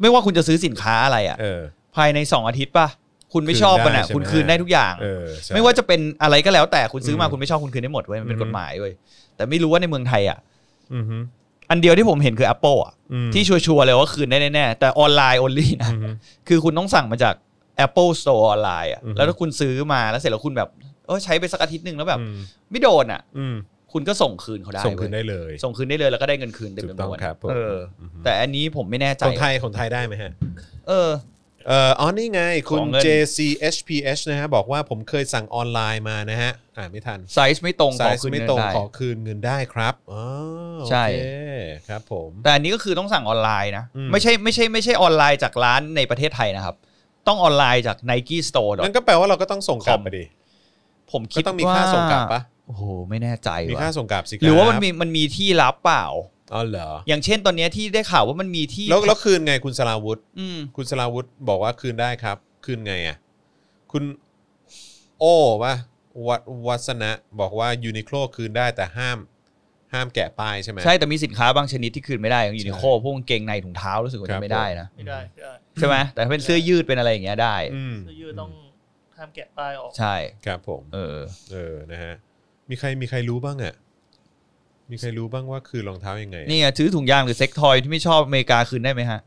ไม่ว่าคุณจะซื้อสินค้าอะไรอ่ะ เออ ภายในสองอาทิตย์ป่ะคุณไม่ชอบมันอ่ะ คืนได้ใช่ไหม คุณคืนได้ทุกอย่าง เออใช่ ไม่ว่าจะเป็นอะไรก็แล้วแต่คุณซื้อมา อืม คุณไม่ชอบคุณคืนได้หมดเว้ยมันเป็น อืม กฎหมายเว้ยแต่ไม่รู้ว่าในเมืองไทยอ่ะ อือฮึ อันเดียวที่ผมเห็นคือ Apple อ่ะ อืม ที่ชัวร์ๆเลยว่าคืนได้แน่ๆแต่ออนไลน์ only นะ อือฮึ คือคุณต้องสั่งมาจาก Apple Store ออนไลน์อ่ะ อืม แล้วถ้าคุณซื้อมาแล้วเสร็จแล้วคุณแบบเออใช้ไปสักอาทิตย์หนึ่งแล้วแบบ อืม ไม่โดนอ่ะ อืม คุณก็ส่งคืนเขาได้ ส่ง เว้ คื ย นได้เลย ส่งคืนได้เลยแล้วก็ได้เงินคืนเต็ม ถูก จำ ต้อน ง วน ครับผม เออ อฮึ แต่อันนี้ผมไม่แน่ใจ ของไทยของไทยได้ไหมฮะ เออ เอ่ออ๋อนี่ไง คุณ ของเงิน JCHPH นะฮะ บอกว่าผมเคยสั่งออนไลน์มานะฮะ อ่านไม่ทัน ไซส์ไม่ตรง สาย ขอคืน ไม่ เงิน ตรง ได้ ขอคืนเงินได้ครับอ๋อโอ ใช่ เคครับผม แต่อันนี้ก็คือต้องสั่งออนไลน์นะ อืม ไม่ใช่ไม่ใช่ไม่ใช่ออนไลน์จากร้านในประเทศไทยนะครับ ต้องออนไลน์จาก Nike Store ดอ นั่ ท นก็แปลว่าเราก็ต้องส่งกลับ คอม ไปดิ ผมคิ ก็ ด ต้องมี ว่ ค่าส่งกลับปะ โอ้โห ไม่แน่ใจ มี ว่ะ ค่าส่งกลับสิคบ หรือว่ามันมีมันมีที่รับเปล่า อ๋อเหรอ อย่างเช่นตอนเนี้ยที่ได้ข่าวว่ามันมีที่ แล้วแล้วคืนไงคุณสลาวุธ อืม คุณสลาวุธบอกว่าคืนได้ครับ คืนไงอ่ะ คุณโอป่ะวัดวัสนะบอกว่ายูนิโคลคืนได้แต่ห้าม ห้ามแกะป้ายใช่ไหม ใช่แต่มีสินค้าบางชนิดที่คืนไม่ได้อย่างยูนิโคล ใช่ พวกกางเกงในถุงเท้ารู้สึกว่า ครั จะ บ ไม่ได้นะ ไม่ได้ไม่ได้ ใช่ไหมแต่ถ้าเป็นเสื้อยืดเป็นอะไรอย่างเงี้ยได้ อืม เสื้อยืดต้องห้ามแกะป้ายออก ใช่ ครับผม เออ เออ นะฮะ มีใครมีใครรู้บ้างอ่ะ มีใครรู้บ้างว่าคือรองเท้ายังไงอะ นี่ไงซื้อถุงยางหรือเซ็กทอยที่ไม่ชอบอเมริกาคืนได้ไหมฮะ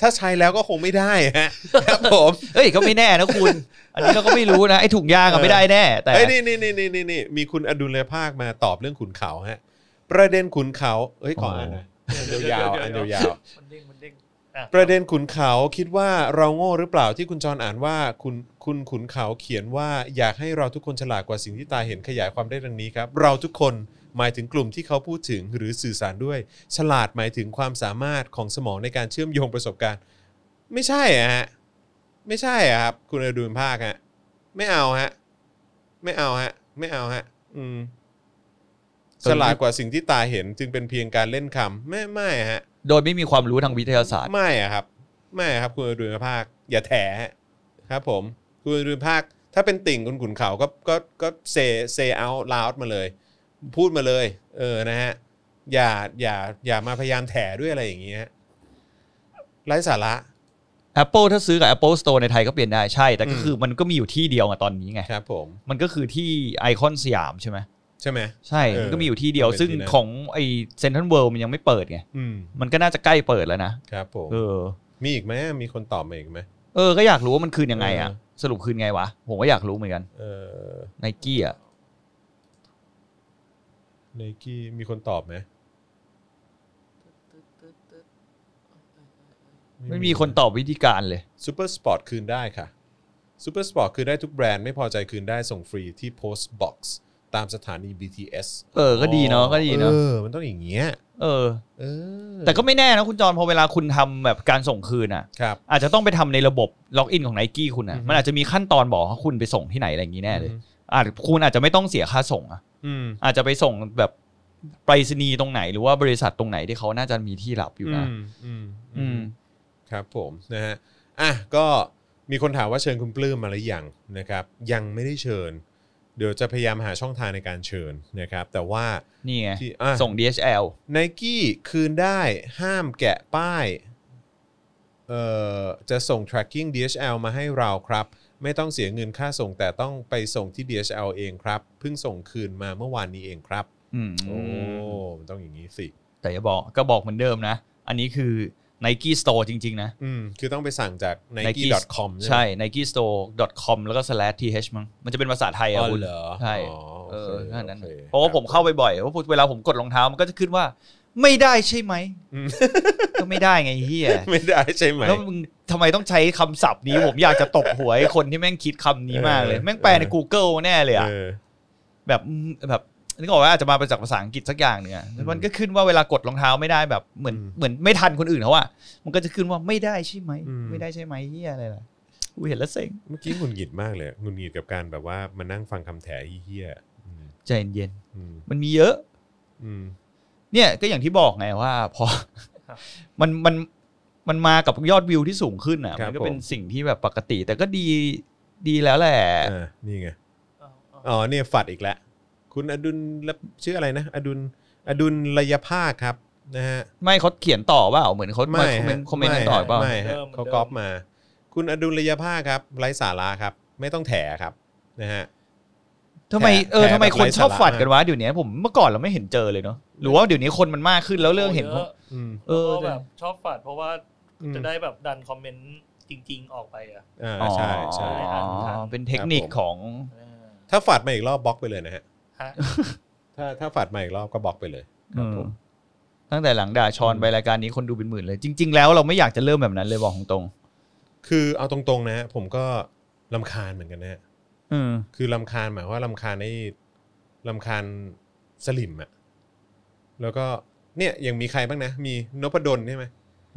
ถ้าใช้แล้วก็คงไม่ได้ฮะ ครับผม เอ้ยก็ไม่แน่นะคุณ อันนี้เราก็ไม่รู้นะไอ้ถุงยางอะไม่ได้แน่ แต่ เอ้ยนี่นี่นี่นี่นี่นี่มีคุณอดุลภาคมาตอบเรื่องขุนเขาฮะ ประเด็นขุนเขา เอ้ยขออ่านหนะยาวๆอันยาวๆ มันเด้งมันเด้งอ่ะ ประเด็นขุนเขาคิดว่าเราโง่หรือเปล่าที่คุณจรอ่านว่าคุณคุณขุนเขาเขียนว่าอยากให้เราทุกคนฉลาดกว่าสิ่งที่ตาเห็นขยายความได้ดังนี้ครับ เราทุกคนหมายถึงกลุ่มที่เขาพูดถึงหรือสื่อสารด้วย ฉลาดหมายถึงความสามารถของสมองในการเชื่อมโยงประสบการณ์ ไม่ใช่อะฮะไม่ใช่อะครับ คุณอดุลภาคฮะไม่เอาฮะไม่เอาฮะไม่เอาฮะอืมฉลาดกว่าสิ่งที่ตาเห็นจึงเป็นเพียงการเล่นคำไม่ไม่ฮะ โดยไม่มีความรู้ทางวิทยาศาสตร์ ไม่อะครับ ไม่อะครับ คุณอดุลภาค อย่าแถฮะครับผม คุณอดุลภาค ถ้าเป็นติ่งคุณขุนเขาก็ก็ก็เซเซเอาลาวมาเลย พูดมาเลย เออนะฮะ อย่าอย่าอย่ามาพยายามแถด้วยอะไรอย่างเงี้ยฮะไร้สาระ Apple ถ้าซื้อกับ Apple Store ในไทยก็เปลี่ยนได้ใช่ แต่ก็ อืม คือมันก็มีอยู่ที่เดียวอะตอนนี้ไง ครับผม มันก็คือที่ไอคอนสยามใช่ไหม ใช่ไหม ใช่ เออ มันก็มีอยู่ที่เดียว เป็นที่ ซึ่ง นั่น ของไอเซนทรัลเวิลด์มันยังไม่เปิดไง อืม มันก็น่าจะใกล้เปิดแล้วนะครับ ผม เออ มีอีกไหมมีคนตอบมาอีกไหม เออ ก็อยากรู้ว่ามันคืนยังไงอะ เอ สรุปคืนไงวะ ผมก็อยากรู้เหมือนกัน เออ ไนกี้อะ ไนกี้มีคนตอบไหม ไม่มีคนตอบวิธีการเลย ซูเปอร์สปอร์ตคืนได้ค่ะซูเปอร์สปอร์ตคืนได้ทุกแบรนด์ ไม่พอใจคืนได้ส่งฟรีที่ Post Box ตามสถานี BTS เออก็ดีเนอะก็ดีเนอะ เออ มันต้องอย่างเงี้ย เออ เออ แต่ก็ไม่แน่นะคุณจอนพอเวลาคุณทำแบบการส่งคืนอะ ครับ อาจจะต้องไปทำในระบบล็อกอินของไนกี้คุณ อื นะ อฮึ มันอาจจะมีขั้นตอนบอกว่าคุณไปส่งที่ไหนอะไรอย่างนี้แน่เลยอาจคุณอาจจะไม่ต้องเสียค่าส่งอะ อืม อาจจะไปส่งแบบไปรษณีย์ตรงไหน หรือว่าบริษัทตรงไหนที่เขาน่าจะมีที่รับอยู่นะ อืมอืม อืม ครับผมนะฮะอ่ะก็มีคนถามว่าเชิญคุณปลื้มมาหรือยังนะครับ ยังไม่ได้เชิญ เดี๋ยวจะพยายามหาช่องทางในการเชิญนะครับ แต่ว่า นี่ไง ที่อ่ะ ส่ง DHL ไนกี้คืนได้ห้ามแกะป้ายเอ่อจะส่ง tracking DHL มาให้เราครับ ไม่ต้องเสียเงินค่าส่งแต่ต้องไปส่งที่ DHL เองครับ เพิ่งส่งคืนมาเมื่อวานนี้เองครับ อืม โอ้มันต้องอย่างนี้สิ แต่อย่าบอกก็บอกเหมือนเดิมนะ อันนี้คือ Nike Store จริง ๆ นะ อืม คือต้องไปสั่งจาก Nike nike.com ใช่ Nike Store com แล้วก็ slash th มั้งมันจะเป็นภาษาไทย อ๋ อะ อ คุณ เหรอ ใช่ อ๋อ เออ โอเค นั่นนั้น โอค เพราะว่าผมเข้าไปบ่อยเพราะเวลาผมกดรองเท้ามันก็จะขึ้นว่า ไม่ได้ใช่ไหม อืม ก็ไม่ได้ไงเฮีย ไม่ได้ใช่ไหม แล้วมึงทำไมต้องใช้คำศัพท์นี้ ผมอยากจะตบหัวไอ้คนที่แม่งคิดคำนี้มากเลย เออ แม่งแปลใน Google แน่เลยอะ เออ แบบอืมแบบนึกออกว่าอาจจะมาเป็นจากภาษาอังกฤษสักอย่างเนี่ยแล้วมันก็ขึ้นว่าเวลากดรองเท้าไม่ได้แบบเหมือน อืม เหมือนไม่ทันคนอื่นเขาอะมันก็จะขึ้นว่าไม่ได้ใช่ไหม อืม ไม่ได้ใช่ไหมเฮียอะไรล่ะกูเห็นแล้วเซ็ง เมื่อกี้หงุดหงิดมากเลยหงุดหงิดกับการแบบว่ามานั่งฟังคำแถเฮี้ยๆอืม ใจเย็น อืม ๆมันมีเยอะ อืม เนี่ยก็อย่างที่บอกไงว่าพอ มันมันมันมากับยอดวิวที่สูงขึ้นอ่ะ ครั มั บ นก็เป็น ผม สิ่งที่แบบปกติ แต่ก็ดีดีแล้วแหละ อ่านี่ไง เอาเอา อ๋อเนี่ยฝัดอีกแล้ว คุณอดุลละชื่ออะไรนะ อดุลอดุลระยภาคครับนะฮะ ไม่เขาเขียนต่อเปล่าเหมือนเขา ไม่ คอมเม ฮะ นต์คอมเมนต์กันต่อเปล่า ไม่ฮะเขาก๊อปมา คุณอดุลระยภาคครับไร้สาระครับ ไม่ต้องแถครับนะฮะ ทำไม แถ เออ แถ ทำไม แบบ คน ไร้ ชอบ สาระ ฝัดกันวะเดี๋ยวนี้ผมเมื่อก่อนเราไม่เห็นเจอเลยเนาะหรือว่าเดี๋ยวนี้คนมันมากขึ้นแล้วเรื่องเห็น โยอะ อืม เออ แล้วก็แบบชอบฝัดเพราะว่า อืม จะได้แบบดันคอมเมนต์จริง ๆ ออกไปอ่ะ อ่า อ๋อ ใช่ใช่ อ่านทัน เป็นเทคนิค ครับผม ของ เออ ถ้าฝัดมาอีกรอบบล็อกไปเลยนะฮะ ฮะ ถ้าถ้าฝัดมาอีกรอบก็บล็อกไปเลย เออ ตั้งแต่หลังด่าชอนไปรายการนี้คนดูเป็นหมื่นเลย จริง ๆ แล้วเราไม่อยากจะเริ่มแบบนั้นเลยบอกตรง คือเอาตรงๆนะ ผมก็ลำคาญเหมือนกันนะ ๆอืม คือลำคาญหมายว่าลำคาญไอ้ลำคาญสลิมอะแล้วก็เนี่ยยังมีใครบ้างนะ มีนพดลใช่ไหม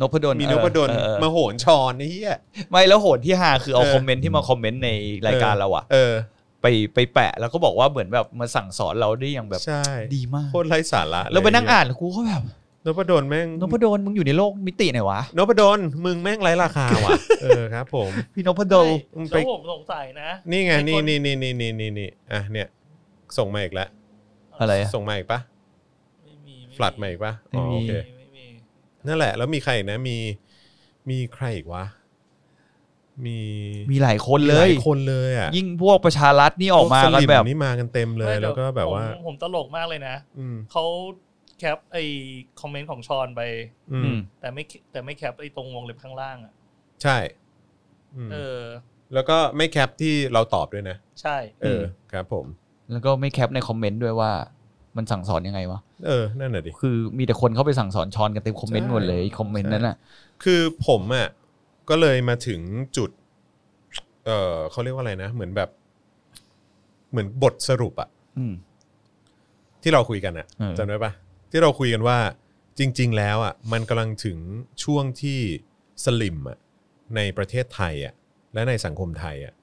นพดล มี เอน อ พดล เออเออ มาโหนชอนไอ้เหี้ย ไม่แล้วโหดที่ฮาคือเอา เออ คอมเมนต์ที่มาคอมเมนต์ในรายการเราอะ เออ ไปไปแปะแล้วก็บอกว่าเหมือนแบบมาสั่งสอนเราได้อย่างแบบ ใช่ ดีมาก โคตรไร้สาระเลย แล้วไปนั่งอ่านแล้วกูก็แบบ นพดลแม่ง นพดลมึงอยู่ในโลกมิติไหนวะ นพดลมึงแม่งไร้ราคา <laughs> ว่ะ เออครับ ผม พี่นพดล มึงไป แล้วผมสงสัยนะ นี่ไง ไอ้คน นี่นี่นี่นี่นี่นี่นี่อ่ะเนี่ย ส่งมาอีกแล้ว อะไรอะ ส่งมาอีกปะ ไม่มีไ ฟลัดมาอีกปะอ๋อ ไม่มี โอเค ไม่มีไม่มี นั่นแหละ แล้วมีใครอีกนะมีมีใครอีกวะมี มีหลายคน มี เล หาย คนเลยอ่ะ ยิ่งพวกประชารัฐนี่ออกมา พวส กัน ลิ แบบ นี่มากันเต็มเลย ไม่ แล้วก็แบบว่า ผมผมตลกมากเลยนะ อืม เขาแคปไอ้คอมเมนต์ของชอนไป อื อื ม ม แต่ไม่แต่ไม่แคปไอ้ตรงวงเล็บข้างล่างอ่ะ ใช่อืม เออ แล้วก็ไม่แคปที่เราตอบด้วยนะ ใช่ เออครับ ผม แล้วก็ไม่แคปในคอมเมนต์ด้วยว่ามันสั่งสอนยังไงวะ เออนั่นน่ะดิ คือมีแต่คนเข้าไปสั่งสอนชอนกันเต็มคอมเมนต์หมดเลยคอมเมนต์นั้นอ่ะ คือผมอ่ะก็เลยมาถึงจุด เออเขาเรียกว่าอะไรนะ เหมือนแบบ เหมือนบทสรุปอะ อืม ที่เราคุยกันอะ เออ จำได้ปะที่เราคุยกันว่า จริง ๆ แล้วอะมันกำลังถึงช่วงที่สลิมอะในประเทศไทยอะและในสังคมไทยอะ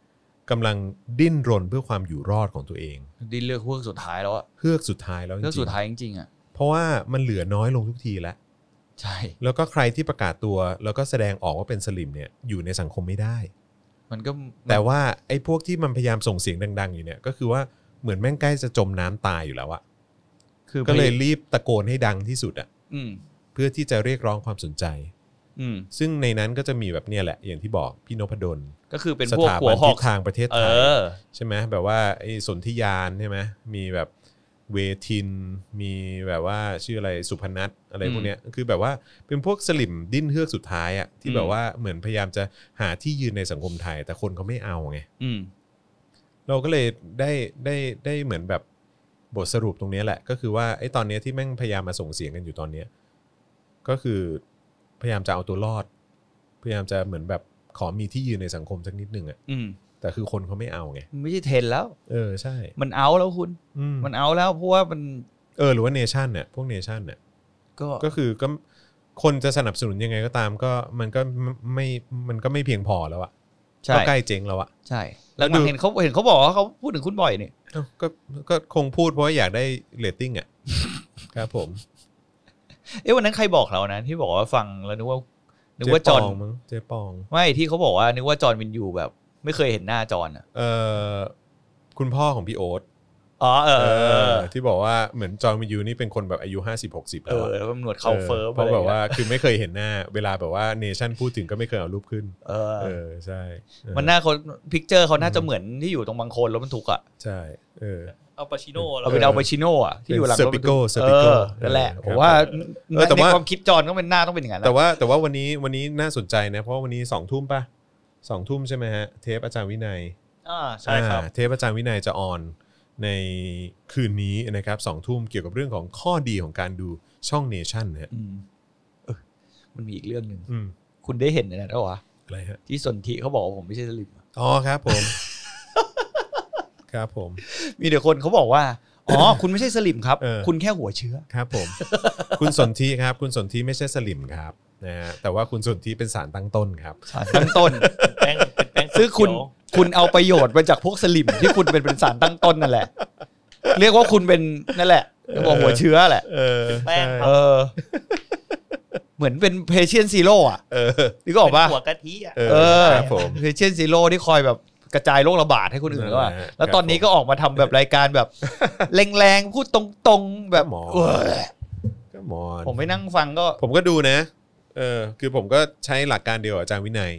กำลังดิ้นรนเพื่อความอยู่รอดของตัวเอง ดินเลือกเพื่อกสุดท้ายแล้วอะ เพื่อกสุดท้ายแล้วจ เลือริกสุ ง ดท้ายจริงๆอ่ะ ๆเพราะว่ามันเหลือน้อยลงทุกทีแล้ว ใช่ แล้วก็ใครที่ประกาศตัว แล้วก็แสดงออกว่าเป็นสลิมเนี่ยอยู่ในสังคมไม่ได้ มันก็ แต่ว่าไอ้พวกที่มันพยายามส่งเสียงดัง ๆ อยู่เนี่ยก็คือว่าเหมือนแม่งใกล้จะจมน้ำตายอยู่แล้วอะ คือ ก็เลยรีบตะโกนให้ดังที่สุดอะ อืม เพื่อที่จะเรียกร้องความสนใจ อืม ซึ่งในนั้นก็จะมีแบบเนี่ยแหละ อย่างที่บอกพี่นพดล ก็คือเป็น ส พวก ถา หั บั วนหอ ทิ ก ศทางประเทศ เอ ไทย อ ใช่ไหมแบบว่าไอ้สนธิยานใช่ไหมมีแบบเวทิน มีแบบว่าชื่ออะไรสุพนัทอะไรพวกเนี้ยคือแบบว่าเป็นพวกสลิมดิ้นเฮือกสุดท้ายอะที่ อืม แบบว่าเหมือนพยายามจะหาที่ยืนในสังคมไทย แต่คนเขาไม่เอาไง อืม เราก็เลยได้ได้ได้เหมือนแบบบทสรุปตรงเนี้ยแหละ ก็คือว่าไอ้ตอนเนี้ยที่แม่งพยายามมาส่งเสียงกันอยู่ตอนเนี้ยก็คือพยายามจะเอาตัวรอด พยายามจะเหมือนแบบขอมีที่ยืนในสังคมสักนิดหนึ่งอะ อืม แต่คือคนเขาไม่เอาไง มันไม่ใช่เทรนด์แล้ว เออใช่ มันเอาแล้วคุณ อืม มันเอาแล้วเพราะว่ามัน เออหรือว่าเนชั่นเนี่ยพวกเนชั่นเนี่ย ก็ ก็คือก็คนจะสนับสนุนยังไงก็ตามก็มันก็ไม่มันก็ไม่เพียงพอแล้วอะ ใช่ ก็ใกล้เจ๊งแล้วอะ ใช่แล้ว ดู เห็นเขาเห็นเขาบอกว่าเขาพูดถึงคุณบ่อยนี่ เอ้าก็ก็คงพูดเพราะว่าอยากได้เรตติ้งอะครับผม เอ๊ะวันนั้นใครบอกเรานะที่บอกว่าฟังแล้วนึกว่านึกว่าจ เจ๊ อ ป น งมั้งเจ๊ปอง ไม่ที่เขาบอกว่านึกว่าจอนวินยูแบบ ไม่เคยเห็นหน้าจอนอะ เอ่อคุณพ่อของพี่โอ๊ต อ๋อเออเออเออ ที่บอกว่าเหมือนจอห์นวินยูนี่เป็นคนแบบอายุ 50 60 เอ แล้ว อ อะ แล้วตำรวจเขาเฟิร์ม เพราะแบบว่าคือไม่เคยเห็นหน้า เวลาแบบว่าเนชั่นพูดถึงก็ไม่เคยเอารูปขึ้น เออ เออใช่เออ มันหน้าเขาพิกเจอร์เขาน่าจะเหมือนที่อยู่ตรงบางโคนรถบรรทุกอ่ะ ใช่เออ เอาปาชิโน่เหร เอา อ เป็นอัลปาชิโน่อะที่อยู่หลังรถบรเซอร์รทุกปิโก้เซอร์ปิโก้ เออนั่นแหละ เออ ผมว่า เออแต่ว่า ในความคิดจอนก็เป็นหน้าต้องเป็นอย่างนั้นอะ แต่ว่าแต่ว่าวันนี้วันนี้น่าสนใจนะ เพราะว่าวันนี้2องทุ่มป่ะสองทุ่มใช่ไหมฮะ เทปอาจารย์วินัย อ่าใช่ครับ อ่าเทปอาจารย์วินัยจะออนในคืนนี้นะครับสองทุ่มเกี่ยวกับเรื่องของข้อดีของการดูช่องเนชั่นนะฮะ อืมเออมันมีอีกเรื่องหนึ่ง อืม คุณได้เห็นอันนั้นแล้ววะ อะไรฮะ ที่สนธิเขาบอกว่าผมไม่ใช่สลิมอะ อ๋อครับผม <laughs> ครับผม มีเดี๋ยวคนเขาบอกว่า อ๋อ คุณไม่ใช่สลิมครับ เออ คุณแค่หัวเชื้อ ครับผม คุณสนธิครับ คุณสนธิไม่ใช่สลิมครับนะฮะแต่ว่าคุณสนธิเป็นสารตั้งต้นครับ สารตั้งต้น แป้งเป็นแป้ง ซึ่งคุณ เขียว คุณเอาประโยชน์มาจากพวกสลิมที่คุณเป็นเป็นสารตั้งต้นนั่นแหละ เรียกว่าคุณเป็นนั่นแหละเรียกว่าหัวเชื้อแหละ เออ แป้ง เออ เหมือนเป็นเพเชียนซีโร่อะ เออ นี่ก็ออกป่ะ เป็นหัวกะทิอ่ะ เอ เอ อ อ ครับผม เพเชียนซีโร่ที่คอยแบบกระจายโรคระบาดให้คนอื่นแล้วอะ นั่นแหละ แล้วตอนนี้ ครับผม ก็ออกมาทำแบบรายการแบบแรงๆพูดตรงๆแบบ หมอน เออ ก็หมอน ผมไปนั่งฟังก็ ผมก็ดูนะ เออ คือผมก็ใช้หลักการเดียวกับอาจารย์วินัย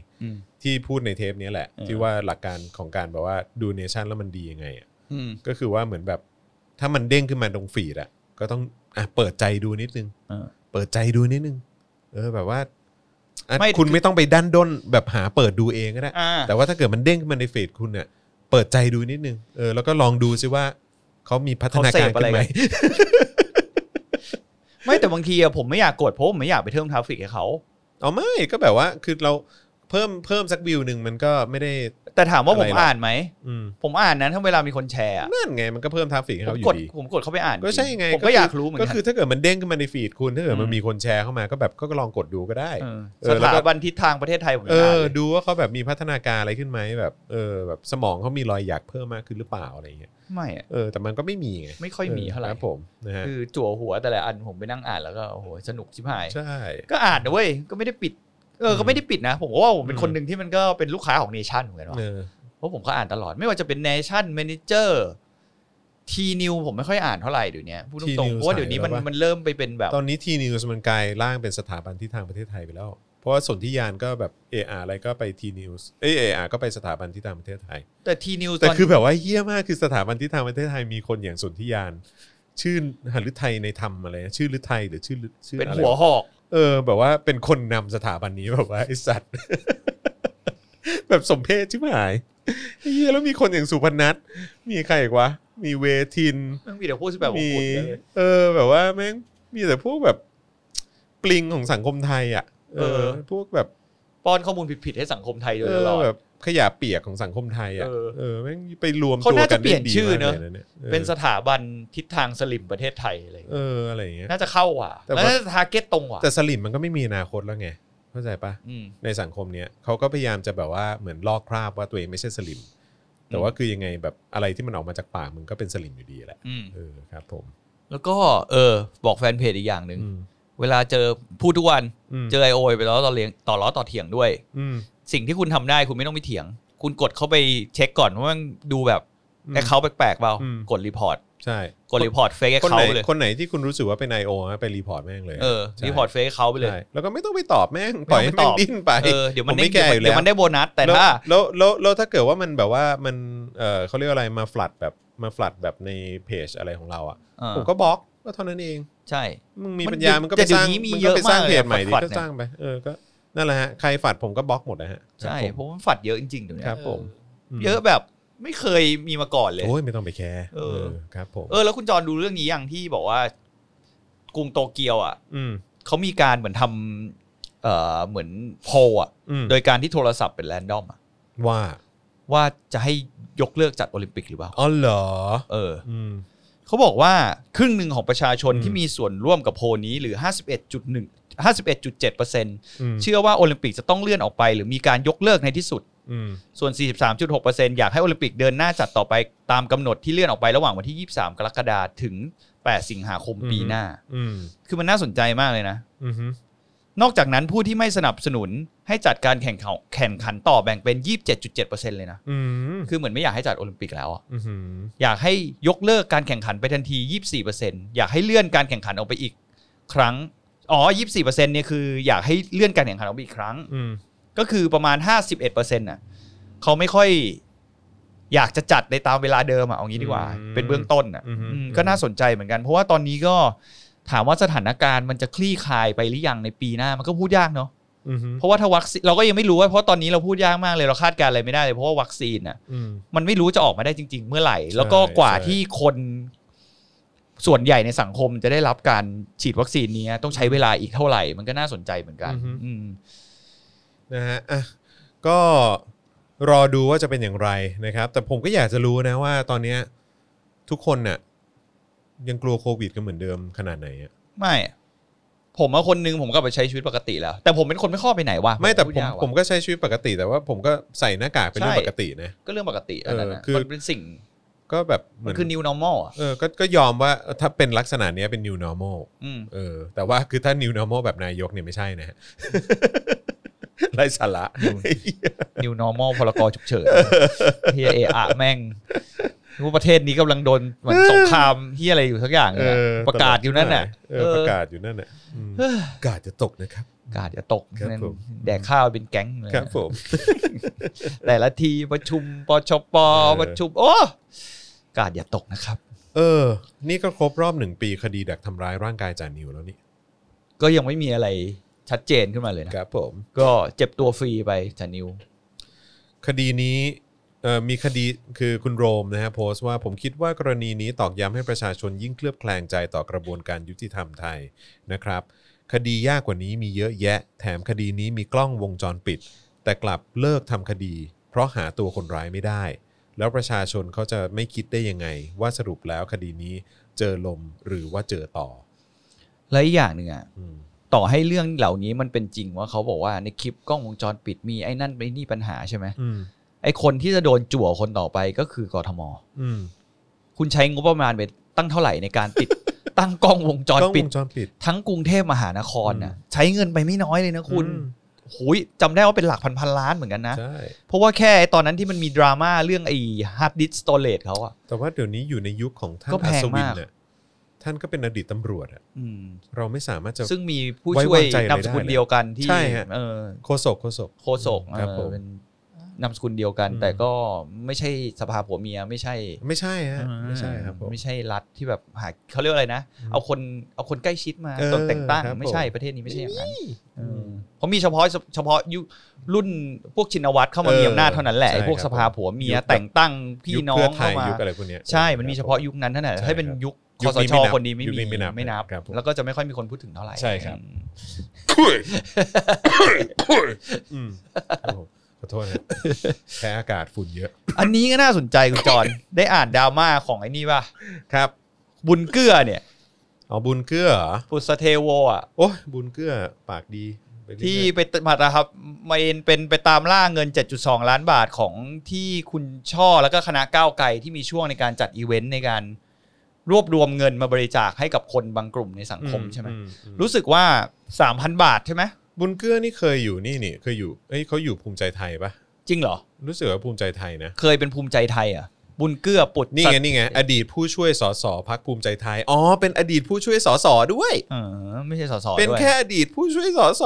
ที่พูดในเทปเนี้ยแหละ เออ ที่ว่าหลักการของการแบบว่าดูเนชั่นแล้วมันดียังไงอะ อืม ก็คือว่าเหมือนแบบ ถ้ามันเด้งขึ้นมาตรงฟีดอะก็ต้องอ่ะเปิดใจดูนิดนึง เออ เปิดใจดูนิดนึง เออแบบว่าอ่ะ ไม่ คุณไม่ต้องไปดันด้นแบบหาเปิดดูเองก็ได้ อ่า แต่ว่าถ้าเกิดมันเด้งขึ้นมาในฟีดคุณเนี่ยเปิดใจดูนิดนึงเออแล้วก็ลองดูซิว่าเขามีพัฒนาการขึ้นไหม ไม่แต่บางทีอะผมไม่อยากกดเพราะผมไม่อยากไปเทิมทราฟิกให้เขา เอาไม่ก็แบบว่าคือเราเพิ่มเพิ่มสักวิวหนึ่งมันก็ไม่ได้ แต่ถามว่าผม อะไรล่ะ อ่านไหม อืม ผมอ่านนะถ้าเวลามีคนแชร์อะ นั่นไงมันก็เพิ่มทราฟฟิกให้ ผเขามอก ยู่ ด ดี ผมกดเข้าไปอ่าน ก็ใช่ไง ผมก็อยากรู้เหมือน ก็ กัน คือถ้าเกิดมันเด้งขึ้นมาในฟีดคุณถ้าเกิดมัน อืม มีคนแชร์เข้ามาก็แบบก็ลองกดดูก็ได้ เออ เอ ส อแล้วก็ ถาบันทิศทางประเทศไทยผม เอ ยังอ่าน อ เลย ดูว่าเขาแบบมีพัฒนาการอะไรขึ้นไหมแบบเออแบบสมองเขามีรอยหยักเพิ่มมากขึ้นหรือเปล่าอะไรอย่างเงี้ย ไม่อะ เออแต่มันก็ไม่มีไง ไม่ค่อยมีเท่าไหร่ ครับผมนะฮะ คือจั่วหัวแต่ละอันผมไปนั่งอ่านแล้วก็โอ้โหสนุกชิบหาย ใช่ ก็อ่านนะเว้ยก็ไม่ได้ปิด เออ ก็ไม่ได้ปิดนะ ผมก็ว่าผมเป็นคนหนึ่งที่มันก็เป็นลูกค้าของเนชั่นเหมือนกันว่ะ เออ เพราะผมก็อ่านตลอด ไม่ว่าจะเป็นเนชั่นแมเนเจอร์ทีนิวผมไม่ค่อยอ่านเท่าไหร่เดี๋ยวนี้พูดตรง T-News ๆ เพราะว่าเดี๋ยวนี้มัน หายไปแล้วปะ มันเริ่มไปเป็นแบบ ตอนนี้ทีนิวส์มันกลายร่างเป็นสถาบันที่ทางประเทศไทยไปแล้ว เพราะว่าสนธิยานก็แบบเอออะไรก็ไปทีนิวส์เอเออก็ไปสถาบันที่ทางประเทศไทย แต่ทีนิวต แต่ อน คือแบบว่าเฮี้ยมากคือสถาบันที่ทางประเทศไทยมีคนอย่างสนธิยาน ชื่อหฤทัยในธรรมอะไรนะชื่อฤทัยหรือชื่อชื่อ เป็น อะไร หัวหอก เออ แบบว่าเป็นคนนำสถาบันนี้แบบว่าไอสัตว์ <laughs> แบบสมเพศชิบหายเฮียแล้วมีคนอย่างสุพนัทมีใครอีกวะมีเวทิน มันมีแต่พูดที่แบบ มี โอ้โหเยอะเลย เออแบบว่าแม่งมีแต่พวกแบบปลิงของสังคมไทยอ่ะเอ เอ อ อ พวกแบบ ป้อนข้อมูลผิดๆให้สังคมไทยโดย เอ ตลอ อ ด แบบขยะเปียกของสังคมไทยอ่ะ เออ เออแม่งไปรวม เขา ตัว น่า กั จะ น เปลี่ยน ได้ดี ชื่อ มาก เนอะ ลยยออ เป็นสถาบันทิศทางสลิมประเทศไทยอะไรอย่าง เอ เงี้อยอะไรอย่างเงี้ย น่าจะเข้ากว่า แต่ แล้ว ว่า น่าจะทาร์เก็ตตรงกว่า แต่สลิมมันก็ไม่มีอนาคตแล้วไงเข้าใจปะ อืม ในสังคมเนี้ยเขาก็พยายามจะแบบว่าเหมือนลอกคราบว่าตัวเองไม่ใช่สลิม แต่ว่าคือยังไงแบบอะไรที่มันออกมาจากปากมึงก็เป็นสลิมอยู่ดีแหละ อืม เออครับ ผม แล้วก็เออ บอกแฟนเพจอีกอย่างหนึ่ง อืม เวลาเจอพูดทุกวัน ม เจอไอโอไปแล้วต่อเลี้ยงต่อล้อต่อเถียงด้วย อืม สิ่งที่คุณทำได้คุณไม่ต้องไปเถียง คุณกดเข้าไปเช็คก่อนว่ามันดูแบบ อืม แอคเคาท์แปลกๆเปล่า อืม กดรีพอร์ต ใช่ กดรีพอร์ตเฟกแอค คน เคา ไหน ท์เลย คนไหนที่คุณรู้สึกว่าเป็น IO ฮะไปรีพอร์ตแม่งเลย เออ ใช่ รีพอร์ตเฟกเขาท์ไปเลย ใช่แล้วก็ไม่ต้องไปตอบแม่งปล่อยให้ ไม่ แม่ ต้อง งไปตอบ ดิ้นไป เออเดี๋ยวมัน ผไม่แก่อยู่ เดี๋ แล้ ยว ว มันได้โบนัสแต่ ล้ว ถ้า แล้วแล้วแล้วถ้าเกิดว่ามันแบบว่ามันเออเขาเรียกว่าอะไรมาฟลัดแบบมาฟลัดแบบในเพจอะไรของเราอ่ะ เออ ผมก็บล็อกก็เท่านั้นเอง ใช่ มึงมี มัน ปัญญามันก็ไป แต่เดี๋ ส ยว ร้าง นี้มี มัน เย ก็ อะ ไปสร้าง มาก เพ เลย จใหม่ดิ ฝัดๆ ก็ เนี่ย สร้างไปเออก็นั่นแหละฮะใครฝัดผมก็บล็อกหมดนะฮะ ใช่ ครับ เพ ผม ราะมันฝัดเยอะจริงๆเดี๋ยวนี้ ครับ ผม ม เยอะแบบไม่เคยมีมาก่อนเลย โอ้ยไม่ต้องไปแคร์ เออ เออครับผม เออแล้วคุณจอนดูเรื่องนี้ยังที่บอกว่ากรุงโตเกียวอ่ะ อืม เขามีการเหมือนทำเอ่อเหมือนโพลอ่ะ อืม โดยการที่โทรศัพท์เป็นแรนดอมอ่ะ ว่า ว่าจะให้ยกเลิกจัดโอลิมปิกหรือเปล่า อ๋อเหรอ เออ อืม เขาบอกว่าครึ่งหนึ่งของประชาชน อืม ที่มีส่วนร่วมกับโพลนี้หรือ 51.1 51.7% อืม เชื่อว่าโอลิมปิกจะต้องเลื่อนออกไป หรือมีการยกเลิกในที่สุด อืม ส่วน 43.6%อยากให้โอลิมปิกเดินหน้าจัดต่อไปตามกำหนดที่เลื่อนออกไประหว่างวันที่ 23 กรกฎาคมถึง 8 สิงหาคม อืม ปีหน้า อืม คือมันน่าสนใจมากเลยนะ อืมฮึ นอกจากนั้นผู้ที่ไม่สนับสนุนให้จัดการแข่งขันแข่งขันต่อแบ่งเป็น 27.7%เลยนะ อืม คือเหมือนไม่อยากให้จัดโอลิมปิกแล้วอะ อืม อยากให้ยกเลิกการแข่งขันไปทันที 24%อยากให้เลื่อนการแข่งขันออกไปอีกครั้ง อ๋อ 24%เนี่ยคืออยากให้เลื่อนการแข่งขันออกไปอีกครั้ง อืม ก็คือประมาณ 51%น่ะเขาไม่ค่อย อยากจะจัดในตามเวลาเดิมอ่ะเอางี้ดีกว่า เป็นเบื้องต้นอ่ะอืมก็น่าสนใจเหมือนกัน เพราะว่าตอนนี้ก็ถามว่าสถานการณ์มันจะคลี่คลายไปหรือยังในปีหน้ามันก็พูดยากเนาะ อืม เพราะว่าถ้าวัคซีนเราก็ยังไม่รู้ว่าเพราะตอนนี้เราพูดยากมากเลยเราคาดการณ์อะไรไม่ได้เลยเพราะว่าวัคซีนอ่ะ อืม มันไม่รู้จะออกมาได้จริง ๆ เมื่อไหร่ แล้วก็ ใช่ กว่า ใช่ ที่คนส่วนใหญ่ในสังคมจะได้รับการฉีดวัคซีนเนี้ยต้องใช้เวลาอีกเท่าไหร่ มันก็น่าสนใจเหมือนกัน อืม นะฮะอ่ะก็รอดูว่าจะเป็นอย่างไรนะครับ แต่ผมก็อยากจะรู้นะว่าตอนเนี้ยทุกคนน่ะยังกลัวโควิดกันเหมือนเดิมขนาดไหนอะ ไม่ ผมว่าคนนึงผมก็ไปใช้ชีวิตปกติแล้ว แต่ผมเป็นคนไม่ค่อยไปไหนว่ะ ไม่แต่ พูด ผม ยากว่ะ ผมก็ใช้ชีวิตปกติ แต่ว่าผมก็ใส่หน้ากากเป็นเรื่องปใช่กตินะ ก็เรื่องปกติอันนั้นน่ะ เออคือ มันเป็นสิ่ง ก็แบบเหมืมัอน น คือ new normal อ่ะ เออก็ก็ยอมว่าถ้าเป็นลักษณะเนี้ยเป็น new normal อืม เออแต่ว่าคือถ้า new normal แบบนายกเนี่ยไม่ใช่นะฮะ <laughs> ไรสาระ นิ new normal พลกรฉุกเฉินเฮียเอะอะแม่งนึกว่าประเทศนี้กำลังโดนเหมือนสงครามเฮียอะไรอยู่สักอย่างเลย เอ อะ อ ประกาศอยู่นั่นน่ะ เออประกาศอยู่นั่นน่ะอืม เออ อากาศจะตกนะครับ กาดจะตก ครับ นั่น ผม แดกข้าวเป็นแก๊งเลย ครับผม แต่ละทีประชุมปชป อ ประชุมโอ้กาดอย่าตกนะครับ เออ นี่ก็ครบรอบหนึ่งปีคดีดักทำร้ายร่างกายจานิวแล้วนี่ ก็ยังไม่มีอะไรชัดเจนขึ้นมาเลยนะครับ ผม ก็เจ็บตัวฟรีไปจานิว คดีนี้เอ เอ่อมีคดีคือคุณโรมนะฮะโพสต์ว่าผมคิดว่ากรณีนี้ตอกย้ำให้ประชาชนยิ่งเคลือบแคลงใจต่อกระบวนการยุติธรรมไทยนะครับ คดียากกว่านี้มีเยอะแยะ แถมคดีนี้มีกล้องวงจรปิด แต่กลับเลิกทำคดี เพราะหาตัวคนร้ายไม่ได้ แล้วประชาชนเขาจะไม่คิดได้ยังไง ว่าสรุปแล้วคดีนี้เจอลมหรือว่าเจอต่อ และอีกอย่างหนึ่งอ่ะ อืม ต่อให้เรื่องเหล่านี้มันเป็นจริงว่าเขาบอกว่าในคลิปกล้องวงจรปิดมีไอ้นั่นไอ้นี่ปัญหาใช่ไหม อืม ไอ้คนที่จะโดนจั่วคนต่อไปก็คือกทม อืม คุณใช้งบประมาณไปตั้งเท่าไหร่ในการ <laughs> ติด ตั้งกล้องวงจร กล้อง ปิด วงจรปิด ทั้งกรุงเทพมหานครนะใช้เงินไปไม่น้อยเลยนะคุณ อืม หุยจำได้ว่าเป็นหลักพันพันล้านเหมือนกันนะ ใช่ เพราะว่าแค่ไอ้ตอนนั้นที่มันมีดราม่าเรื่องไอ้ฮาร์ดดิสโตเลตเขาอะ แต่ว่าเดี๋ยวนี้อยู่ในยุคของท่าน ก็ อั แพง ศวิน มาก เนี่ยท่านก็เป็นอดีตตำรวจอะ อืม เราไม่สามารถจะ ซึ่งมีผู้ช่วยวไว้างใจอะไร นามสกุลเดียวกันที่ ใช่ฮะ เออ โคศกโคศก โคศก ครับ เอ ผม อเป็นนามสกุลเดียวกัน อืม แต่ก็ไม่ใช่สภาผัวเมียไม่ใช่ ไม่ใช่ฮะไม่ใช่ครับผม ไม่ใช่รัฐที่แบบหาเขาเรียกว่าอะไรนะ อืม เอาคนเอาคนใกล้ชิดมา เออ ตนแต่งตั้ง ครับ ไม่ใช่ ผม ประเทศนี้ไม่ใช่อย่างนั้นเออ อืม เพราะมีเฉพาะเฉพาะยุรุ่นพวกชินวัตรเข้ามา เออ มีอำนาจเท่านั้นแหละ ใช่ ไอ้พวก ครับ สภาผัวเมีย ยุคแบบ แต่งตั้งพี่ ยุค น้อ เพื่ ง ไท เข้าย มา ยุคอะไรพวกเนี้ย ใช่มันมีเฉพาะยุคนั้นเท่านั้นแหละ ใช่ ให้เป็น ครับ ยุค ยุ ค ค ส นี้ ช ไม่นับ คนนี้ไม่ ยุค มี นี้ไม่นับ ไม่นับ ครับผม แล้วก็จะไม่ค่อยมีคนพูดถึงเท่าไหร่ ใช่ครับ อืม อืมครับผมขอโทษนะแพ้อากาศฝุ่นเยอะ อันนี้ก็น่าสนใจ <laughs> คุณจอนได้อ่านดราม่าของไอ้นี่ป่ะ ครับ บุญเกื้อเนี่ย เอาบุญเกื้อเหรอ ปุสเทโวอ่ะ โอ้ยบุญเกื้อปากดีไปเรื่อยๆ ที่ไปมาตะครับมาเอนเป็นไปตามล่าเงิน 7.2 ล้านบาทของที่คุณช่อแล้วก็คณะก้าวไกลที่มีช่วงในการจัดอีเวนต์ในการรวบรวมเงินมาบริจาคให้กับคนบางกลุ่มในสังคมใช่ไหม อือื รู้สึกว่า 3,000 บาทใช่ไหม บุญเกื้อนี่เคยอยู่นี่นี่เคยอยู่เอ้ยเขาอยู่ภูมิใจไทยปะ จริงเหรอ รู้สึกว่าภูมิใจไทยนะ เคยเป็นภูมิใจไทยเหรอ่ะบุญเกื้อปุด นี่ไงนี่ไงอดีตผู้ช่วยสสพักภูมิใจไทยอ๋อเป็นอดีตผู้ช่วยสสด้วย เออไม่ใช่สส เป็น ด้วย แค่อดีตผู้ช่วยสส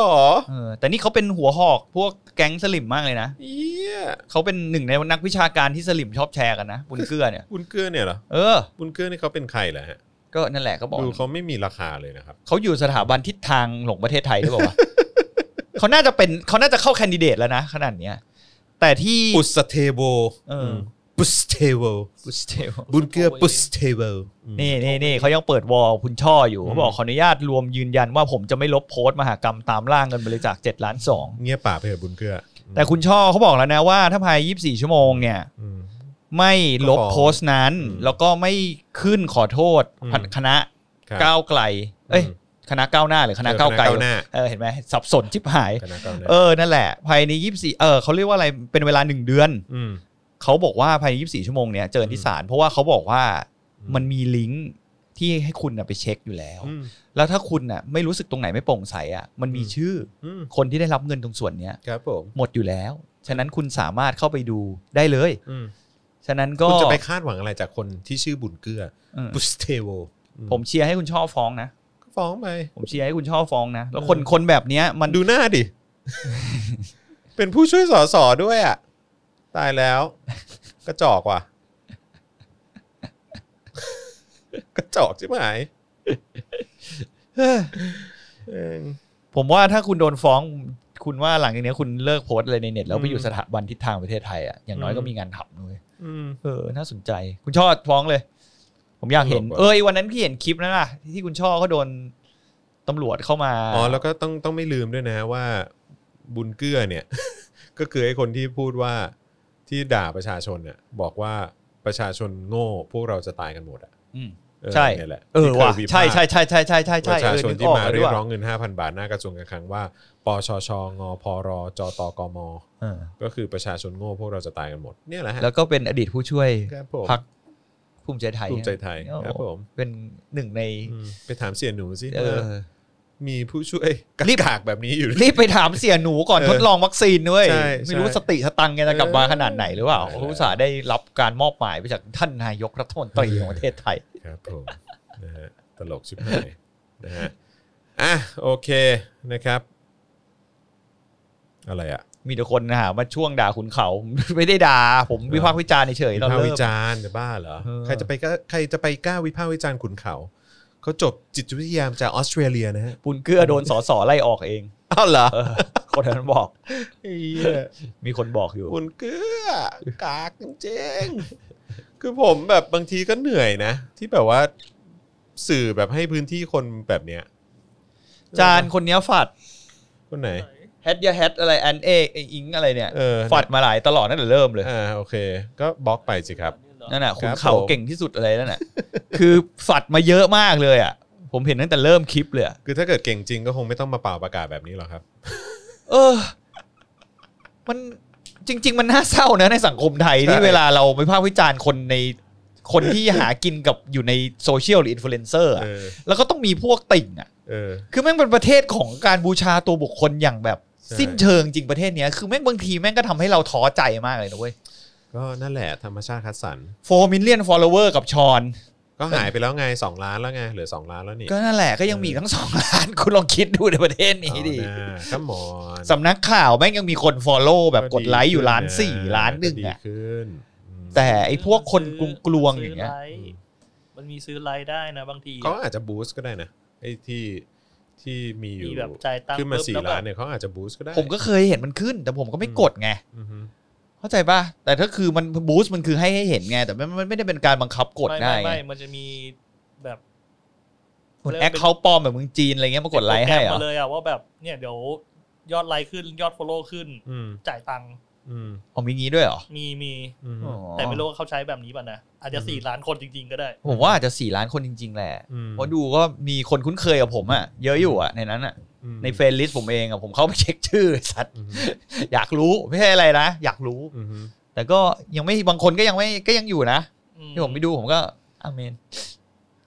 เออแต่นี่เขาเป็นหัวหอกพวกแก๊งสลิมมากเลยนะ เยี่ย เขาเป็นหนึ่งในนักวิชาการที่สลิมชอบแชร์กันนะบุญเกื้อเนี่ย บุญเกื้อเนี่ยเหรอ เออ บุญเกื้อนี่เขาเป็นใครเหรอฮะ ก็นั่นแหละก็บอก ดูเขาไม่มีราคาเลยนะครับ เขาอยู่สถาบันทิศทางหลงประเทศไทยหรือเปล่าวะ <laughs> เขาน่าจะเป็นเขาน่าจะเข้าแคนดิเดตแล้วนะขนาดเนี้ย แต่ที่ ปุสเทโบ เอออื มปุสเทโบ บุสเทล บุญเกือปุสเทโบอืม นี่นี่นี่เขายังเปิดวอลคุณช่ออยู่เขาบอ อื ก ม ขออนุญาตรวมยืนยันว่าผมจะไม่ลบโพสต์มหากรรมตามล่าเงินบริจาค7ล้าน เงียบป่ากไปเถอะบุญเกือ 2แต่คุณช่อเขาบอกแล้วนะว่าถ้าภาย 24 ชั่วโมงเนี่ย อืม ไม่ลบโพสต์นั้น อืม แล้วก็ไม่ขึ้นขอโทษ อืม คณะ ครับ ก้าวไกล เอ้ย อืม คณะก้าวหน้าหรือคณะก้าวไกล เออคณะก้าวหน้า เออเห็นไหมสับสนชิบหาย คณะก้าวหน้า เออ นั่นแหละ ภายใน 24 เออเขาเรียกว่าอะไร เป็นเวลาหนึ่งเดือน ม เขาบอกว่าภายใน 24 ชั่วโมงเนี้ยเจอที่ศาล เพราะว่าเขาบอกว่า อืม มันมีลิงก์ที่ให้คุณน่ะไปเช็คอยู่แล้ว อืม แล้วถ้าคุณน่ะไม่รู้สึกตรงไหนไม่โปร่งใสอ่ะ มันมี อืม ชื่อ อืม คนที่ได้รับเงินตรงส่วนเนี้ย ครับผม หมดอยู่แล้ว ฉะนั้นคุณสามารถเข้าไปดูได้เลย อืม ฉะนั้นก็ คุณจะไปคาดหวังอะไรจากคนที่ชื่อบุญเกือ เออ ปุสเทโบอื ผมเชียร์ให้คุณชอบฟ้องนะ ก็ฟ้องไป ผมเชียร์ให้คุณชอบฟ้องนะ แล้วคน เออ คนแบบเนี้ยมัน ดูหน้าดิ <laughs> เป็นผู้ช่วยสสด้วยอ่ะ ตายแล้ว กระจอกว่ะ <laughs> กระจอกใช่ไหม เฮ้ย เอง ผมว่าถ้าคุณโดนฟ้อง คุณว่าหลังจากเนี้ยคุณเลิกโพสต์อะไรในเน็ตแล้วไปอยู่สถาบันทิศทางประเทศไทยอ่ะ อย่างน้อยก็มีงานทำด้วย อืม เออ น่าสนใจ คุณช่อฟ้องเลย ผมอยากเห็น ตำรวจปะ เอ้ย วันนั้นพี่เห็นคลิปนั่นล่ะ ที่คุณช่อเขาโดนตำรวจเข้ามา อ๋อแล้วก็ต้องต้องไม่ลืมด้วยนะว่าบุญเกื้อเนี่ย <laughs> ก็คือไอ้คนที่พูดว่าที่ด่าประชาชนเนี่ยบอกว่าประชาชนโง่พวกเราจะตายกันหมดอ่ะ อืม เออ ใช่ นี่แหละ เออ ที่คยพาว่ะกษ์ ใช่ใช่ใช่ใช่ใช่ใช่ ป ใช่ ระชาชนที่มาเรียกร้อง งเงิน 5,000 บาทหน้ากระทรวงการคลังว่าปชชงพรจตกม ก็คือประชาชนโง่พวกเราจะตายกันหมดเนี่ยแหละฮะ แล้วก็เป็นอดีตผู้ช่วย ครับผม พักภูมิใจไทย ภูมิใจไทย โอ้ ครับผม เป็นหนึ่งใน อืมไปถามเสียหนูสิ เอ ว่า อ มีผู้ช่วย <laughs> ก รีบ กากๆแบบนี้อยู่หรือ รีบไปถามเสียหนูก่อน เออ ทดลองวัคซีนด้วย ใช่ ไม่รู้ ใช่ สติสตังค์แกจะกลับมาขนาดไหนหรือเปล่า เออ เขาอุตส่าห์ได้รับการมอบหมายไปจากท่านนายกรัฐมนตรีของประเทศไทย ครับผม นะฮะตลกชิบหายนะฮะอ่ะโอเคนะครับ อะไรอ่ะ มีแต่คนหามาช่วงด่าคุณเขา <laughs> ไม่ได้ด่าผมวิพากษ์วิจารณ์เฉย วิ ๆตอน พากษ์ เริ่ วิ ม จารณ์จะบ้าเหรอ เออ ใครจะไปก็ใครจะไปกล้าวิพากษ์วิจารณ์ขุนเขา เขาจบจิตวิทยามาจากออสเตรเลียนะฮะ ปุนเกื้อโดนสอสอไล่ออกเอง อ้าวเหรอ เออคนแถวนั้นบอก ไอ้เหี้ย มีคนบอกอยู่ คุณเกื้อกากจริงๆคือผมแบบบางทีก็เหนื่อยนะ ที่แบบว่าสื่อแบบให้พื้นที่คนแบบเนี้ย จานคนเนี้ยฝัด คนไหน แฮดยาแฮดอะไรแอนเอไออิงอะไรเนี่ย เออ ฝัดมาหลายตลอดนั่นแต่เริ่มเลย อ่าโอเค ก็บล็อกไปสิครับ นั่นคน่ะรับ คุณเขา ผม เก่งที่สุดอะไรนั่นน่ะ <laughs> คือฝัดมาเยอะมากเลยอ่ะ ผมเห็นตั้งแต่เริ่มคลิปเลยอะ คือถ้าเกิดเก่งจริงก็คงไม่ต้องมาเป่าประกาศแบบนี้หรอกครับ เออ มันจริง ๆ มันน่าเศร้านะในสังคมไทยที่ ใช่ เวลาเราไปภาควิจารณ์คนในคนที่หากินกับอยู่ในโซเชียลหรืออินฟลูเอนเซอร์อะ เออ แล้วก็ต้องมีพวกติ่งอ่ะ เออ คือแม่งเป็นประเทศของการบูชาตัวบุคคลอย่างแบบ ใช่ สิ้นเชิงจริงประเทศเนี้ยคือแม่งบางทีแม่งก็ทำให้เราท้อใจมากเลยนะเว้ย ก็นั่นแหละธรรมชาติคัดสรร โฟมิเลียนฟอลโลเวอร์กับชอน ก็หายไปแล้วไง 2 ล้านแล้วไง เหลือ 2 ล้านแล้วนี่ ก็นั่นแหละก็ยังมีอีกทั้งสองล้าน คุณลองคิดดูในประเทศนี้ดิ เอาหน้าครับหมอน สำนักข่าวแม่งยังมีคนฟอลโล่แบบกดไลค์อยู่ล้าน ขึ้ะ สี่ล้านหนึ่ง ก็ดี อ่ะ ขึ้นอืม แต่ไอ้พวกคนกลวงๆอย่างเงี้ย ซื้ไลท์มันมีซื้อไลท์ได้นะบางที เขาอาจจะบูสต์ก็ได้นะไอ้ที่ที่มีอยู่ มีแบบจ่ายตังค์ ขึ้นมา ปุ๊บ สี่ แล้วแบบ ล้านเนี่ยเขาอาจจะบูสต์ก็ได้ ผมก็เคยเห็นมันขึ้น แต่ผมก็ไม่กดไง อือฮึ เข้าใจป่ะ แต่ถ้าคือมันบูสต์มันคือให้ให้เห็นไง แต่มันมันไม่ได้เป็นการบังคับกดได้ ไม่ ไง ไม่มันจะมีแบบ เหมือนแอคเคาท์ปลอมแบบเมึงจีนอะไรเงี้ยมากดไลค์ให้เหร โป อ รแกรมมาเลยอะว่าแบบเนี่ยเดี๋ยวยอดไลค์ขึ้นยอดฟอลโล่ขึ้น อืม จ่ายตังค์ อืม เอามีงี้ด้วยเหรอ มีมี อืม อ๋อ แต่ไม่รู้ว่าเขาใช้แบบนี้ป่ะนะอาจจะ อืม สี่ล้านคนจริง ๆ ก็ได้ ผมว่าอาจจะสี่ล้านคนจริง ๆ แหละ อืม เพราะดูก็มีคนคุ้นเคยกับผมอะเยอะอยู่อะในนั้นอะ อืม ในเฟนลิสผมเองอะผมเข้าไปเช็คชื่อไอ้สัตว์ อืม อยากรู้ไม่ใช่อะไรนะ อยากรู้ อืมอื <laughs> ม แต่ก็ยังไม่บางคนก็ยังไม่ก็ยังอยู่นะ อื ที่ผมไปดูผมก็อเมน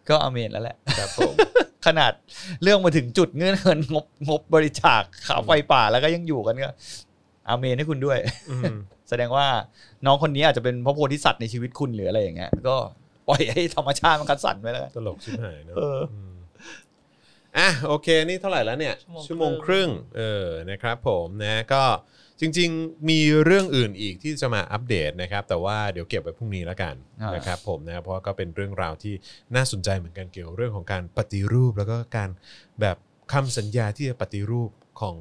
ก็อเมนแล้วแหละ <laughs> ครับผม ขนาดเรื่องมาถึงจุดเงื่อนเงิ <laughs> นงบงบบริจาคข่าวไฟป่าแล้วก็ยังอยู่กันก็อเมนให้คุณด้วย <laughs> อืม แสดงว่าน้องคนนี้อาจจะเป็นพระโพธิสัตว์ในชีวิตคุณหรืออะไรอย่างเงี้ย <laughs> ก็ปล่อยให้ธรรมชาติมันคัดสรรไว้แล้วกัน ตลกชิบหายเนอะ เอออื มอ่ะโอเค นี่เท่าไหร่แล้วเนี่ย ชั่ ชั่ว ว โม โม งคงครึ่ รึ่ง ง เออนะครับผมนะก็จริง ๆ มีเรื่องอื่นอีกที่จะมาอัปเดตนะครับ แต่ว่าเดี๋ยวเก็บไว้พรุ่งนี้แล้วกัน อ่าน นะครับผมนะเพราะก็เป็นเรื่องราวที่น่าสนใจเหมือนกันเกี่ยวเรื่องของการปฏิรูป แล้วก็การแบบคำสัญญาที่จะปฏิรูปของ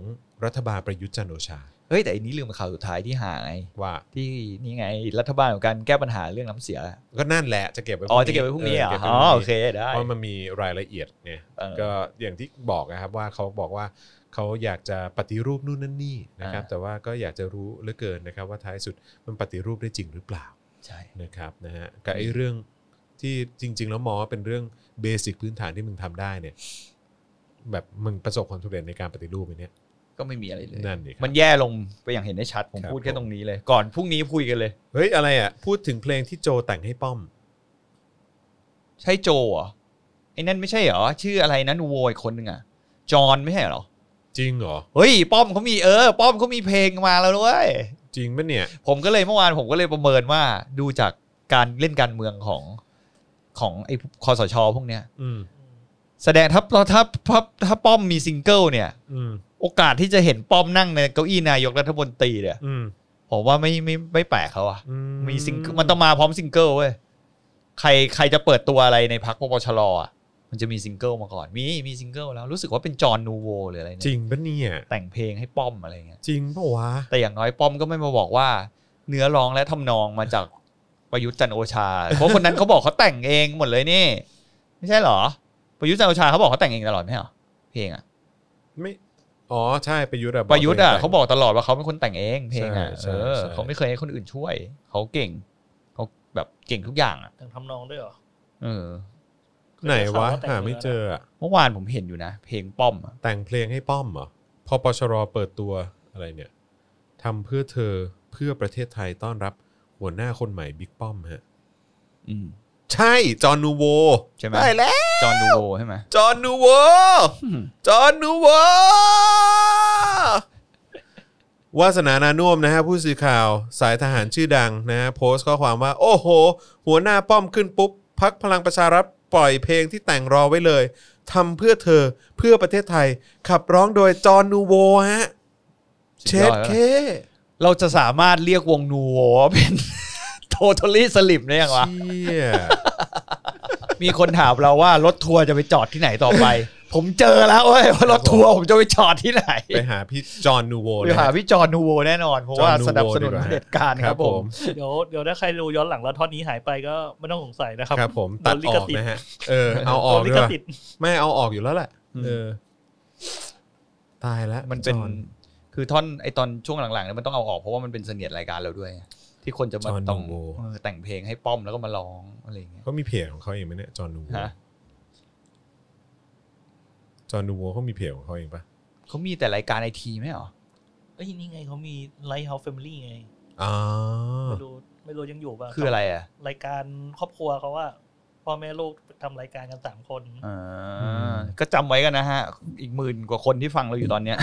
รัฐบาลประยุทธ์จันทร์โอชา เฮ้ยแต่อันนี้ลืมข่าวสุดท้ายที่หาไง ว่า ที่นี่ไงรัฐบาลของการแก้ปัญหาเรื่องน้ำเสีย ก็นั่นแหละจะเก็บไว้ อ๋อจะเก็บไว้พรุ่งนี้เหรอ ก็บไว้พ อ๋ รุ่ อง นี้ โอเคได้ เพราะมันมีรายละเอียดเนี่ย เออ ก็อย่างที่บอกนะครับว่าเขาบอกว่าเขาอยากจะปฏิรูปนู่นนั่นนี่นะครับ อ่า แต่ว่าก็อยากจะรู้เหลือเกินนะครับ ว่าท้ายสุดมันปฏิรูปได้จริงหรือเปล่า ใช่ นะครับนะฮะกับไอ้เรื่องที่จริง ๆ แล้วมองว่าเป็นเรื่องเบสิกพื้นฐานที่มึงทำได้เนี่ยแบบมึงประสบความสำเร็จในการปฏิรูปไหมเนี่ย ก็ไม่มีอะไรเลย นั่นดิครับ มันแย่ลงไปอย่างเห็นได้ชัด ผม ครับ พูดแค่ ผม ตรงนี้เลย ก่อนพรุ่งนี้คุยกันเลย เฮ้ยอะไรอ่ะพูดถึงเพลงที่โจแต่งให้ป้อม ใช่โจเหรอไอ้นั่นไม่ใช่เหรอ ชื่ออะไรนะนูโวอีกคนหนึ่งอ่ะ จอห์นไม่ใช่เหรอ จริงเหรอ เฮ้ย ป้อมเขามีเออ ป้อมเขามีเพลงมาแล้วด้วย จริงปะเนี่ย ผมก็เลยเมื่อวานผมก็เลยประเมินว่าดูจากการเล่นการเมืองของของไอ้คอสชพวกเนี้ย อืม แสดงถ้าถ้าถ้าถ้าป้อมมีซิงเกิลเนี่ย อืม โอกาสที่จะเห็นป้อมนั่งในเก้าอี้นายกรัฐมนตรีเนี่ย อืม ผมว่าไม่ไม่ไม่แปลกเขาอะ อื มีซิงเกิลมันต้องมาพร้อมซิงเกิลเว้ยใครใครจะเปิดตัวอะไรในพักปปชรอะมันจะมีซิงเกิลมาก่อนมีมีซิงเกิลแล้วรู้สึกว่าเป็นจอห์นนูโวหรืออะไร จริ เนี่ย งปะเนี่ย แต่งเพลงให้ป้อมอะไรเงี้ย จริงปะวะ แต่อย่างน้อยป้อมก็ไม่มาบอกว่า เนื้อร้องและทำนองมาจากประยุทธ์จันทร์โอชา เพราะคนนั้นเขาบอกเขาแต่งเองหมดเลยนี่ ไม่ใช่เหรอ ประยุทธ์จันทร์โอชาเขาบอกเขาแต่งเองตลอดไม่ใช่เหรอเพลงอะ ไม่อ๋อใช่ประยุทธ์อะ ประยุทธ์อ่ะเขาบอกตลอดว่าเขาเป็นคนแต่งเองเพลงอ่ะ ใช่ เออ ใช่ เขาไม่เคยให้คนอื่นช่วย เขาเก่งเขาแบบเก่งทุกอย่างอ่ะ แต่งทำนองด้วยเหรอ เออ ไหนวะ แต่งเพลง หาไม่เจออะ เมื่อวานผมเห็นอยู่นะ เพลงป้อมอะ แต่งเพลงให้ป้อมเหรอพปชรเปิดตัวอะไรเนี่ยทำเพื่อเธอเพื่อประเทศไทยต้อนรับหัวหน้าคนใหม่บิ๊กป้อมฮะ อืม ใช่จอห์นนูโว ใช่ไหม ด้แล้ว จอห์นดูโวใช่ไหม จอห์นนูโวจอห์นนูโววาสนานานุ่วมนะฮะผู้สื่อข่าวสายทหารชื่อดังนะฮะโพสต์ข้อความว่า โอ้โห หัวหน้าป้อมขึ้นปุ๊บพักพลังประชารัฐปล่อยเพลงที่แต่งรอไว้เลย ทำเพื่อเธอเพื่อประเทศไทย ขับร้องโดยจอห์นนูโวฮะเช สุดย ด อด เค แล้วเราจะสามารถเรียกวงนูโวว่าเป็น <laughs> โททอลี่สลิปได้ยังวะ เชี่ย มีคนถามเราว่ารถทัวร์จะไปจอดที่ไหนต่อไป ผมเจอแล้วเว้ยว่ารถทัวร์ผมจะไปจอดที่ไหน ไปหาพี่จอห์นนูโว ไป นะ หา ฮะ พี่จอห์นนูโวแน่นอน เพราะว่า จอห์นนูโว สนับสนุน ดีกว่า เผด็จการครับผม เดี๋ยวเดี๋ยวถ้าใครดูย้อนหลังแล้วท่อนนี้หายไปก็ไม่ต้องสงสัยนะครับ ครับผมตัด โนลิ อ ข อก สิท นะ ธิ์ ฮะเออเอาออก โดด้นลิ วย ข วะ สิทธิ์ ไม่เอาออกอยู่แล้วแหละเออตายแล้ว มันเป็น จอห์ คือท่อนไอตอนช่วงหลังๆเนี่ยมันต้องเอาออกเพราะว่ามันเป็นเสนียดรายการเราด้วย ที่คนจะมา จอห์น ต้อง นูโว เออแต่งเพลงให้ป้อมแล้วก็มาร้องอะไรอย่างเงี้ย เขามีเพจของเขาเองไหมเนี่ยจอห์นนูโว ฮะ จอห์นนูโวเขามีเพจของเขาเองปะ เขามีแต่รายการไอทีไหมเหรอ เอ้ยนี่ไงเขามีไลท์เฮาส์แฟมิลี่ไง อ๋อ ไม่รู้ไม่รู้ยังอยู่ป่ะ คืออะไรอ่ะ รายการครอบครัวเขาว่าพ่อแม่ลูกทำรายการกันสามคน อ่าก็จำไว้กันนะฮะ อีกหมื่นกว่าคนที่ฟังเราอยู่ตอนเนี้ย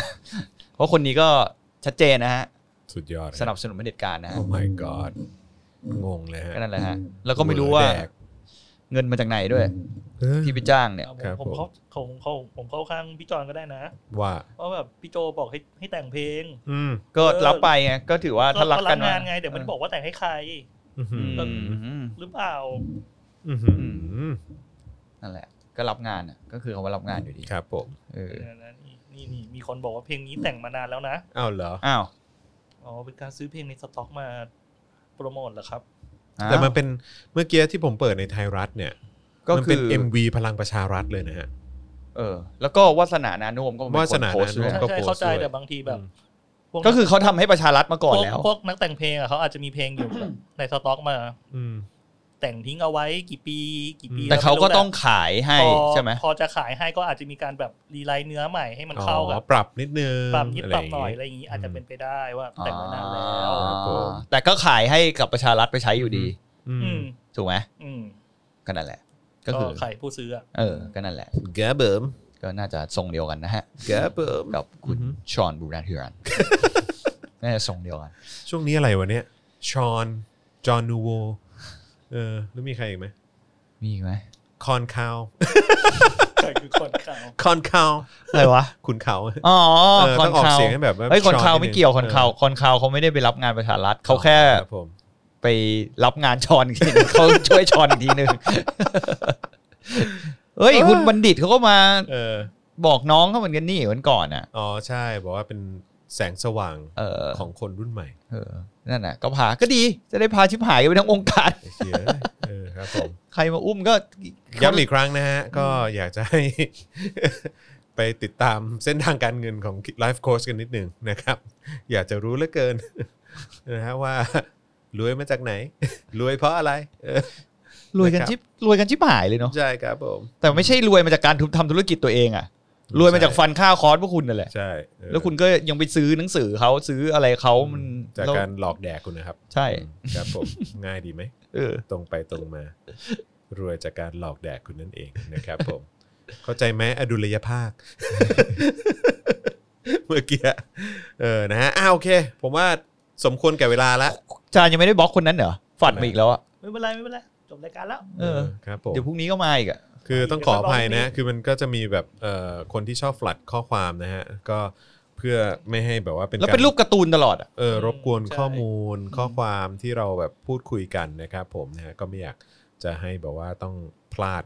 เพราะคนนี้ก็ชัดเจนนะฮะ สุดยอด สนับสนุนเผด็จการนะ โอ้ ฮะ my god งงเลยฮะ ก็นั่นแหละฮะ แล้วก็ไม่รู้ว่า แดก เงินมาจากไหนด้วย เออ ที่ไปจ้างเนี่ย เอาผม ครับ ผม ผม เขาผมเขาผมเข้าข้างพี่จอนก็ได้นะ ว่า เพราะแบบพี่โจบอกให้ให้แต่งเพลง อืม ก็รับไปไงก็ถือว่าถ้ารัก ก็ กั รั น บงานไงแต่มันบอกว่าแต่งให้ใคร อื้อหื อื อ ม หรือเปล่า อื้อหือ นั่นแหละ ก็รับงานอ่ะก็คือเขาว่ารับงานอยู่ดี ครับผม เออ เดี๋ยวนะนี่นี่นี่มีคนบอกว่าเพลงนี้แต่งมานานแล้วนะ อ้าวเหรอ อ้าว อ๋อ เป็นการซื้อเพลงในสต็อกมาโปรโมทเหรอครับ แต่มัน อ้าว เป็นเมื่อกี้ที่ผมเปิดในไทยรัฐเนี่ย ก็ มัน คื เป็น อ MV พลังประชารัฐเลยนะฮะ เออ แล้วก็วาสนานานุมก็เป็ วาส คน นา โพสต์ นานุ ด้ว วมก็ย ใช่ใช่ โพสต์ เข้าใจ ด้วย แต่บางทีแบบ พว ก็คือเขาทำให้ประชารัฐมาก่อนแล้ว พวกพวกนักแต่งเพลงอะเขาอาจจะมีเพลงอยู่ ในสต็อกมา อืม แต่งทิ้งเอาไว้กี่ปีกี่ปี แต่เขาก็ต้อง แ ขายให้ ล้วรู้แหละ ใช่ไหม พอพอจะขายให้ก็อาจจะมีการแบบรีไลน์เนื้อใหม่ให้มันเข้า อ๋ กั อบ ปรับนิดนึง ปรับนิดปรับหน่อย ะ อะไร ไราง อย่างนี้ อืม อาจจะเป็นไปได้ว่าแต่งมานานแล้ว อ๋อ ครับผม แต่ก็ขายให้กับประชารัฐไปใช้อยู่ดี อื อื ม ม ถูกไหม อืม ก็นั่นแหละ ก็ ก็ คือ ขายผู้ซื้ออะ เออก็นั่นแหละ แกเบิม ก็น่าจะทรงเดียวกันนะฮะ แกเบิม กับคุณชอนบูรณฮิ <laughs> รัน น่าจะทรงเดียวกัน ช่วงนี้อะไรวะเนี่ยชอนจอห์นนูโวเออแล้วมีใครอีกไหม มีอีกไหม คอนคาว <laughs> ใช่คือคนเขา คอนคาว อะไรวะ คุณเขา อ๋อคอเต้ น งออก คาว เสียงให้แบบว่า เฮ้ยคอน ช คาว ด ไม่ ง เกี่ยวคอนคาว เ คอนคาวเขาไม่ได้ไปรับงานประชารัฐเขาแค่ รับผม ไปรับงานชอนอีกทีนึง <laughs> เขาช่วยชอนอีกทีนึง <laughs> เฮ้ยคุณบัณฑิตเขาก็มา เออ บอกน้องเขาเหมือนกันนี่วันก่อนอ่ะ อ๋อใช่บอกว่าเป็นแสงสว่าง เออ ของคนรุ่นใหม่ เออนั่นน่ะ ก็พาก็ดีจะได้พาชิบหายกันไปทั้งองค์การ <laughs> ไอ้เหี้ยเออครับผม ใครมาอุ้มก็ ย้ำอีกครั้งนะฮะ ก็อยากจะให้ <laughs> ไปติดตามเส้นทางการเงินของ Life Coach กันนิดหนึ่งนะครับ อยากจะรู้เหลือเกิน <laughs> นะฮะว่ารวยมาจากไหน <laughs> รวยเพราะอะไรเออ รวยกันชิบรวยกันชิบหายเลยเนาะ ใช่ครับผม แต่ไม่ใช่รวยมาจากการทุบทำธุรกิจตัวเองอะรวยมาจากฟันค่าคอร์สพวกคุณนั่นแหละ ใช่เออ แล้วคุณก็ยังไปซื้อหนังสือเขาซื้ออะไรเขามัน จาก แล้ว การหลอกแดกคุณนะครับ ใช่ อืมครับผม ง่ายดีไหม เออ ตรงไปตรงมา รวยจากการหลอกแดกคุณนั่นเองนะครับผม เข้าใจไหมอดุลย <laughs> ภาค เมื่อกี้เออนะฮะอ้าวโอเค ผมว่าสมควรแก่เวลาละ จานยังไม่ได้บล็อกคนนั้นเหรอฝันมาอีกแล้วอะ <laughs> ไม่เป็นไรไม่เป็นไรจบรายการแล้ว เออ ครับผม เดี๋ยวพรุ่งนี้ก็มาอีกอะ คือต้องขออภัยนะ คือมันก็จะมีแบบเอ่อคนที่ชอบฟลัดข้อความนะฮะ ก็เพื่อไม่ให้แบบว่าเป็น แล้ว กา เป็น ร รูปการ์ตูนตลอดอะ เออรบกวน ใช่ ข้อมูลข้อความที่เราแบบพูดคุยกันนะครับผมนะฮะก็ไม่อยากจะให้แบบว่าต้องพลาด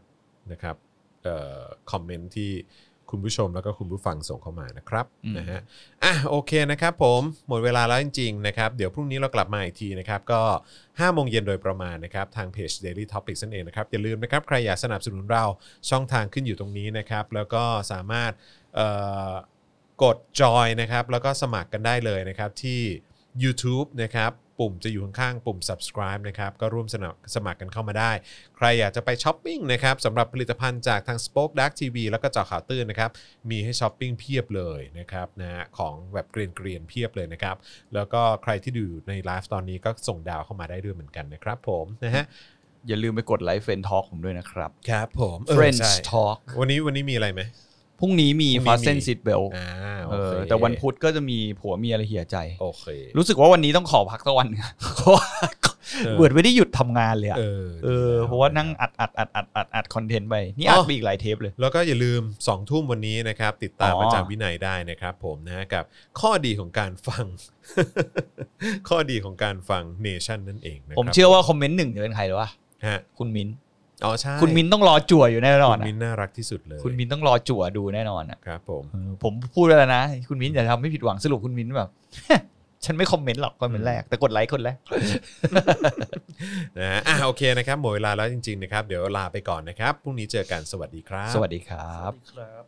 นะครับเอ่อคอมเมนต์ที่คุณผู้ชมแล้วก็คุณผู้ฟังส่งเข้ามานะครับนะฮะอ่ะโอเคนะครับผมหมดเวลาแล้วจริงๆนะครับเดี๋ยวพรุ่งนี้เรากลับมาอีกทีนะครับก็5โมงเย็นโดยประมาณนะครับทางเพจ Daily Topics นั่นเองนะครับอย่าลืมนะครับใครอยากสนับสนุนเราช่องทางขึ้นอยู่ตรงนี้นะครับแล้วก็สามารถ เอ่อกดจอยนะครับ แล้วก็สมัครกันได้เลยนะครับที่ YouTube นะครับ ปุ่มจะอยู่ข้างๆปุ่ม subscribe นะครับ ก็ร่วมสนับสมัครกันเข้ามาได้ ใครอยากจะไปช้อปปิ้งนะครับสำหรับผลิตภัณฑ์จากทาง Spoke Dark TV แล้วก็เจอข่าวตื้นนะครับ มีให้ช้อปปิ้งเพียบเลยนะครับนะฮะของแบบเกรียนๆเพียบเลยนะครับ แล้วก็ใครที่ดูอยู่ในไลฟ์ตอนนี้ก็ส่งดาวเข้ามาได้ด้วยเหมือนกันนะครับผมนะฮะ อย่าลืมไปกดไลค์เฟรนทอล์กผมด้วยนะครับ ครับผมเออ Friends ใช่ Talk วันนี้วันนี้มีอะไรไหม พรุ่งนี้มี พรุ่งนี้มี Fasten Seat Belt อ่าโอ เอ เค อแต่วันพุธก็จะมีผัวเมียอะไรเหี่ยใจ โอเค รู้สึกว่าวันนี้ต้องขอพัก <laughs> สักวันหนึ่งเพราะว่าเบิร์ดไม่ได้หยุดทำงานเลยอะ เออ เออ ดีแล้ เพราะว่านั่งอัดอัดอัดอัดอัดอัดคอนเทนต์ไปนี่อัดไปอีกหลายเทปเลย แล้วก็อย่าลืม2องทุ่มวันนี้นะครับ ติดตาม อ๋ออ อาจารย์วินัยได้นะครับผมนะกับข้อดีของการฟัง <laughs> ข้อดีของการฟังเนชั่นนั่นเองนะครั ผมเชื่อว่าคอมเมนต์หนึ่งจะเป็นใครหรือวะ ฮะ คุณมิ้น อ๋อใช่ คุณมินต้องรอจั่วอยู่แน่นอน คุณ อะ มินน่ารักที่สุดเลย คุณมินต้องรอจั่วดูแน่นอนอ่ะ ครับผม เออผมพูดไว้แล้วนะ คุณมินอย่าทำให้ผิดหวังสรุปคุณมินแบบ <laughs> ฉันไม่คอมเมนต์หรอกคอมเมนต์แรกแต่กดไลค์คนแรก นะฮะอ่ะโอเคนะครับหมดเวลาแล้วจริงๆนะครับ เดี๋ยวลาไปก่อนนะครับพรุ่งนี้เจอกันสวัสดีครับ สวัสดีครับ ครับ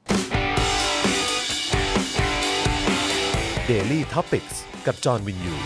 Daily t o p i c กกับจอห์นวินยู